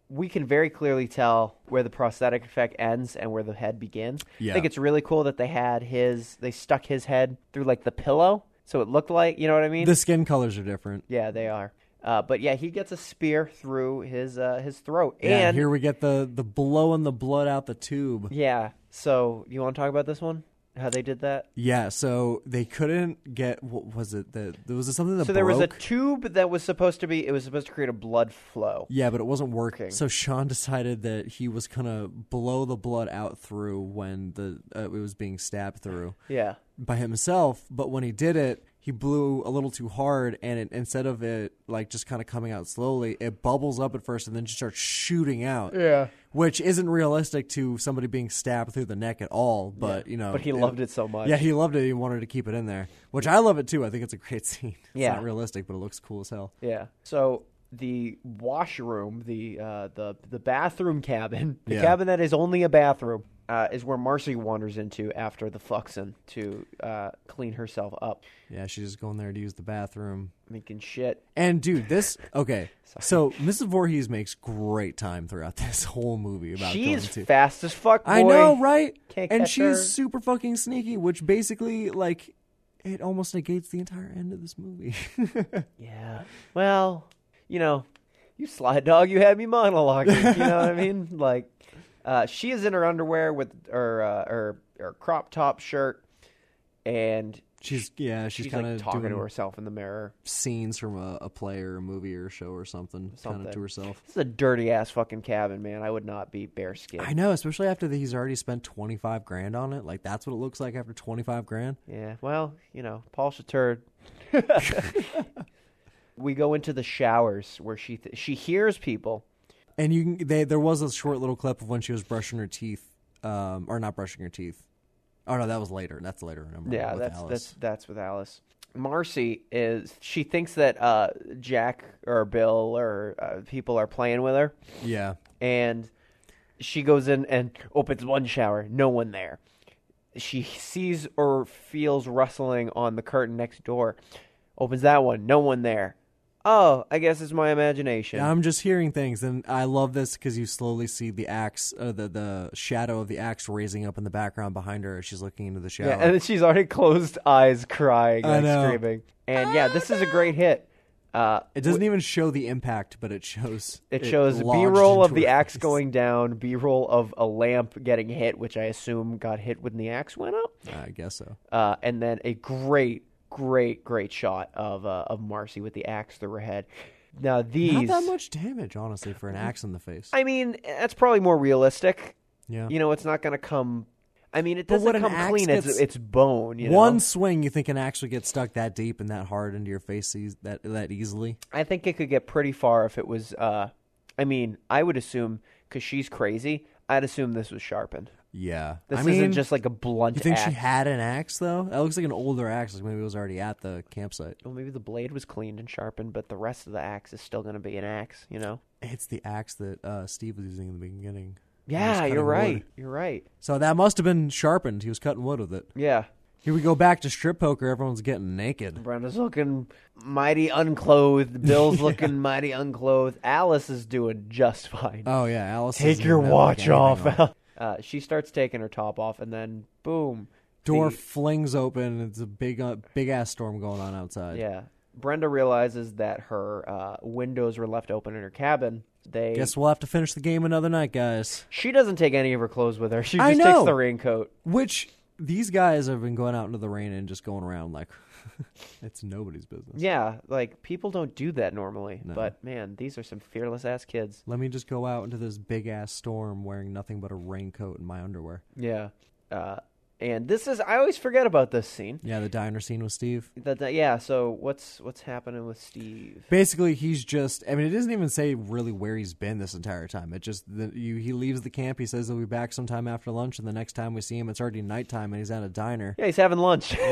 [SPEAKER 2] We can very clearly tell where the prosthetic effect ends and where the head begins. I
[SPEAKER 1] Yeah.
[SPEAKER 2] think it's really cool that they had his, they stuck his head through like the pillow, so it looked like, you know what I mean?
[SPEAKER 1] The skin colors are different.
[SPEAKER 2] yeah, they are. Uh, but yeah, he gets a spear through his uh, his throat,
[SPEAKER 1] yeah,
[SPEAKER 2] and
[SPEAKER 1] here we get the the blowing the blood out the tube.
[SPEAKER 2] yeah. So you want to talk about this one? How they did that?
[SPEAKER 1] Yeah, so they couldn't get what was it? The was it something that
[SPEAKER 2] So there was a
[SPEAKER 1] broke?
[SPEAKER 2] tube that was supposed to be, it was supposed to create a blood flow.
[SPEAKER 1] Yeah, but it wasn't working.
[SPEAKER 2] Okay.
[SPEAKER 1] So Sean decided that he was gonna blow the blood out through when the uh, it was being stabbed through
[SPEAKER 2] Yeah.
[SPEAKER 1] by himself. But when he did it, he blew a little too hard, and it, instead of it like just kind of coming out slowly, it bubbles up at first and then just starts shooting out. Yeah, which isn't realistic to somebody being stabbed through the neck at all. But you know,
[SPEAKER 2] But he loved it so much.
[SPEAKER 1] Yeah, he loved it. He wanted to keep it in there, which I love it too. I think it's a great scene. It's
[SPEAKER 2] Yeah.
[SPEAKER 1] not realistic, but it looks cool as hell.
[SPEAKER 2] Yeah. So the washroom, the uh, the the bathroom cabin, the
[SPEAKER 1] Yeah.
[SPEAKER 2] cabin that is only a bathroom, uh, is where Marcy wanders into after the fuxin to uh, clean herself up,
[SPEAKER 1] Yeah, she's just going there to use the bathroom.
[SPEAKER 2] making shit.
[SPEAKER 1] And dude, this okay. so Mrs. Voorhees makes great time throughout this whole movie about
[SPEAKER 2] She
[SPEAKER 1] going
[SPEAKER 2] is
[SPEAKER 1] to.
[SPEAKER 2] fast as fuck. Boy.
[SPEAKER 1] I know, right?
[SPEAKER 2] Can't
[SPEAKER 1] and
[SPEAKER 2] catch
[SPEAKER 1] she's
[SPEAKER 2] her.
[SPEAKER 1] super fucking sneaky, which basically like it almost negates the entire end of this movie.
[SPEAKER 2] Yeah. Well, you know, you sly dog, you had me monologuing. you know what I mean? Like, uh, she is in her underwear with her uh, her her crop top shirt, and
[SPEAKER 1] She's yeah, she's,
[SPEAKER 2] She's,
[SPEAKER 1] kind
[SPEAKER 2] like
[SPEAKER 1] of
[SPEAKER 2] talking
[SPEAKER 1] doing
[SPEAKER 2] to herself in the mirror.
[SPEAKER 1] scenes from a, a play or a movie or a show or something, kind
[SPEAKER 2] Something.
[SPEAKER 1] of to herself.
[SPEAKER 2] This is a dirty ass fucking cabin, man. I would not be bare skinned.
[SPEAKER 1] I know, especially after that he's already spent twenty five grand on it. Like that's what it looks like after twenty five grand.
[SPEAKER 2] Yeah, well, you know, Paul Chaturd. we go into the showers where she th- she hears people.
[SPEAKER 1] And you can they there was a short little clip of when she was brushing her teeth, um, or not brushing her teeth. Oh no, that was later. That's later. Remember,
[SPEAKER 2] Yeah,
[SPEAKER 1] with
[SPEAKER 2] that's
[SPEAKER 1] Alice.
[SPEAKER 2] that's that's with Alice. Marcy is she thinks that uh, Jack or Bill or uh, people are playing with her,
[SPEAKER 1] yeah.
[SPEAKER 2] and she goes in and opens one shower, no one there. She sees or feels rustling on the curtain next door, opens that one, no one there. Oh, I guess it's my imagination.
[SPEAKER 1] I'm just hearing things, and I love this because you slowly see the axe, uh, the the shadow of the axe raising up in the background behind her as she's looking into the shower.
[SPEAKER 2] Yeah, and she's already closed eyes, crying,
[SPEAKER 1] I
[SPEAKER 2] like
[SPEAKER 1] know.
[SPEAKER 2] screaming. And yeah, this is a great hit. Uh,
[SPEAKER 1] it doesn't even show the impact, but it shows.
[SPEAKER 2] it shows
[SPEAKER 1] lodged
[SPEAKER 2] B-roll of
[SPEAKER 1] into
[SPEAKER 2] the
[SPEAKER 1] her
[SPEAKER 2] axe
[SPEAKER 1] face.
[SPEAKER 2] going down, B-roll of a lamp getting hit, which I assume got hit when the axe went up,
[SPEAKER 1] I guess so.
[SPEAKER 2] uh, and then a great, great, great shot of uh, of Marcy with the axe through her head. Now
[SPEAKER 1] Not
[SPEAKER 2] these,
[SPEAKER 1] that much damage, honestly, for an axe in the face.
[SPEAKER 2] Mm-hmm. I mean, that's probably more realistic.
[SPEAKER 1] yeah.
[SPEAKER 2] You know, it's not going to come. I mean, it
[SPEAKER 1] But
[SPEAKER 2] doesn't
[SPEAKER 1] when an
[SPEAKER 2] come
[SPEAKER 1] axe
[SPEAKER 2] clean. It's
[SPEAKER 1] gets
[SPEAKER 2] it's bone. You know?
[SPEAKER 1] One swing, you think an axe would get stuck that deep and that hard into your face eas- that that easily?
[SPEAKER 2] I think it could get pretty far if it was. Uh, I mean, I would assume because she's crazy. I'd assume this was sharpened.
[SPEAKER 1] Yeah.
[SPEAKER 2] This
[SPEAKER 1] I mean,
[SPEAKER 2] isn't just like a blunt.
[SPEAKER 1] You think she
[SPEAKER 2] axe.
[SPEAKER 1] had an axe though? That looks like an older axe. Like maybe it was already at the campsite.
[SPEAKER 2] Well, maybe the blade was cleaned and sharpened, but the rest of the axe is still going to be an axe. You know?
[SPEAKER 1] It's the axe that uh, Steve was using in the beginning. He was
[SPEAKER 2] Yeah,
[SPEAKER 1] cutting
[SPEAKER 2] you're
[SPEAKER 1] wood.
[SPEAKER 2] right. You're right.
[SPEAKER 1] So that must have been sharpened. He was cutting wood with it.
[SPEAKER 2] Yeah,
[SPEAKER 1] Here we go back to strip poker. Everyone's getting naked.
[SPEAKER 2] Brenda's looking mighty unclothed. Bill's looking mighty unclothed. Alice is doing just fine.
[SPEAKER 1] Oh yeah, Alice.
[SPEAKER 2] Take
[SPEAKER 1] doesn't
[SPEAKER 2] your
[SPEAKER 1] even have,
[SPEAKER 2] watch
[SPEAKER 1] like,
[SPEAKER 2] off.
[SPEAKER 1] anything on.
[SPEAKER 2] Al- Uh, she starts taking her top off, and then boom,
[SPEAKER 1] Door
[SPEAKER 2] the-
[SPEAKER 1] flings open. and It's a big, uh, big ass storm going on outside.
[SPEAKER 2] Yeah. Brenda realizes that her uh, windows were left open in her cabin. They
[SPEAKER 1] Guess we'll have to finish the game another night, guys.
[SPEAKER 2] she doesn't take any of her clothes with her. She
[SPEAKER 1] I
[SPEAKER 2] just takes
[SPEAKER 1] know.
[SPEAKER 2] the raincoat.
[SPEAKER 1] Which these guys have been going out into the rain and just going around like it's nobody's business.
[SPEAKER 2] Yeah, like people don't do that normally, but man, these are some fearless ass kids.
[SPEAKER 1] Let me just go out into this big ass storm wearing nothing but a raincoat and my underwear.
[SPEAKER 2] Yeah. Uh, and this is I always forget about this scene.
[SPEAKER 1] Yeah, the diner scene with Steve.
[SPEAKER 2] That, that yeah, so what's what's happening with Steve?
[SPEAKER 1] Basically, he's just. I mean, it doesn't even say really where he's been this entire time. It just the, you, he leaves the camp. He says he'll be back sometime after lunch, and the next time we see him, it's already nighttime, and he's at a diner.
[SPEAKER 2] Yeah, he's having lunch.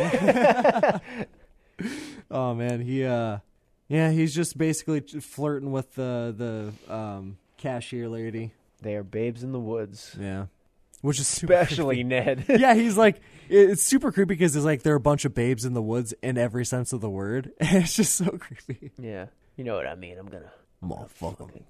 [SPEAKER 1] Oh man, he uh, yeah, he's just basically flirting with the the um cashier lady.
[SPEAKER 2] they are babes in the woods.
[SPEAKER 1] Yeah, which is super
[SPEAKER 2] Especially Ned.
[SPEAKER 1] yeah, he's like it- it's super creepy because it's like there are a bunch of babes in the woods in every sense of the word. it's just so creepy.
[SPEAKER 2] yeah. You know what I mean. I'm gonna
[SPEAKER 1] Motherfucker.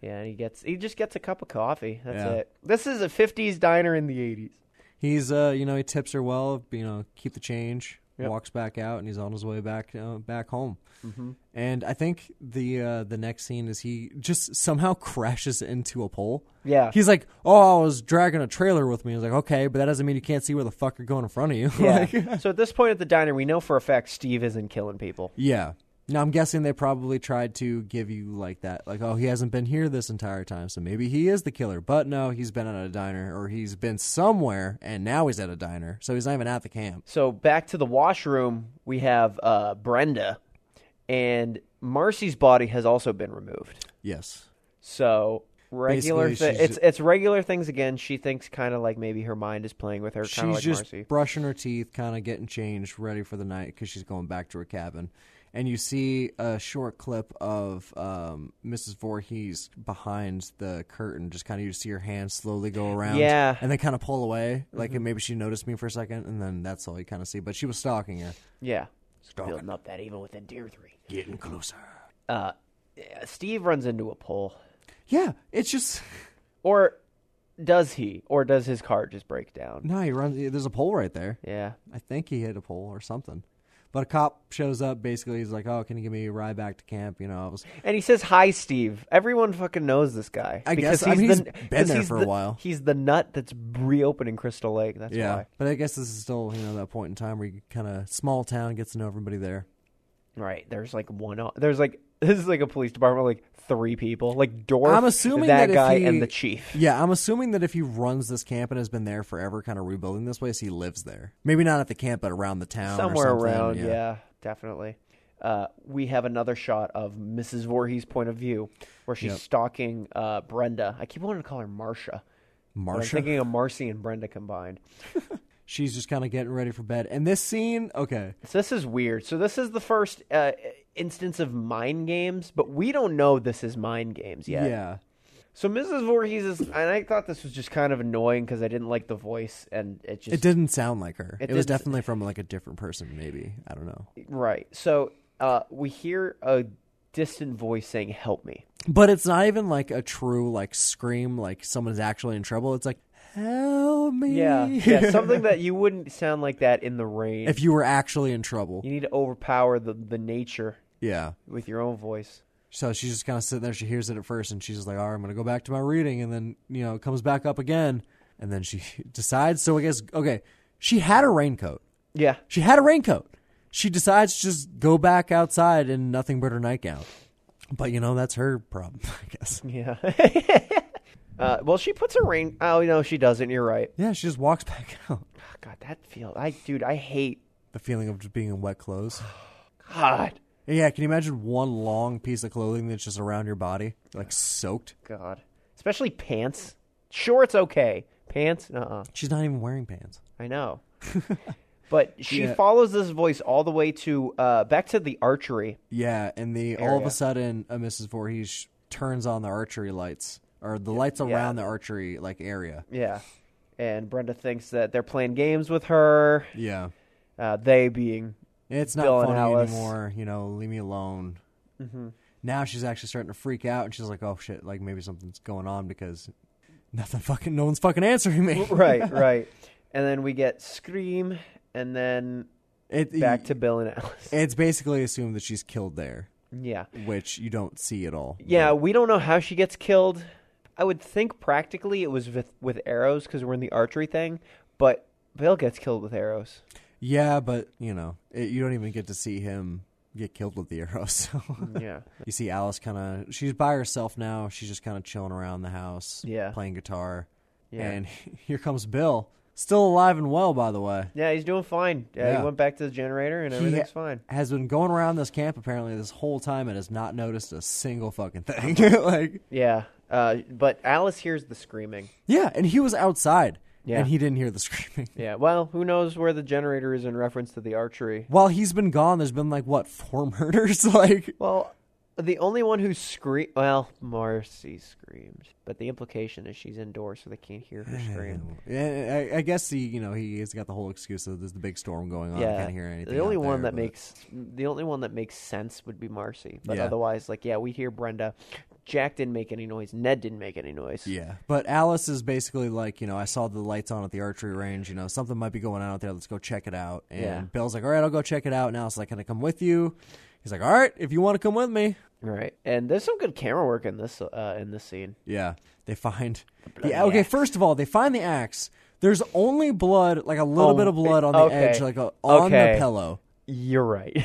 [SPEAKER 2] Yeah, and he gets he just gets a cup of coffee. That's
[SPEAKER 1] Yeah.
[SPEAKER 2] it. This is a '50s diner in the '80s.
[SPEAKER 1] He's uh, you know, he tips her well, you know, keep the change.
[SPEAKER 2] Yep.
[SPEAKER 1] Walks back out, and he's on his way back uh, back home.
[SPEAKER 2] Mm-hmm.
[SPEAKER 1] And I think the uh, the next scene is he just somehow crashes into a pole.
[SPEAKER 2] Yeah.
[SPEAKER 1] he's like, "Oh, I was dragging a trailer with me." He's like, "Okay, but that doesn't mean you can't see where the fuck you're going in front of you." Like-
[SPEAKER 2] Yeah. so at this point at the diner, we know for a fact Steve isn't killing people.
[SPEAKER 1] Yeah. Now I'm guessing they probably tried to give you like that, like, oh, he hasn't been here this entire time, so maybe he is the killer. But no, he's been at a diner, or he's been somewhere, and now he's at a diner, so he's not even at the camp.
[SPEAKER 2] So back to the washroom, we have uh, Brenda, and Marcy's body has also been removed.
[SPEAKER 1] Yes.
[SPEAKER 2] So regular,
[SPEAKER 1] Basically,
[SPEAKER 2] thi-
[SPEAKER 1] she's
[SPEAKER 2] it's it's regular things again. She thinks kind of like maybe her mind is playing with her, kind
[SPEAKER 1] She's
[SPEAKER 2] of like
[SPEAKER 1] just
[SPEAKER 2] Marcy.
[SPEAKER 1] brushing her teeth, kind of getting changed, ready for the night, because she's going back to her cabin. And you see a short clip of um, Mrs. Voorhees behind the curtain, just kind of you see her hand slowly go around,
[SPEAKER 2] Yeah. Mm-hmm.
[SPEAKER 1] and then kind of pull away, like and maybe she noticed me for a second, and then that's all you kind of see. But she was stalking her,
[SPEAKER 2] Yeah, building up that even within tier three.
[SPEAKER 1] getting closer.
[SPEAKER 2] Uh, yeah, Steve runs into a pole.
[SPEAKER 1] Yeah, it's just
[SPEAKER 2] Or does he? Or does his car just break down?
[SPEAKER 1] no. He runs. There's a pole right there.
[SPEAKER 2] Yeah.
[SPEAKER 1] I think he hit a pole or something. But a cop shows up. Basically, he's like, "Oh, can you give me a ride back to camp?" You know, I was
[SPEAKER 2] And he says, "Hi, Steve." Everyone fucking knows this guy.
[SPEAKER 1] I
[SPEAKER 2] Because
[SPEAKER 1] guess- I mean, he's
[SPEAKER 2] the-
[SPEAKER 1] been
[SPEAKER 2] because
[SPEAKER 1] there
[SPEAKER 2] he's
[SPEAKER 1] for a
[SPEAKER 2] the-
[SPEAKER 1] while.
[SPEAKER 2] He's the nut that's reopening Crystal Lake. That's
[SPEAKER 1] yeah.
[SPEAKER 2] why.
[SPEAKER 1] But I guess this is still you know that point in time where you kind of small town gets to know everybody there.
[SPEAKER 2] Right. There's like one. o- There's like this is like a police department with like three people. Like Dorf.
[SPEAKER 1] I'm assuming
[SPEAKER 2] that,
[SPEAKER 1] that if
[SPEAKER 2] guy
[SPEAKER 1] he-
[SPEAKER 2] and the chief.
[SPEAKER 1] Yeah, I'm assuming that if he runs this camp and has been there forever, kind of rebuilding this place, he lives there. Maybe not at the camp, but around the town, or
[SPEAKER 2] Somewhere
[SPEAKER 1] something,
[SPEAKER 2] around. Yeah. definitely. Uh, we have another shot of Mrs. Voorhees' point of view, where she's
[SPEAKER 1] Yep.
[SPEAKER 2] stalking uh, Brenda. I keep wanting to call her Marcia. but I'm
[SPEAKER 1] Marsha.
[SPEAKER 2] thinking of Marcy and Brenda combined.
[SPEAKER 1] She's just kind of getting ready for bed. And this scene, okay,
[SPEAKER 2] So this is weird. So this is the first uh, instance of mind games, but we don't know this is mind games yet.
[SPEAKER 1] yeah,
[SPEAKER 2] So Mrs. Voorhees is, and I thought this was just kind of annoying because I didn't like the voice, and it just
[SPEAKER 1] it didn't sound like her.
[SPEAKER 2] It
[SPEAKER 1] It, was
[SPEAKER 2] didn't-
[SPEAKER 1] definitely from like a different person. Maybe I don't know.
[SPEAKER 2] right. So uh, we hear a distant voice saying, "Help me."
[SPEAKER 1] But it's not even like a true like scream, like someone's actually in trouble. It's like help me.
[SPEAKER 2] Yeah, yeah, something that you wouldn't sound like that in the rain.
[SPEAKER 1] if you were actually in trouble.
[SPEAKER 2] you need to overpower the the nature
[SPEAKER 1] Yeah.
[SPEAKER 2] with your own voice.
[SPEAKER 1] So she's just kind of sitting there. She hears it at first, and she's just like, "All right, I'm gonna go back to my reading." And then you know, it comes back up again, and then she decides. So I guess okay, she had a raincoat.
[SPEAKER 2] Yeah,
[SPEAKER 1] She had a raincoat. She decides to just go back outside in nothing but her nightgown. But you know, that's her problem, I guess.
[SPEAKER 2] yeah. uh, well, she puts a rain. Oh no, she doesn't. You're right. Oh,
[SPEAKER 1] Yeah, she just walks back out.
[SPEAKER 2] God, that feel. I dude, I hate.
[SPEAKER 1] The feeling of just being in wet clothes.
[SPEAKER 2] God,
[SPEAKER 1] Yeah, can you imagine one long piece of clothing that's just around your body, like soaked?
[SPEAKER 2] God, especially pants. Shorts, okay. Pants, uh. uh
[SPEAKER 1] She's not even wearing pants.
[SPEAKER 2] I know. but she
[SPEAKER 1] Yeah.
[SPEAKER 2] follows this voice all the way to uh, back to the archery.
[SPEAKER 1] Yeah, and the all of
[SPEAKER 2] Area.
[SPEAKER 1] a sudden, uh, Mrs. Voorhees sh- turns on the archery lights or the lights around the archery like area.
[SPEAKER 2] Yeah. And Brenda thinks that they're playing games with her.
[SPEAKER 1] Yeah,
[SPEAKER 2] Uh, they being
[SPEAKER 1] it's not
[SPEAKER 2] Bill and
[SPEAKER 1] funny
[SPEAKER 2] Alice.
[SPEAKER 1] anymore. You know, leave me alone.
[SPEAKER 2] Mm-hmm.
[SPEAKER 1] Now she's actually starting to freak out, and she's like, "Oh shit! Like maybe something's going on because nothing fucking, no one's fucking answering me."
[SPEAKER 2] right, right. And then we get scream, and then
[SPEAKER 1] It,
[SPEAKER 2] back to Bill and Alice.
[SPEAKER 1] It's basically assumed that she's killed there,
[SPEAKER 2] yeah,
[SPEAKER 1] which you don't see at all.
[SPEAKER 2] yeah. We don't know how she gets killed. I would think practically it was with with arrows because we're in the archery thing, but Bill gets killed with arrows.
[SPEAKER 1] Yeah, but you know, it, you don't even get to see him get killed with the arrow. So
[SPEAKER 2] Yeah.
[SPEAKER 1] you see Alice kind of she's by herself now. She's just kind of chilling around the house,
[SPEAKER 2] Yeah.
[SPEAKER 1] playing guitar.
[SPEAKER 2] Yeah.
[SPEAKER 1] And here comes Bill, still alive and well, by the way.
[SPEAKER 2] Yeah, he's doing fine. Yeah,
[SPEAKER 1] Yeah.
[SPEAKER 2] he went back to the generator and
[SPEAKER 1] He
[SPEAKER 2] everything's fine.
[SPEAKER 1] Has been going around this camp apparently this whole time and has not noticed a single fucking thing.
[SPEAKER 2] Uh-huh.
[SPEAKER 1] like,
[SPEAKER 2] Yeah. Uh, but Alice hears the screaming.
[SPEAKER 1] yeah, and he was outside
[SPEAKER 2] Yeah.
[SPEAKER 1] and he didn't hear the screaming.
[SPEAKER 2] Yeah. Well, who knows where the generator is in reference to the archery?
[SPEAKER 1] While he's been gone, there's been like what four murders? like,
[SPEAKER 2] Well, the only one who scream well, Marcy screams, but the implication is she's indoors, so they can't hear her scream.
[SPEAKER 1] Yeah, I, I guess he, you know, he's got the whole excuse of there's the big storm going on. I
[SPEAKER 2] Yeah.
[SPEAKER 1] can't hear anything.
[SPEAKER 2] the only
[SPEAKER 1] out
[SPEAKER 2] one
[SPEAKER 1] there,
[SPEAKER 2] that
[SPEAKER 1] but-
[SPEAKER 2] makes the only one that makes sense would be Marcy, but
[SPEAKER 1] Yeah.
[SPEAKER 2] otherwise, like, yeah, we hear Brenda. Jack didn't make any noise. Ned didn't make any noise.
[SPEAKER 1] Yeah, but Alice is basically like, you know, I saw the lights on at the archery range. You know, something might be going on out there. Let's go check it out. And
[SPEAKER 2] Yeah.
[SPEAKER 1] Bill's like, all right, I'll go check it out. And Alice's like, can I come with you? He's like, all right, if you want to come with me.
[SPEAKER 2] Right. And there's some good camera work in this uh, in this scene.
[SPEAKER 1] Yeah, they find.
[SPEAKER 2] bloody
[SPEAKER 1] Yeah, okay.
[SPEAKER 2] axe.
[SPEAKER 1] First of all, they find the axe. There's only blood, like a little
[SPEAKER 2] Oh,
[SPEAKER 1] bit of blood on the
[SPEAKER 2] okay.
[SPEAKER 1] edge, like a, on
[SPEAKER 2] Okay.
[SPEAKER 1] the pillow.
[SPEAKER 2] You're right.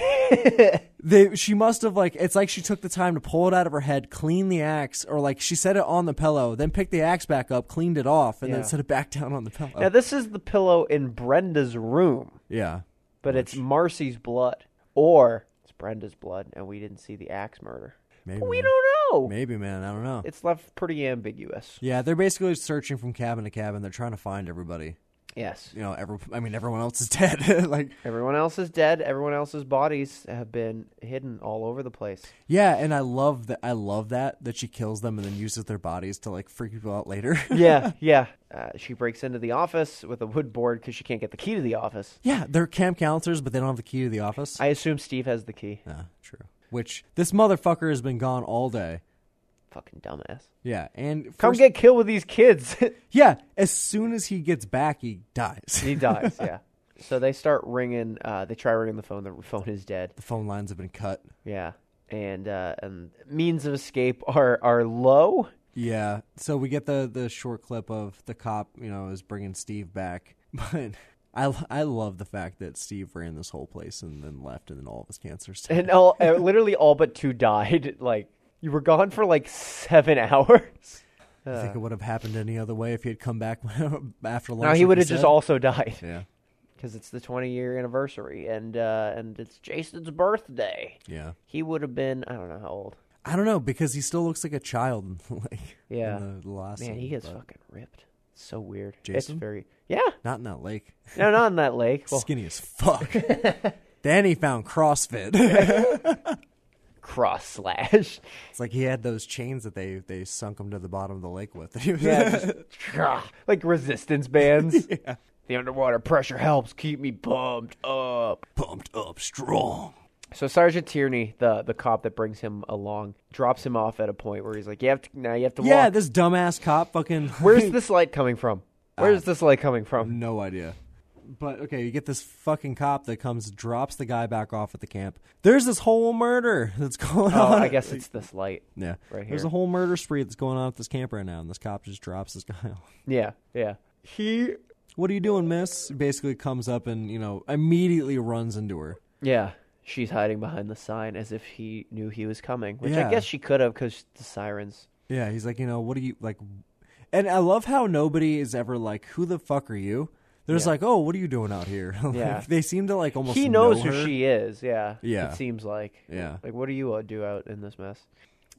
[SPEAKER 1] they she must have like it's like she took the time to pull it out of her head, clean the axe, or like she set it on the pillow, then picked the axe back up, cleaned it off, and
[SPEAKER 2] Yeah.
[SPEAKER 1] then set it back down on the pillow.
[SPEAKER 2] Now this is the pillow in Brenda's room,
[SPEAKER 1] yeah.
[SPEAKER 2] but it's Marcy's blood, or it's Brenda's blood, and we didn't see the axe murder.
[SPEAKER 1] Maybe
[SPEAKER 2] But we
[SPEAKER 1] man.
[SPEAKER 2] don't know.
[SPEAKER 1] Maybe man, I don't know.
[SPEAKER 2] It's left pretty ambiguous.
[SPEAKER 1] yeah, they're basically searching from cabin to cabin. They're trying to find everybody.
[SPEAKER 2] Yes.
[SPEAKER 1] You know, every I mean everyone else is dead. like
[SPEAKER 2] Everyone else is dead. Everyone else's bodies have been hidden all over the place.
[SPEAKER 1] yeah, and I love that I love that that she kills them and then uses their bodies to like freak people out later.
[SPEAKER 2] Yeah, yeah. Uh, she breaks into the office with a wood board because she can't get the key to the office.
[SPEAKER 1] yeah, they're camp counselors, but they don't have the key to the office.
[SPEAKER 2] I assume Steve has the key.
[SPEAKER 1] yeah, true. Which this motherfucker has been gone all day.
[SPEAKER 2] Fucking dumbass.
[SPEAKER 1] Yeah, and
[SPEAKER 2] Come
[SPEAKER 1] first-
[SPEAKER 2] get killed with these kids.
[SPEAKER 1] Yeah, as soon as he gets back, he dies.
[SPEAKER 2] he dies. Yeah. So they start ringing. Uh, they try ringing the phone. The phone is dead.
[SPEAKER 1] The phone lines have been cut.
[SPEAKER 2] Yeah, and uh, and means of escape are are low.
[SPEAKER 1] Yeah. So we get the the short clip of the cop, you know, is bringing Steve back, but I I love the fact that Steve ran this whole place and then left, and then all of his cancers. died.
[SPEAKER 2] and all uh, literally all but two died. Like you were gone for like seven hours.
[SPEAKER 1] I think it would have happened any other way if he had come back after lunch.
[SPEAKER 2] uh, No, he
[SPEAKER 1] like
[SPEAKER 2] would
[SPEAKER 1] you
[SPEAKER 2] have just
[SPEAKER 1] said.
[SPEAKER 2] also died
[SPEAKER 1] Yeah.
[SPEAKER 2] because it's the 20 year anniversary and uh, and it's Jason's birthday.
[SPEAKER 1] Yeah.
[SPEAKER 2] He would have been I don't know how old.
[SPEAKER 1] I don't know because he still looks like a child. in the- Like
[SPEAKER 2] Yeah.
[SPEAKER 1] in the last
[SPEAKER 2] Man,
[SPEAKER 1] one,
[SPEAKER 2] he gets
[SPEAKER 1] but
[SPEAKER 2] fucking ripped. It's so weird.
[SPEAKER 1] Jason?
[SPEAKER 2] It's very yeah.
[SPEAKER 1] not in that lake.
[SPEAKER 2] No, not in that lake. Well,
[SPEAKER 1] Skinny as fuck. then he found CrossFit.
[SPEAKER 2] cross slash.
[SPEAKER 1] it's like he had those chains that they they sunk him to the bottom of the lake with. He was-
[SPEAKER 2] Yeah, just, Gah, like resistance bands. The underwater pressure helps keep me pumped up.
[SPEAKER 1] pumped up strong.
[SPEAKER 2] So Sergeant Tierney, the the cop that brings him along, drops him off at a point where he's like, "You have to now. You have to
[SPEAKER 1] Yeah,
[SPEAKER 2] walk."
[SPEAKER 1] this dumbass cop fucking.
[SPEAKER 2] Where's this light coming from? Where's
[SPEAKER 1] Uh,
[SPEAKER 2] this light coming from?
[SPEAKER 1] No idea. But okay, you get this fucking cop that comes, drops the guy back off at the camp. There's this whole murder that's going
[SPEAKER 2] Oh,
[SPEAKER 1] on.
[SPEAKER 2] I guess it's this light.
[SPEAKER 1] Yeah.
[SPEAKER 2] Right
[SPEAKER 1] There's
[SPEAKER 2] here.
[SPEAKER 1] a whole murder spree that's going on at this camp right now, and this cop just drops this guy off.
[SPEAKER 2] Yeah, yeah. He,
[SPEAKER 1] What are you doing, miss? Basically comes up and, you know, immediately runs into her.
[SPEAKER 2] yeah. She's hiding behind the sign as if he knew he was coming, which
[SPEAKER 1] Yeah.
[SPEAKER 2] I guess she could have because the sirens.
[SPEAKER 1] Yeah, he's like, you know, what are you like? And I love how nobody is ever like, who the fuck are you? They're just
[SPEAKER 2] Yeah.
[SPEAKER 1] like, oh, what are you doing out here? Like,
[SPEAKER 2] Yeah.
[SPEAKER 1] They seem to like almost
[SPEAKER 2] he knows
[SPEAKER 1] know
[SPEAKER 2] who
[SPEAKER 1] her.
[SPEAKER 2] she is. Yeah.
[SPEAKER 1] Yeah.
[SPEAKER 2] It seems like.
[SPEAKER 1] Yeah.
[SPEAKER 2] Like, what do you uh, do out in this mess?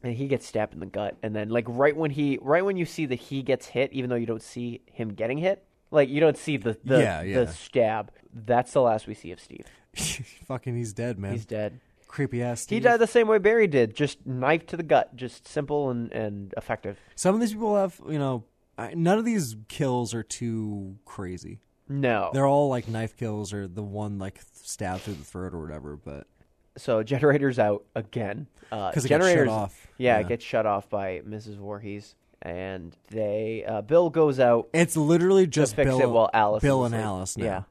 [SPEAKER 2] And he gets stabbed in the gut, and then like right when he, right when you see that he gets hit, even though you don't see him getting hit, like you don't see the the,
[SPEAKER 1] Yeah, yeah.
[SPEAKER 2] the stab. That's the last we see of Steve.
[SPEAKER 1] Fucking, he's dead, man.
[SPEAKER 2] He's dead.
[SPEAKER 1] Creepy ass.
[SPEAKER 2] He
[SPEAKER 1] Steve.
[SPEAKER 2] died the same way Barry did, just knife to the gut, just simple and, and effective.
[SPEAKER 1] Some of these people have, you know, I, none of these kills are too crazy.
[SPEAKER 2] No.
[SPEAKER 1] They're all like knife kills or the one like stab through the throat or whatever. But
[SPEAKER 2] so generators out again. Uh,
[SPEAKER 1] 'Cause it gets shut
[SPEAKER 2] generators
[SPEAKER 1] off.
[SPEAKER 2] Yeah,
[SPEAKER 1] Yeah.
[SPEAKER 2] it gets shut off by Mrs. Voorhees, and they uh, Bill goes out
[SPEAKER 1] it's literally
[SPEAKER 2] to
[SPEAKER 1] just
[SPEAKER 2] fix
[SPEAKER 1] Bill,
[SPEAKER 2] it while Alice
[SPEAKER 1] Bill
[SPEAKER 2] is
[SPEAKER 1] and
[SPEAKER 2] asleep.
[SPEAKER 1] Alice. Now.
[SPEAKER 2] Yeah,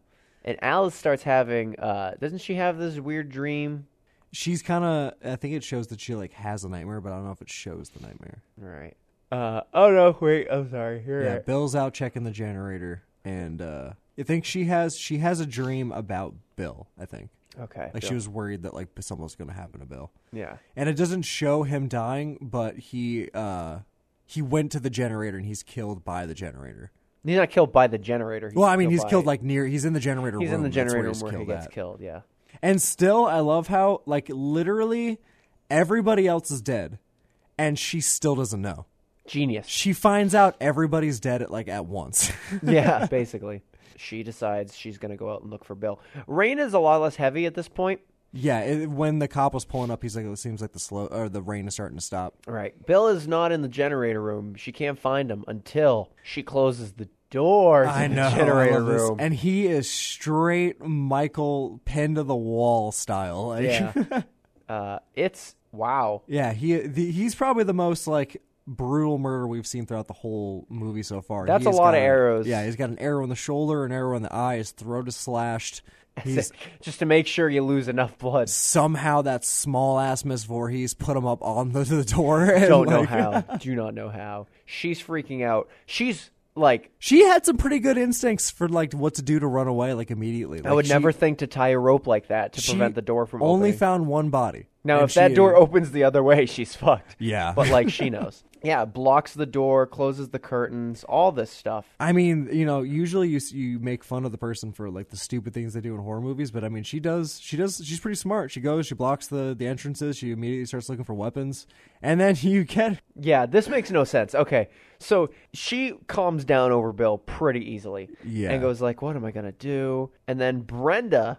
[SPEAKER 2] and Alice starts having. Uh, doesn't she have this weird dream?
[SPEAKER 1] she's kind of. I think it shows that she like has a nightmare, but I don't know if it shows the nightmare.
[SPEAKER 2] All right. Uh, oh no! Wait, I'm sorry. You're
[SPEAKER 1] Yeah,
[SPEAKER 2] right.
[SPEAKER 1] Bill's out checking the generator, and uh, I think she has she has a dream about Bill. I think
[SPEAKER 2] Okay.
[SPEAKER 1] like she
[SPEAKER 2] Bill.
[SPEAKER 1] was worried that like something was going to happen to Bill.
[SPEAKER 2] Yeah.
[SPEAKER 1] and it doesn't show him dying, but he uh he went to the generator and he's killed by the generator.
[SPEAKER 2] He's not killed by the generator.
[SPEAKER 1] Well, I mean, he's
[SPEAKER 2] by-
[SPEAKER 1] killed like near. He's in the generator.
[SPEAKER 2] he's
[SPEAKER 1] room.
[SPEAKER 2] in the
[SPEAKER 1] That's where
[SPEAKER 2] generator room
[SPEAKER 1] he's
[SPEAKER 2] where he
[SPEAKER 1] killed
[SPEAKER 2] gets
[SPEAKER 1] at.
[SPEAKER 2] killed. Yeah.
[SPEAKER 1] And still, I love how like literally everybody else is dead, and she still doesn't know.
[SPEAKER 2] Genius.
[SPEAKER 1] She finds out everybody's dead at like at once.
[SPEAKER 2] yeah, basically. She decides she's going to go out and look for Bill. Rain is a lot less heavy at this point.
[SPEAKER 1] yeah, it, when the cop was pulling up, he's like, "It seems like the slow or the rain is starting to stop."
[SPEAKER 2] All right. Bill is not in the generator room. She can't find him until she closes the door to
[SPEAKER 1] I
[SPEAKER 2] the
[SPEAKER 1] know. I
[SPEAKER 2] generator
[SPEAKER 1] love this.
[SPEAKER 2] room.
[SPEAKER 1] And he is straight Michael pen to the wall style. Like,
[SPEAKER 2] yeah. uh, it's wow.
[SPEAKER 1] Yeah, he the, he's probably the most like brutal murder we've seen throughout the whole movie so far.
[SPEAKER 2] That's
[SPEAKER 1] He
[SPEAKER 2] a
[SPEAKER 1] has
[SPEAKER 2] lot of
[SPEAKER 1] got
[SPEAKER 2] arrows.
[SPEAKER 1] Yeah, he's got an arrow in the shoulder, an arrow in the eye. His throat is slashed. He's
[SPEAKER 2] Just to make sure you lose enough blood.
[SPEAKER 1] somehow that small ass Miss Voorhees put him up on the, the door. And,
[SPEAKER 2] Don't know
[SPEAKER 1] like-
[SPEAKER 2] how. Do not know how. She's freaking out. She's like,
[SPEAKER 1] She had some pretty good instincts for like what to do to run away like immediately.
[SPEAKER 2] I
[SPEAKER 1] Like,
[SPEAKER 2] would
[SPEAKER 1] she-
[SPEAKER 2] never think to tie a rope like that to
[SPEAKER 1] she
[SPEAKER 2] prevent the door from
[SPEAKER 1] only
[SPEAKER 2] opening.
[SPEAKER 1] found one body.
[SPEAKER 2] Now,
[SPEAKER 1] And
[SPEAKER 2] if that
[SPEAKER 1] she-
[SPEAKER 2] door opens the other way, she's fucked.
[SPEAKER 1] Yeah.
[SPEAKER 2] But, like, she knows. Yeah, blocks the door, closes the curtains, all this stuff.
[SPEAKER 1] I mean, you know, usually you s- you make fun of the person for like the stupid things they do in horror movies, but I mean, she does. She does. She's pretty smart. She goes. She blocks the the entrances. She immediately starts looking for weapons, and then you get
[SPEAKER 2] Yeah, this makes no sense. Okay, so she calms down over Bill pretty easily.
[SPEAKER 1] Yeah.
[SPEAKER 2] And goes like, what am I going to do? And then Brenda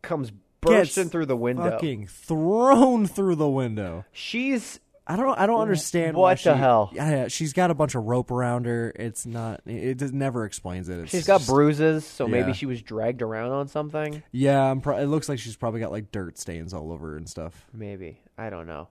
[SPEAKER 2] comes bursting
[SPEAKER 1] gets
[SPEAKER 2] through the window.
[SPEAKER 1] fucking thrown through the window.
[SPEAKER 2] She's,
[SPEAKER 1] I don't. I don't understand
[SPEAKER 2] What
[SPEAKER 1] why
[SPEAKER 2] the
[SPEAKER 1] she-
[SPEAKER 2] hell?
[SPEAKER 1] Yeah, she's got a bunch of rope around her. It's not. It, it never explains it. It's
[SPEAKER 2] she's got
[SPEAKER 1] just-
[SPEAKER 2] bruises, so
[SPEAKER 1] yeah.
[SPEAKER 2] maybe she was dragged around on something.
[SPEAKER 1] Yeah, I'm pro- it looks like she's probably got like dirt stains all over her and stuff.
[SPEAKER 2] Maybe. I don't know.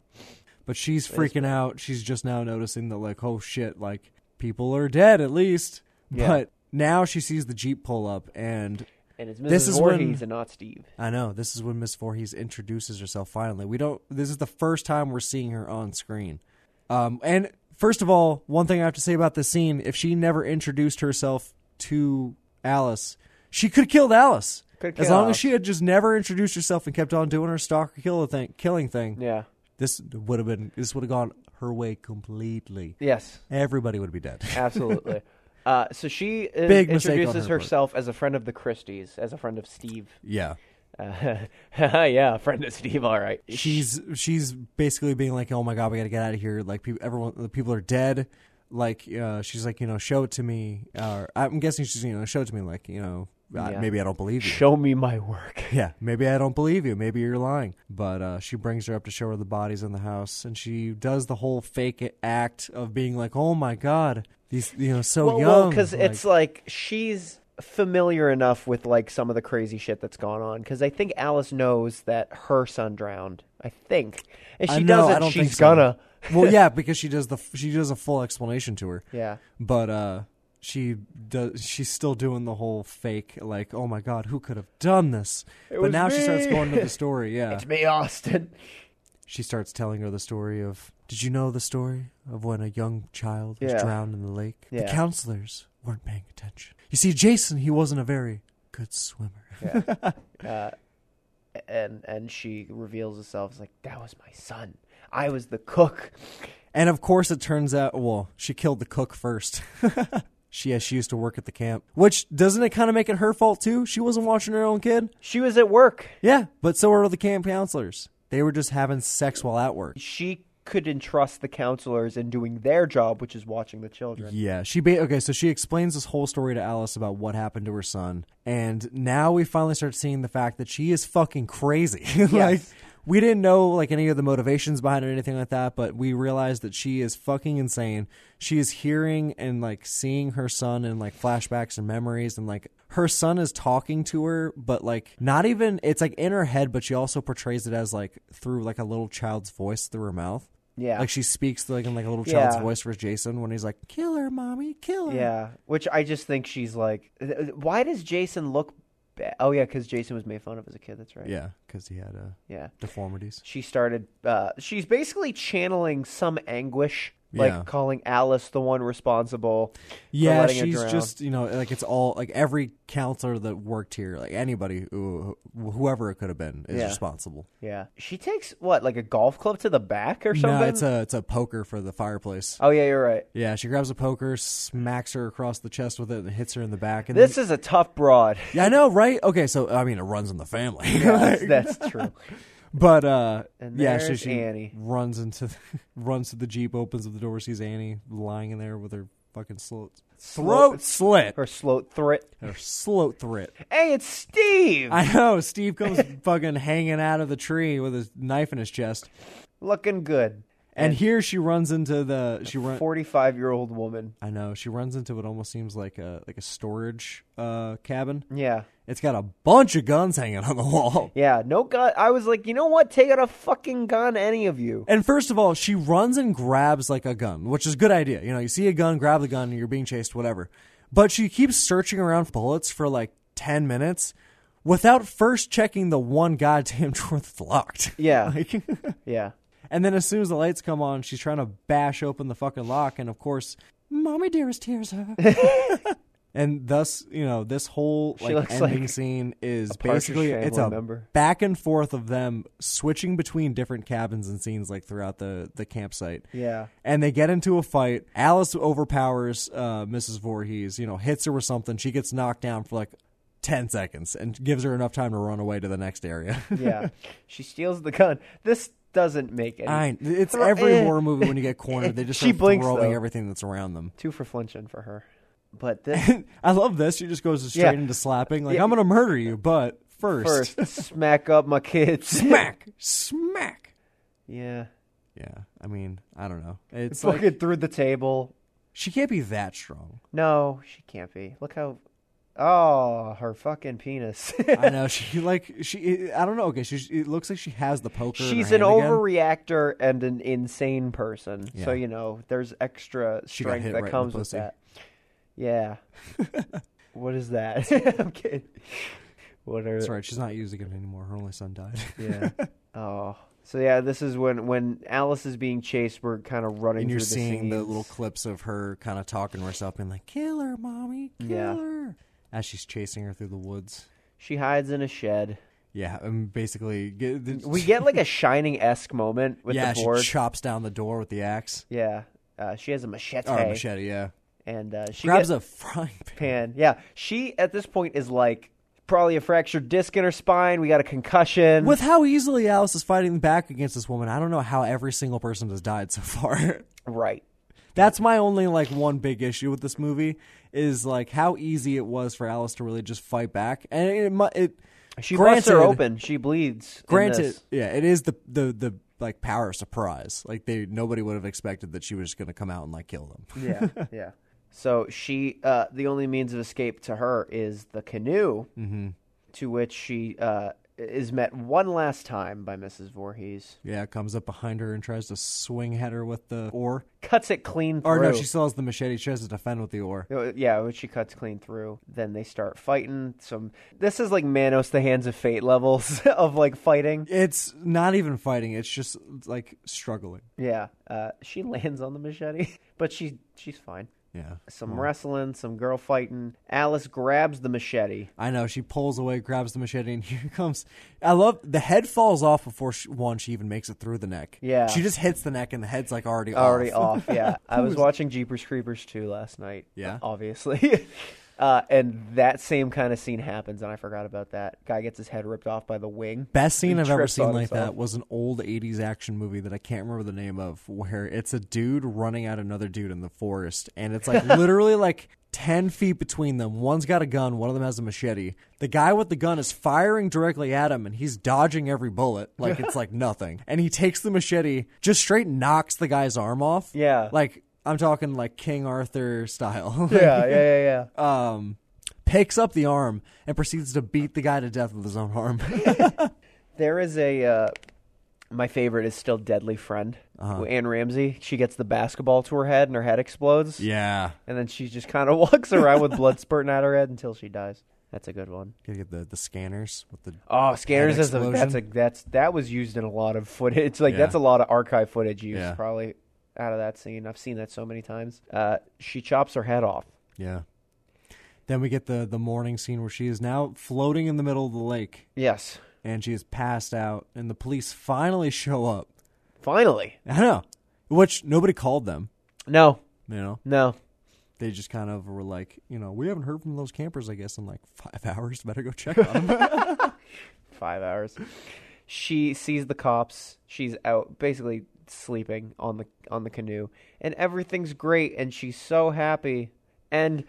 [SPEAKER 1] But she's freaking out. She's just now noticing that, like, oh shit, like people are dead at least.
[SPEAKER 2] Yeah.
[SPEAKER 1] But now she sees the jeep pull up, and
[SPEAKER 2] And it's Mrs.
[SPEAKER 1] This is when-
[SPEAKER 2] Voorhees and not Steve.
[SPEAKER 1] I know. This is when Miss Voorhees introduces herself finally. We don't. This is the first time we're seeing her on screen. Um, and first of all, one thing I have to say about this scene: if she never introduced herself to Alice, she could have killed Alice.
[SPEAKER 2] Could have
[SPEAKER 1] as
[SPEAKER 2] killed
[SPEAKER 1] long
[SPEAKER 2] Alice.
[SPEAKER 1] as she had just never introduced herself and kept on doing her stalker killer thing, killing thing,
[SPEAKER 2] Yeah.
[SPEAKER 1] this would have been. This would have gone her way completely.
[SPEAKER 2] Yes.
[SPEAKER 1] Everybody would be dead.
[SPEAKER 2] Absolutely. uh, so she uh,
[SPEAKER 1] Big mistake on
[SPEAKER 2] introduces
[SPEAKER 1] her part.
[SPEAKER 2] herself as a friend of the Christies, as a friend of Steve.
[SPEAKER 1] yeah.
[SPEAKER 2] Uh, yeah, a friend of Steve. All right.
[SPEAKER 1] she's she's basically being like, "Oh my god, we gotta get out of here! Like, people, everyone, the people are dead." Like, uh, she's like, you know, show it to me. Or I'm guessing she's, you know, show it to me. Like, you know, uh,
[SPEAKER 2] Yeah.
[SPEAKER 1] maybe I don't believe you.
[SPEAKER 2] Show me my work.
[SPEAKER 1] yeah, maybe I don't believe you. Maybe you're lying. But uh, she brings her up to show her the bodies in the house, and she does the whole fake act of being like, "Oh my god, these, you know, so
[SPEAKER 2] Well,
[SPEAKER 1] young."
[SPEAKER 2] well, because it's like she's familiar enough with like some of the crazy shit that's gone on. Because I think Alice knows that her son drowned. I think, if
[SPEAKER 1] I
[SPEAKER 2] she
[SPEAKER 1] know, Uh, I
[SPEAKER 2] doesn't,
[SPEAKER 1] don't think
[SPEAKER 2] she's
[SPEAKER 1] so.
[SPEAKER 2] gonna.
[SPEAKER 1] well, yeah, because she does the she does a full explanation to her.
[SPEAKER 2] Yeah.
[SPEAKER 1] but uh she does she's still doing the whole fake like oh my god who could have done this but
[SPEAKER 2] was
[SPEAKER 1] now she starts
[SPEAKER 2] me.
[SPEAKER 1] going to the story yeah
[SPEAKER 2] It's me, Austin.
[SPEAKER 1] she starts telling her the story of did you know the story of when a young child was
[SPEAKER 2] Yeah.
[SPEAKER 1] drowned in the lake the
[SPEAKER 2] Yeah.
[SPEAKER 1] counselors weren't paying attention you see jason he wasn't a very good swimmer
[SPEAKER 2] And and she reveals herself as like that was my son. I was the cook.
[SPEAKER 1] and of course it turns out well she killed the cook first she yeah, she used to work at the camp which doesn't it kind of make it her fault too she wasn't watching her own kid
[SPEAKER 2] She was at work.
[SPEAKER 1] Yeah, but so were the camp counselors. They were just having sex while at work.
[SPEAKER 2] She could entrust the counselors in doing their job, which is watching the children.
[SPEAKER 1] Yeah, she ba- okay. So she explains this whole story to Alice about what happened to her son, and now we finally start seeing the fact that she is fucking crazy. like
[SPEAKER 2] Yes.
[SPEAKER 1] we didn't know like any of the motivations behind it or anything like that, but we realize that she is fucking insane. She is hearing and like seeing her son in like flashbacks and memories, and like her son is talking to her, but like not even it's like in her head, but she also portrays it as like through like a little child's voice through her mouth.
[SPEAKER 2] Yeah.
[SPEAKER 1] Like she speaks like in like a little child's
[SPEAKER 2] Yeah.
[SPEAKER 1] voice for Jason when he's like, "Kill her, mommy, kill her."
[SPEAKER 2] Yeah, which I just think she's like, why does Jason look? Ba- oh yeah, because Jason was made fun of as a kid. That's right.
[SPEAKER 1] yeah, because he had uh,
[SPEAKER 2] Yeah.
[SPEAKER 1] deformities.
[SPEAKER 2] She started. Uh, she's basically channeling some anguish, like
[SPEAKER 1] Yeah.
[SPEAKER 2] calling Alice the one responsible.
[SPEAKER 1] Yeah,
[SPEAKER 2] letting her
[SPEAKER 1] she's
[SPEAKER 2] drown.
[SPEAKER 1] just you know like it's all like every counselor that worked here, like anybody who whoever it could have been is
[SPEAKER 2] Yeah.
[SPEAKER 1] responsible.
[SPEAKER 2] Yeah, she takes what like a golf club to the back or something.
[SPEAKER 1] No, it's a it's a poker for the fireplace.
[SPEAKER 2] oh yeah, you're right.
[SPEAKER 1] Yeah, she grabs a poker, smacks her across the chest with it, and hits her in the back. And
[SPEAKER 2] This
[SPEAKER 1] then,
[SPEAKER 2] is a tough broad.
[SPEAKER 1] yeah, I know, right? Okay, so I mean, it runs in the family.
[SPEAKER 2] Yes, that's true.
[SPEAKER 1] But uh,
[SPEAKER 2] And
[SPEAKER 1] yeah, so
[SPEAKER 2] there's
[SPEAKER 1] she
[SPEAKER 2] Annie.
[SPEAKER 1] runs into the, runs to the jeep, opens up the door, sees Annie lying in there with her fucking slo-
[SPEAKER 2] Slow-
[SPEAKER 1] throat slit,
[SPEAKER 2] Her slow threat.
[SPEAKER 1] her slow throat.
[SPEAKER 2] Hey, it's Steve,
[SPEAKER 1] I know. Steve comes fucking hanging out of the tree with his knife in his chest,
[SPEAKER 2] looking good.
[SPEAKER 1] and, here she runs into the she runs.
[SPEAKER 2] Forty-five year old woman.
[SPEAKER 1] I know she runs into what almost seems like a like a storage uh cabin.
[SPEAKER 2] Yeah.
[SPEAKER 1] It's got a bunch of guns hanging on the wall.
[SPEAKER 2] Yeah, no gun. I was like, you know what? Take out a fucking gun, any of you.
[SPEAKER 1] And first of all, she runs and grabs like a gun, which is a good idea. You know, you see a gun, grab the gun, and you're being chased, whatever. But she keeps searching around for bullets for like 10 minutes without first checking the one goddamn drawer that's locked.
[SPEAKER 2] Yeah.
[SPEAKER 1] Like,
[SPEAKER 2] Yeah.
[SPEAKER 1] and then as soon as the lights come on, she's trying to bash open the fucking lock. And of course, Mommy Dearest hears her. and thus, you know, this whole
[SPEAKER 2] She
[SPEAKER 1] like
[SPEAKER 2] looks
[SPEAKER 1] ending
[SPEAKER 2] like
[SPEAKER 1] scene is
[SPEAKER 2] Partridge
[SPEAKER 1] basically it's a
[SPEAKER 2] Family member.
[SPEAKER 1] back and forth of them switching between different cabins and scenes like throughout the the campsite.
[SPEAKER 2] Yeah.
[SPEAKER 1] And they get into a fight. Alice overpowers uh, Mrs. Voorhees, you know, hits her with something. She gets knocked down for like 10 seconds and gives her enough time to run away to the next area.
[SPEAKER 2] Yeah. she steals the gun. This doesn't make any.
[SPEAKER 1] I, it's
[SPEAKER 2] Throw-
[SPEAKER 1] every
[SPEAKER 2] eh.
[SPEAKER 1] horror movie when you get cornered, they just
[SPEAKER 2] She
[SPEAKER 1] start
[SPEAKER 2] blinks,
[SPEAKER 1] throwing
[SPEAKER 2] though.
[SPEAKER 1] everything that's around them.
[SPEAKER 2] Two for flinching for her. But this
[SPEAKER 1] I love this. She just goes straight
[SPEAKER 2] Yeah.
[SPEAKER 1] into slapping, like,
[SPEAKER 2] Yeah.
[SPEAKER 1] I'm going to murder you, but first,
[SPEAKER 2] first, smack up my kids.
[SPEAKER 1] smack, smack.
[SPEAKER 2] Yeah.
[SPEAKER 1] Yeah, I mean, I don't know. It's like,
[SPEAKER 2] Fucking through the table.
[SPEAKER 1] she can't be that strong.
[SPEAKER 2] No, she can't be. Look how. Oh, her fucking penis.
[SPEAKER 1] I know she like she. I don't know. Okay, she. It looks like she has the poker. in her
[SPEAKER 2] She's an
[SPEAKER 1] hand again.
[SPEAKER 2] overreactor and an insane person. So,
[SPEAKER 1] Yeah.
[SPEAKER 2] you know, there's extra
[SPEAKER 1] She got
[SPEAKER 2] strength
[SPEAKER 1] hit
[SPEAKER 2] that
[SPEAKER 1] right in the
[SPEAKER 2] comes with
[SPEAKER 1] pussy.
[SPEAKER 2] that. Yeah. what is that? I'm kidding. What are
[SPEAKER 1] That's right. She's not using it anymore. Her only son died.
[SPEAKER 2] Yeah. oh. So yeah, this is when when Alice is being chased. We're kind of running.
[SPEAKER 1] and you're
[SPEAKER 2] through the
[SPEAKER 1] seeing the
[SPEAKER 2] scenes.
[SPEAKER 1] little clips of her kind of talking to herself, being like, "Kill her, mommy, kill
[SPEAKER 2] Yeah.
[SPEAKER 1] her," as she's chasing her through the woods.
[SPEAKER 2] She hides in a shed.
[SPEAKER 1] Yeah, and basically, get, the-
[SPEAKER 2] We get like a shining esque moment with
[SPEAKER 1] yeah,
[SPEAKER 2] the board.
[SPEAKER 1] she chops down the door with the axe
[SPEAKER 2] yeah. Uh, she has a machete.
[SPEAKER 1] or a machete. Yeah,
[SPEAKER 2] And uh, she
[SPEAKER 1] grabs
[SPEAKER 2] get-
[SPEAKER 1] a frying pan.
[SPEAKER 2] pan. Yeah. She at this point is like probably a fractured disc in her spine. We got a concussion.
[SPEAKER 1] With how easily Alice is fighting back against this woman, I don't know how every single person has died so far.
[SPEAKER 2] right.
[SPEAKER 1] That's my only like one big issue with this movie is like how easy it was for Alice to really just fight back, and it mu- it
[SPEAKER 2] She busts
[SPEAKER 1] granted,
[SPEAKER 2] her open. She bleeds. in
[SPEAKER 1] Granted,
[SPEAKER 2] this.
[SPEAKER 1] yeah, it is the the the like power of surprise. Like they nobody would have expected that she was just going to come out and like kill them.
[SPEAKER 2] yeah, yeah. So she, uh, the only means of escape to her is the canoe,
[SPEAKER 1] Mm-hmm.
[SPEAKER 2] to which she uh, is met one last time by Mrs. Voorhees.
[SPEAKER 1] yeah, comes up behind her and tries to swing at her with the oar.
[SPEAKER 2] Cuts it clean through.
[SPEAKER 1] Or Oh, no, she still has the machete. She tries to defend with the oar.
[SPEAKER 2] Uh, Yeah, which she cuts clean through. Then they start fighting. Some. This is like Manos, the Hands of Fate levels of like fighting.
[SPEAKER 1] It's not even fighting. It's just like struggling.
[SPEAKER 2] Yeah. Uh, she lands on the machete, but she she's fine.
[SPEAKER 1] Yeah,
[SPEAKER 2] Some wrestling, some girl fighting. Alice grabs the machete.
[SPEAKER 1] I know. She pulls away, grabs the machete, and here comes. I love the head falls off before she, one. She even makes it through the neck.
[SPEAKER 2] Yeah.
[SPEAKER 1] she just hits the neck, and the head's like already
[SPEAKER 2] already off. Yeah, I was watching Jeepers Creepers too last night.
[SPEAKER 1] Yeah?
[SPEAKER 2] obviously. Uh, and that same kind of scene happens, and I forgot about that. Guy gets his head ripped off by the wing.
[SPEAKER 1] Best scene
[SPEAKER 2] He
[SPEAKER 1] I've ever
[SPEAKER 2] trips
[SPEAKER 1] seen
[SPEAKER 2] on
[SPEAKER 1] like that
[SPEAKER 2] himself.
[SPEAKER 1] was an old 80s action movie that I can't remember the name of, where it's a dude running at another dude in the forest. And it's like literally like 10 feet between them. One's got a gun, one of them has a machete. The guy with the gun is firing directly at him and he's dodging every bullet like it's like nothing. And he takes the machete, just straight knocks the guy's arm off.
[SPEAKER 2] Yeah.
[SPEAKER 1] Like, I'm talking like King Arthur style.
[SPEAKER 2] Yeah, yeah, yeah, yeah.
[SPEAKER 1] um, picks up the arm and proceeds to beat the guy to death with his own arm.
[SPEAKER 2] There is a. Uh, my favorite is still Deadly Friend.
[SPEAKER 1] Uh-huh.
[SPEAKER 2] Anne Ramsey. She gets the basketball to her head, and her head explodes.
[SPEAKER 1] yeah.
[SPEAKER 2] And then she just kind of walks around with blood spurting out her head until she dies. That's a good one.
[SPEAKER 1] Gotta get the, the scanners with the
[SPEAKER 2] Oh, scanners
[SPEAKER 1] Head
[SPEAKER 2] is a, that's a
[SPEAKER 1] explosion.
[SPEAKER 2] that's that was used in a lot of footage. Like
[SPEAKER 1] Yeah.
[SPEAKER 2] that's a lot of archive footage used
[SPEAKER 1] Yeah.
[SPEAKER 2] probably out of that scene. I've seen that so many times. Uh, she chops her head off.
[SPEAKER 1] yeah. Then we get the the morning scene where she is now floating in the middle of the lake
[SPEAKER 2] Yes,
[SPEAKER 1] and she is passed out and the police finally show up.
[SPEAKER 2] finally.
[SPEAKER 1] I know, which nobody called them.
[SPEAKER 2] No,
[SPEAKER 1] You know,
[SPEAKER 2] no.
[SPEAKER 1] they just kind of were like, you know, we haven't heard from those campers, I guess, in like five hours. Better go check on them.
[SPEAKER 2] Five hours. She sees the cops. She's out, basically sleeping on the on the canoe, and everything's great, and she's so happy. And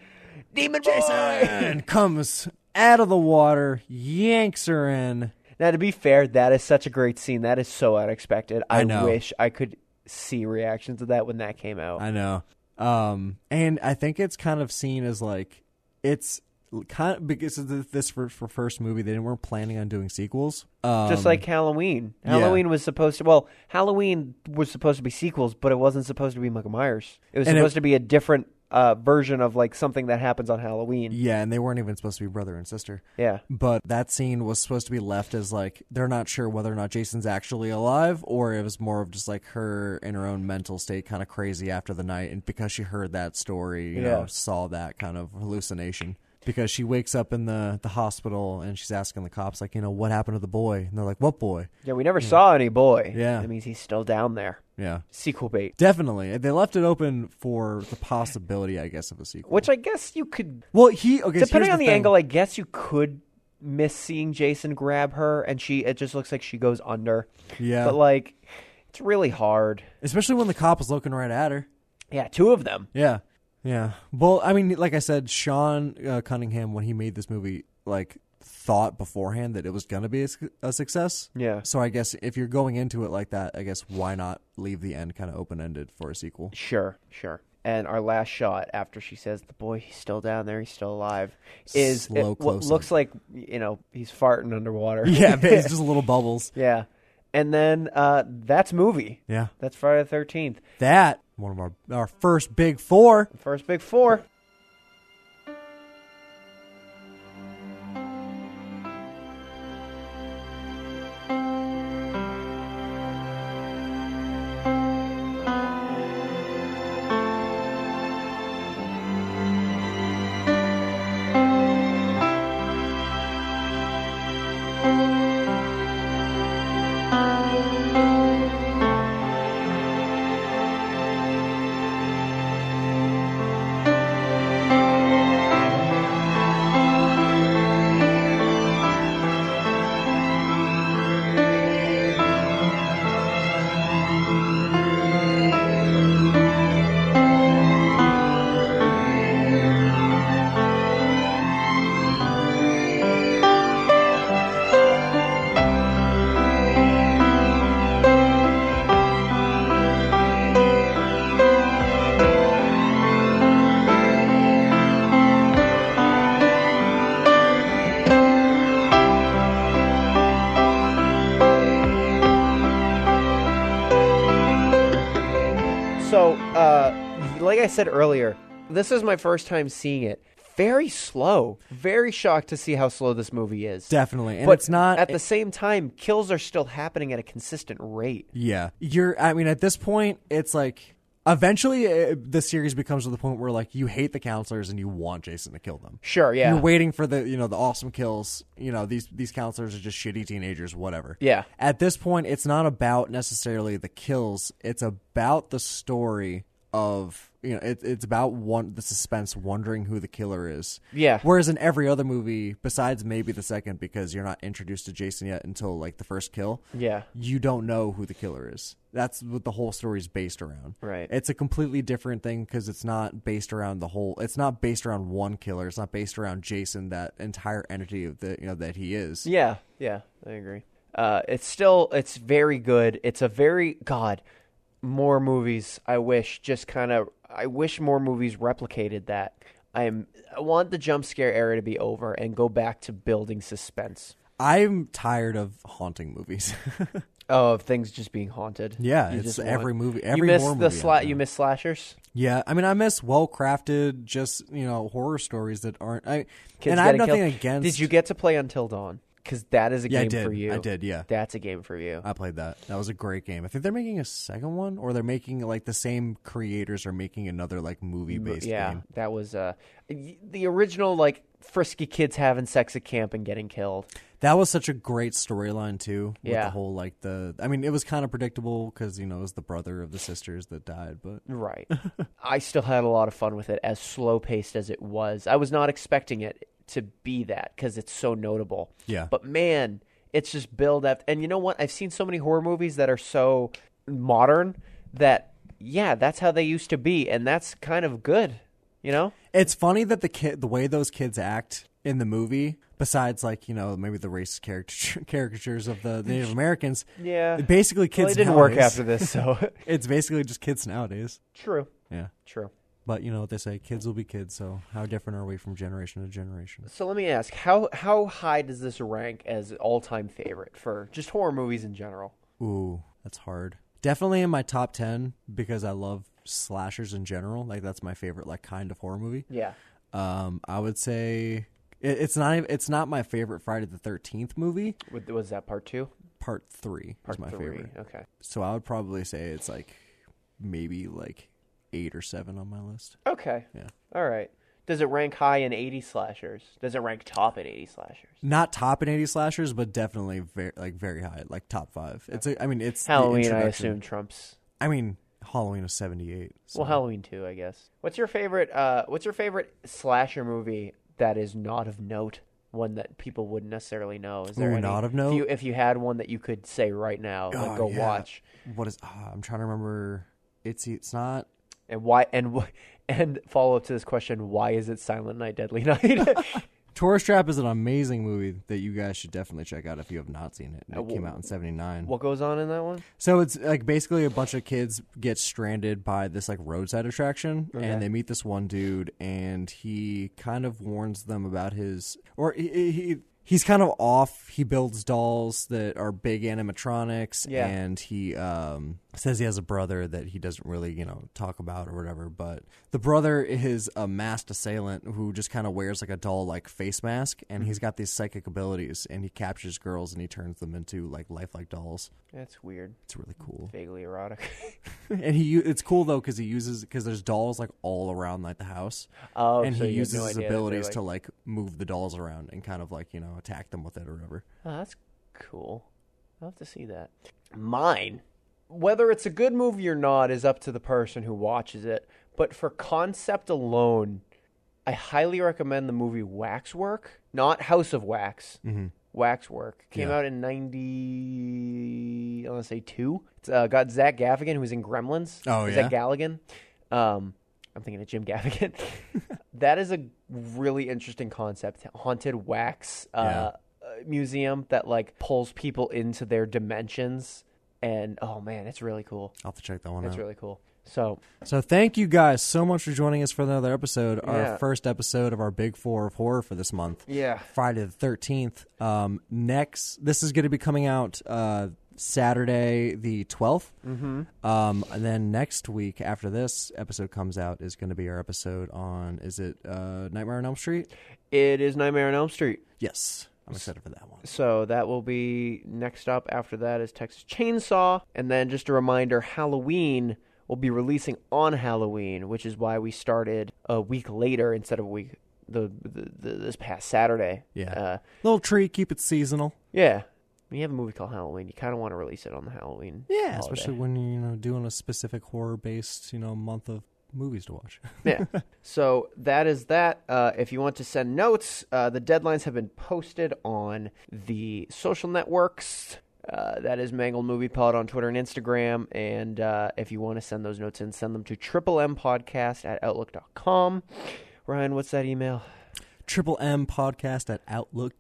[SPEAKER 2] demon Jason.
[SPEAKER 1] and comes out of the water, yanks her in.
[SPEAKER 2] Now, to be fair, that is such a great scene. That is so unexpected. I,
[SPEAKER 1] I know.
[SPEAKER 2] wish I could see reactions of that when that came out.
[SPEAKER 1] I know. Um, and I think it's kind of seen as like it's kind of because of the, this for, for first movie they weren't planning on doing sequels. Um,
[SPEAKER 2] Just like Halloween.
[SPEAKER 1] yeah.
[SPEAKER 2] Halloween was supposed to. Well, Halloween was supposed to be sequels, but it wasn't supposed to be Michael Myers. It was
[SPEAKER 1] And it-
[SPEAKER 2] supposed to be a different uh, version of like something that happens on Halloween.
[SPEAKER 1] yeah, and they weren't even supposed to be brother and sister.
[SPEAKER 2] Yeah.
[SPEAKER 1] But that scene was supposed to be left as like they're not sure whether or not Jason's actually alive, or it was more of just like her in her own mental state, kind of crazy after the night, and because she heard that story, you
[SPEAKER 2] Yeah.
[SPEAKER 1] know, saw that kind of hallucination. Because she wakes up in the the hospital and she's asking the cops like, you know, what happened to the boy? And they're like, what boy?
[SPEAKER 2] Yeah, we never saw any boy.
[SPEAKER 1] Yeah.
[SPEAKER 2] That means he's still down there.
[SPEAKER 1] Yeah.
[SPEAKER 2] Sequel bait.
[SPEAKER 1] Definitely. They left it open for the possibility, I guess, of a sequel.
[SPEAKER 2] Which I guess you could.
[SPEAKER 1] well, he okay. so
[SPEAKER 2] Depending
[SPEAKER 1] here's
[SPEAKER 2] on the,
[SPEAKER 1] thing.
[SPEAKER 2] angle, I guess you could miss seeing Jason grab her, and she it just looks like she goes under.
[SPEAKER 1] yeah,
[SPEAKER 2] But like, it's really hard.
[SPEAKER 1] especially when the cop was looking right at her.
[SPEAKER 2] Yeah, two of them.
[SPEAKER 1] Yeah, yeah. Well, I mean, like I said, Sean uh, Cunningham, when he made this movie, like thought beforehand that it was gonna be a, su- a success.
[SPEAKER 2] Yeah.
[SPEAKER 1] So I guess if you're going into it like that, I guess why not leave the end kind of open ended for a sequel?
[SPEAKER 2] Sure, sure. And our last shot after she says the boy he's still down there, he's still alive, is
[SPEAKER 1] Slow
[SPEAKER 2] it, what
[SPEAKER 1] close-up.
[SPEAKER 2] looks like you know he's farting underwater.
[SPEAKER 1] Yeah, but it's just little bubbles.
[SPEAKER 2] yeah. And then uh, that's movie.
[SPEAKER 1] Yeah,
[SPEAKER 2] That's Friday the Thirteenth.
[SPEAKER 1] that one of our our first big four.
[SPEAKER 2] First big four. uh, I said earlier, this is my first time seeing it. Very slow. Very shocked to see how slow this movie is.
[SPEAKER 1] Definitely. And
[SPEAKER 2] but
[SPEAKER 1] it's not
[SPEAKER 2] at the same time, kills are still happening at a consistent rate.
[SPEAKER 1] Yeah. You're I mean at this point it's like eventually uh the series becomes to the point where like you hate the counselors and you want Jason to kill them.
[SPEAKER 2] Sure, yeah.
[SPEAKER 1] You're waiting for the, you know, the awesome kills, you know, these these counselors are just shitty teenagers whatever.
[SPEAKER 2] Yeah.
[SPEAKER 1] At this point it's not about necessarily the kills, it's about the story of you know, it, it's about one the suspense, wondering who the killer is.
[SPEAKER 2] Yeah.
[SPEAKER 1] Whereas in every other movie, besides maybe the second, because you're not introduced to Jason yet until like the first kill,
[SPEAKER 2] Yeah.
[SPEAKER 1] you don't know who the killer is. That's what the whole story is based around.
[SPEAKER 2] Right.
[SPEAKER 1] It's a completely different thing because it's not based around the whole. It's not based around one killer. It's not based around Jason, that entire entity of the you know that he is.
[SPEAKER 2] Yeah, yeah, I agree. Uh, it's still it's very good. It's a very God. More movies. I wish just kind of. I wish more movies replicated that. I'm. I want the jump scare era to be over and go back to building suspense.
[SPEAKER 1] I'm tired of haunting movies.
[SPEAKER 2] Oh, of things just being haunted.
[SPEAKER 1] Yeah,
[SPEAKER 2] You
[SPEAKER 1] it's
[SPEAKER 2] just
[SPEAKER 1] every movie-
[SPEAKER 2] you
[SPEAKER 1] every
[SPEAKER 2] miss
[SPEAKER 1] horror
[SPEAKER 2] the
[SPEAKER 1] movie out
[SPEAKER 2] sla-
[SPEAKER 1] now.
[SPEAKER 2] You miss slashers.
[SPEAKER 1] yeah, I mean, I miss well crafted, just you know, horror stories that aren't. I
[SPEAKER 2] Kids
[SPEAKER 1] and I have
[SPEAKER 2] getting
[SPEAKER 1] nothing
[SPEAKER 2] killed.
[SPEAKER 1] against.
[SPEAKER 2] Did you get to play Until Dawn? Because that is a
[SPEAKER 1] Yeah, I
[SPEAKER 2] game
[SPEAKER 1] did.
[SPEAKER 2] for you.
[SPEAKER 1] I did. Yeah.
[SPEAKER 2] That's a game for you.
[SPEAKER 1] I played that. That was a great game. I think they're making a second one, or they're making like the same creators are making another like movie based
[SPEAKER 2] yeah,
[SPEAKER 1] game.
[SPEAKER 2] that was uh, y- the original like frisky kids having sex at camp and getting killed.
[SPEAKER 1] That was such a great storyline too. With
[SPEAKER 2] Yeah.
[SPEAKER 1] the whole like the I mean it was kind of predictable because you know it was the brother of the sisters that died, but
[SPEAKER 2] Right. I still had a lot of fun with it, as slow paced as it was. I was not expecting it to be that because it's so notable.
[SPEAKER 1] Yeah.
[SPEAKER 2] But man, it's just build up. And you know what? I've seen so many horror movies that are so modern that yeah, that's how they used to be, and that's kind of good. You know?
[SPEAKER 1] it's funny that the kid the way those kids act in the movie. Besides, like you know, maybe the racist caricature, caricatures of the Native Americans.
[SPEAKER 2] Yeah.
[SPEAKER 1] basically kids.
[SPEAKER 2] Well, it didn't work
[SPEAKER 1] nowadays-
[SPEAKER 2] after this, so
[SPEAKER 1] It's basically just kids nowadays.
[SPEAKER 2] true.
[SPEAKER 1] Yeah,
[SPEAKER 2] True.
[SPEAKER 1] but you know what they say: kids will be kids. So how different are we from generation to generation?
[SPEAKER 2] So let me ask how how high does this rank as all time favorite for just horror movies in general?
[SPEAKER 1] Ooh, that's hard. Definitely in my top 10 because I love slashers in general. Like that's my favorite like kind of horror movie.
[SPEAKER 2] Yeah.
[SPEAKER 1] Um I would say it, it's not even- it's not my favorite Friday the 13th movie.
[SPEAKER 2] Wa- Was that part two?
[SPEAKER 1] Part 3
[SPEAKER 2] Part
[SPEAKER 1] is my
[SPEAKER 2] three.
[SPEAKER 1] favorite.
[SPEAKER 2] Okay.
[SPEAKER 1] So I would probably say it's like maybe like 8 or 7 on my list.
[SPEAKER 2] Okay.
[SPEAKER 1] Yeah.
[SPEAKER 2] All right. Does it rank high in 80 slashers? Does it rank top in 80 slashers?
[SPEAKER 1] Not top in 80 slashers, but definitely very like very high, like top 5. It's a, I mean it's the
[SPEAKER 2] Halloween, I
[SPEAKER 1] introduction.
[SPEAKER 2] assume, trumps.
[SPEAKER 1] I mean Halloween is 78. So.
[SPEAKER 2] Well, Halloween too, I guess. What's your favorite? Uh, what's your favorite slasher movie that is not of note? One that people wouldn't necessarily know. Is there
[SPEAKER 1] Ooh,
[SPEAKER 2] any,
[SPEAKER 1] not of
[SPEAKER 2] If you,
[SPEAKER 1] note?
[SPEAKER 2] if you had one that you could say right now, like
[SPEAKER 1] Oh,
[SPEAKER 2] go
[SPEAKER 1] yeah.
[SPEAKER 2] watch,
[SPEAKER 1] What is? ah, I'm trying to remember. It's it's not.
[SPEAKER 2] and why, and wh- and follow up to this question: Why is it Silent Night, Deadly Night?
[SPEAKER 1] Tourist Trap is an amazing movie that you guys should definitely check out if you have not seen it. And
[SPEAKER 2] Uh,
[SPEAKER 1] it came out in '79.
[SPEAKER 2] what goes on in that one?
[SPEAKER 1] So it's like basically a bunch of kids get stranded by this like roadside attraction, and they meet this one dude, and he kind of warns them about his or he. he He's kind of off. He builds dolls that are big animatronics,
[SPEAKER 2] Yeah.
[SPEAKER 1] and he um, says he has a brother that he doesn't really, you know, talk about or whatever. But the brother is a masked assailant who just kind of wears like a doll like face mask, and he's got these psychic abilities, and he captures girls and he turns them into like lifelike dolls.
[SPEAKER 2] That's weird,
[SPEAKER 1] It's really cool.
[SPEAKER 2] vaguely erotic.
[SPEAKER 1] And he, u- it's cool though because he uses because there's dolls like all around like the house,
[SPEAKER 2] Oh,
[SPEAKER 1] and
[SPEAKER 2] so
[SPEAKER 1] he
[SPEAKER 2] you had
[SPEAKER 1] uses
[SPEAKER 2] no
[SPEAKER 1] his
[SPEAKER 2] idea that they,
[SPEAKER 1] abilities
[SPEAKER 2] like-
[SPEAKER 1] to like move the dolls around and kind of like you know attack them with it or whatever.
[SPEAKER 2] Oh, that's cool. I'll have to see that. Mine. Whether it's a good movie or not is up to the person who watches it, but for concept alone, I highly recommend the movie Waxwork, not House of Wax. Waxwork came
[SPEAKER 1] Mm-hmm. Yeah.
[SPEAKER 2] out in ninety, I want to say two. It's uh, got Zach Gaffigan, who's in Gremlins.
[SPEAKER 1] Oh,
[SPEAKER 2] Or
[SPEAKER 1] yeah?
[SPEAKER 2] Zach Galligan. Um, I'm thinking of Jim Gaffigan. that is a really interesting concept. Haunted wax uh, museum that like pulls people into their dimensions, and oh man, it's really cool.
[SPEAKER 1] I'll have to check that one
[SPEAKER 2] It's
[SPEAKER 1] out.
[SPEAKER 2] really cool. So
[SPEAKER 1] so thank you guys so much for joining us for another episode,
[SPEAKER 2] Yeah.
[SPEAKER 1] our first episode of our Big Four of Horror for this month.
[SPEAKER 2] yeah,
[SPEAKER 1] Friday the thirteenth. Um, next, this is going to be coming out uh, Saturday the 12th. Mm-hmm. Um, and then next week after this episode comes out is going to be our episode on is it uh, Nightmare on Elm Street?
[SPEAKER 2] It is Nightmare on Elm Street.
[SPEAKER 1] Yes, I'm excited for that one.
[SPEAKER 2] So that will be next up. After that is Texas Chainsaw, and then just a reminder: Halloween will be releasing on Halloween, which is why we started a week later instead of a week the, the, the this past Saturday.
[SPEAKER 1] Yeah.
[SPEAKER 2] uh,
[SPEAKER 1] Little tree, keep it seasonal.
[SPEAKER 2] yeah. When you have a movie called Halloween, you kind of want to release it on the Halloween.
[SPEAKER 1] Yeah,
[SPEAKER 2] holiday.
[SPEAKER 1] especially when you're you know doing a specific horror based you know month of movies to watch.
[SPEAKER 2] yeah. So that is that. Uh, if you want to send notes, uh, the deadlines have been posted on the social networks. Uh, that is Mangled Movie Pod on Twitter and Instagram. And uh, if you want to send those notes in, send them to triple M podcast at outlook.com. Ryan, what's that email?
[SPEAKER 1] Triple M podcast at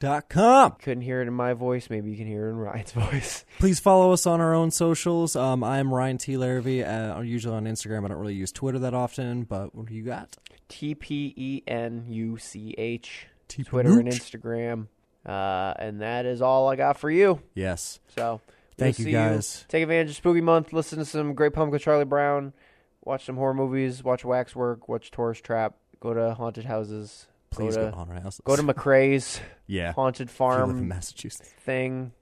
[SPEAKER 1] outlook.com.
[SPEAKER 2] Couldn't hear it in my voice. Maybe you can hear it in Ryan's voice.
[SPEAKER 1] Please follow us on our own socials. Um, I'm Ryan T. Larrivee. Uh, I'm usually on Instagram. I don't really use Twitter that often, but what do you got?
[SPEAKER 2] T P E N U C H.
[SPEAKER 1] T P
[SPEAKER 2] Twitter and
[SPEAKER 1] Nooch.
[SPEAKER 2] Instagram. Uh, and that is all I got for you.
[SPEAKER 1] Yes.
[SPEAKER 2] So
[SPEAKER 1] Thank
[SPEAKER 2] we'll
[SPEAKER 1] you,
[SPEAKER 2] see
[SPEAKER 1] guys.
[SPEAKER 2] Take advantage of Spooky Month. Listen to some great Pumpkin Charlie Brown. Watch some horror movies. Watch Waxwork. Watch Tourist Trap. Go to haunted houses.
[SPEAKER 1] Please
[SPEAKER 2] go
[SPEAKER 1] go,
[SPEAKER 2] to,
[SPEAKER 1] on our houses.
[SPEAKER 2] go to McRae's
[SPEAKER 1] yeah.
[SPEAKER 2] haunted
[SPEAKER 1] If you live in
[SPEAKER 2] farm
[SPEAKER 1] Massachusetts.
[SPEAKER 2] thing.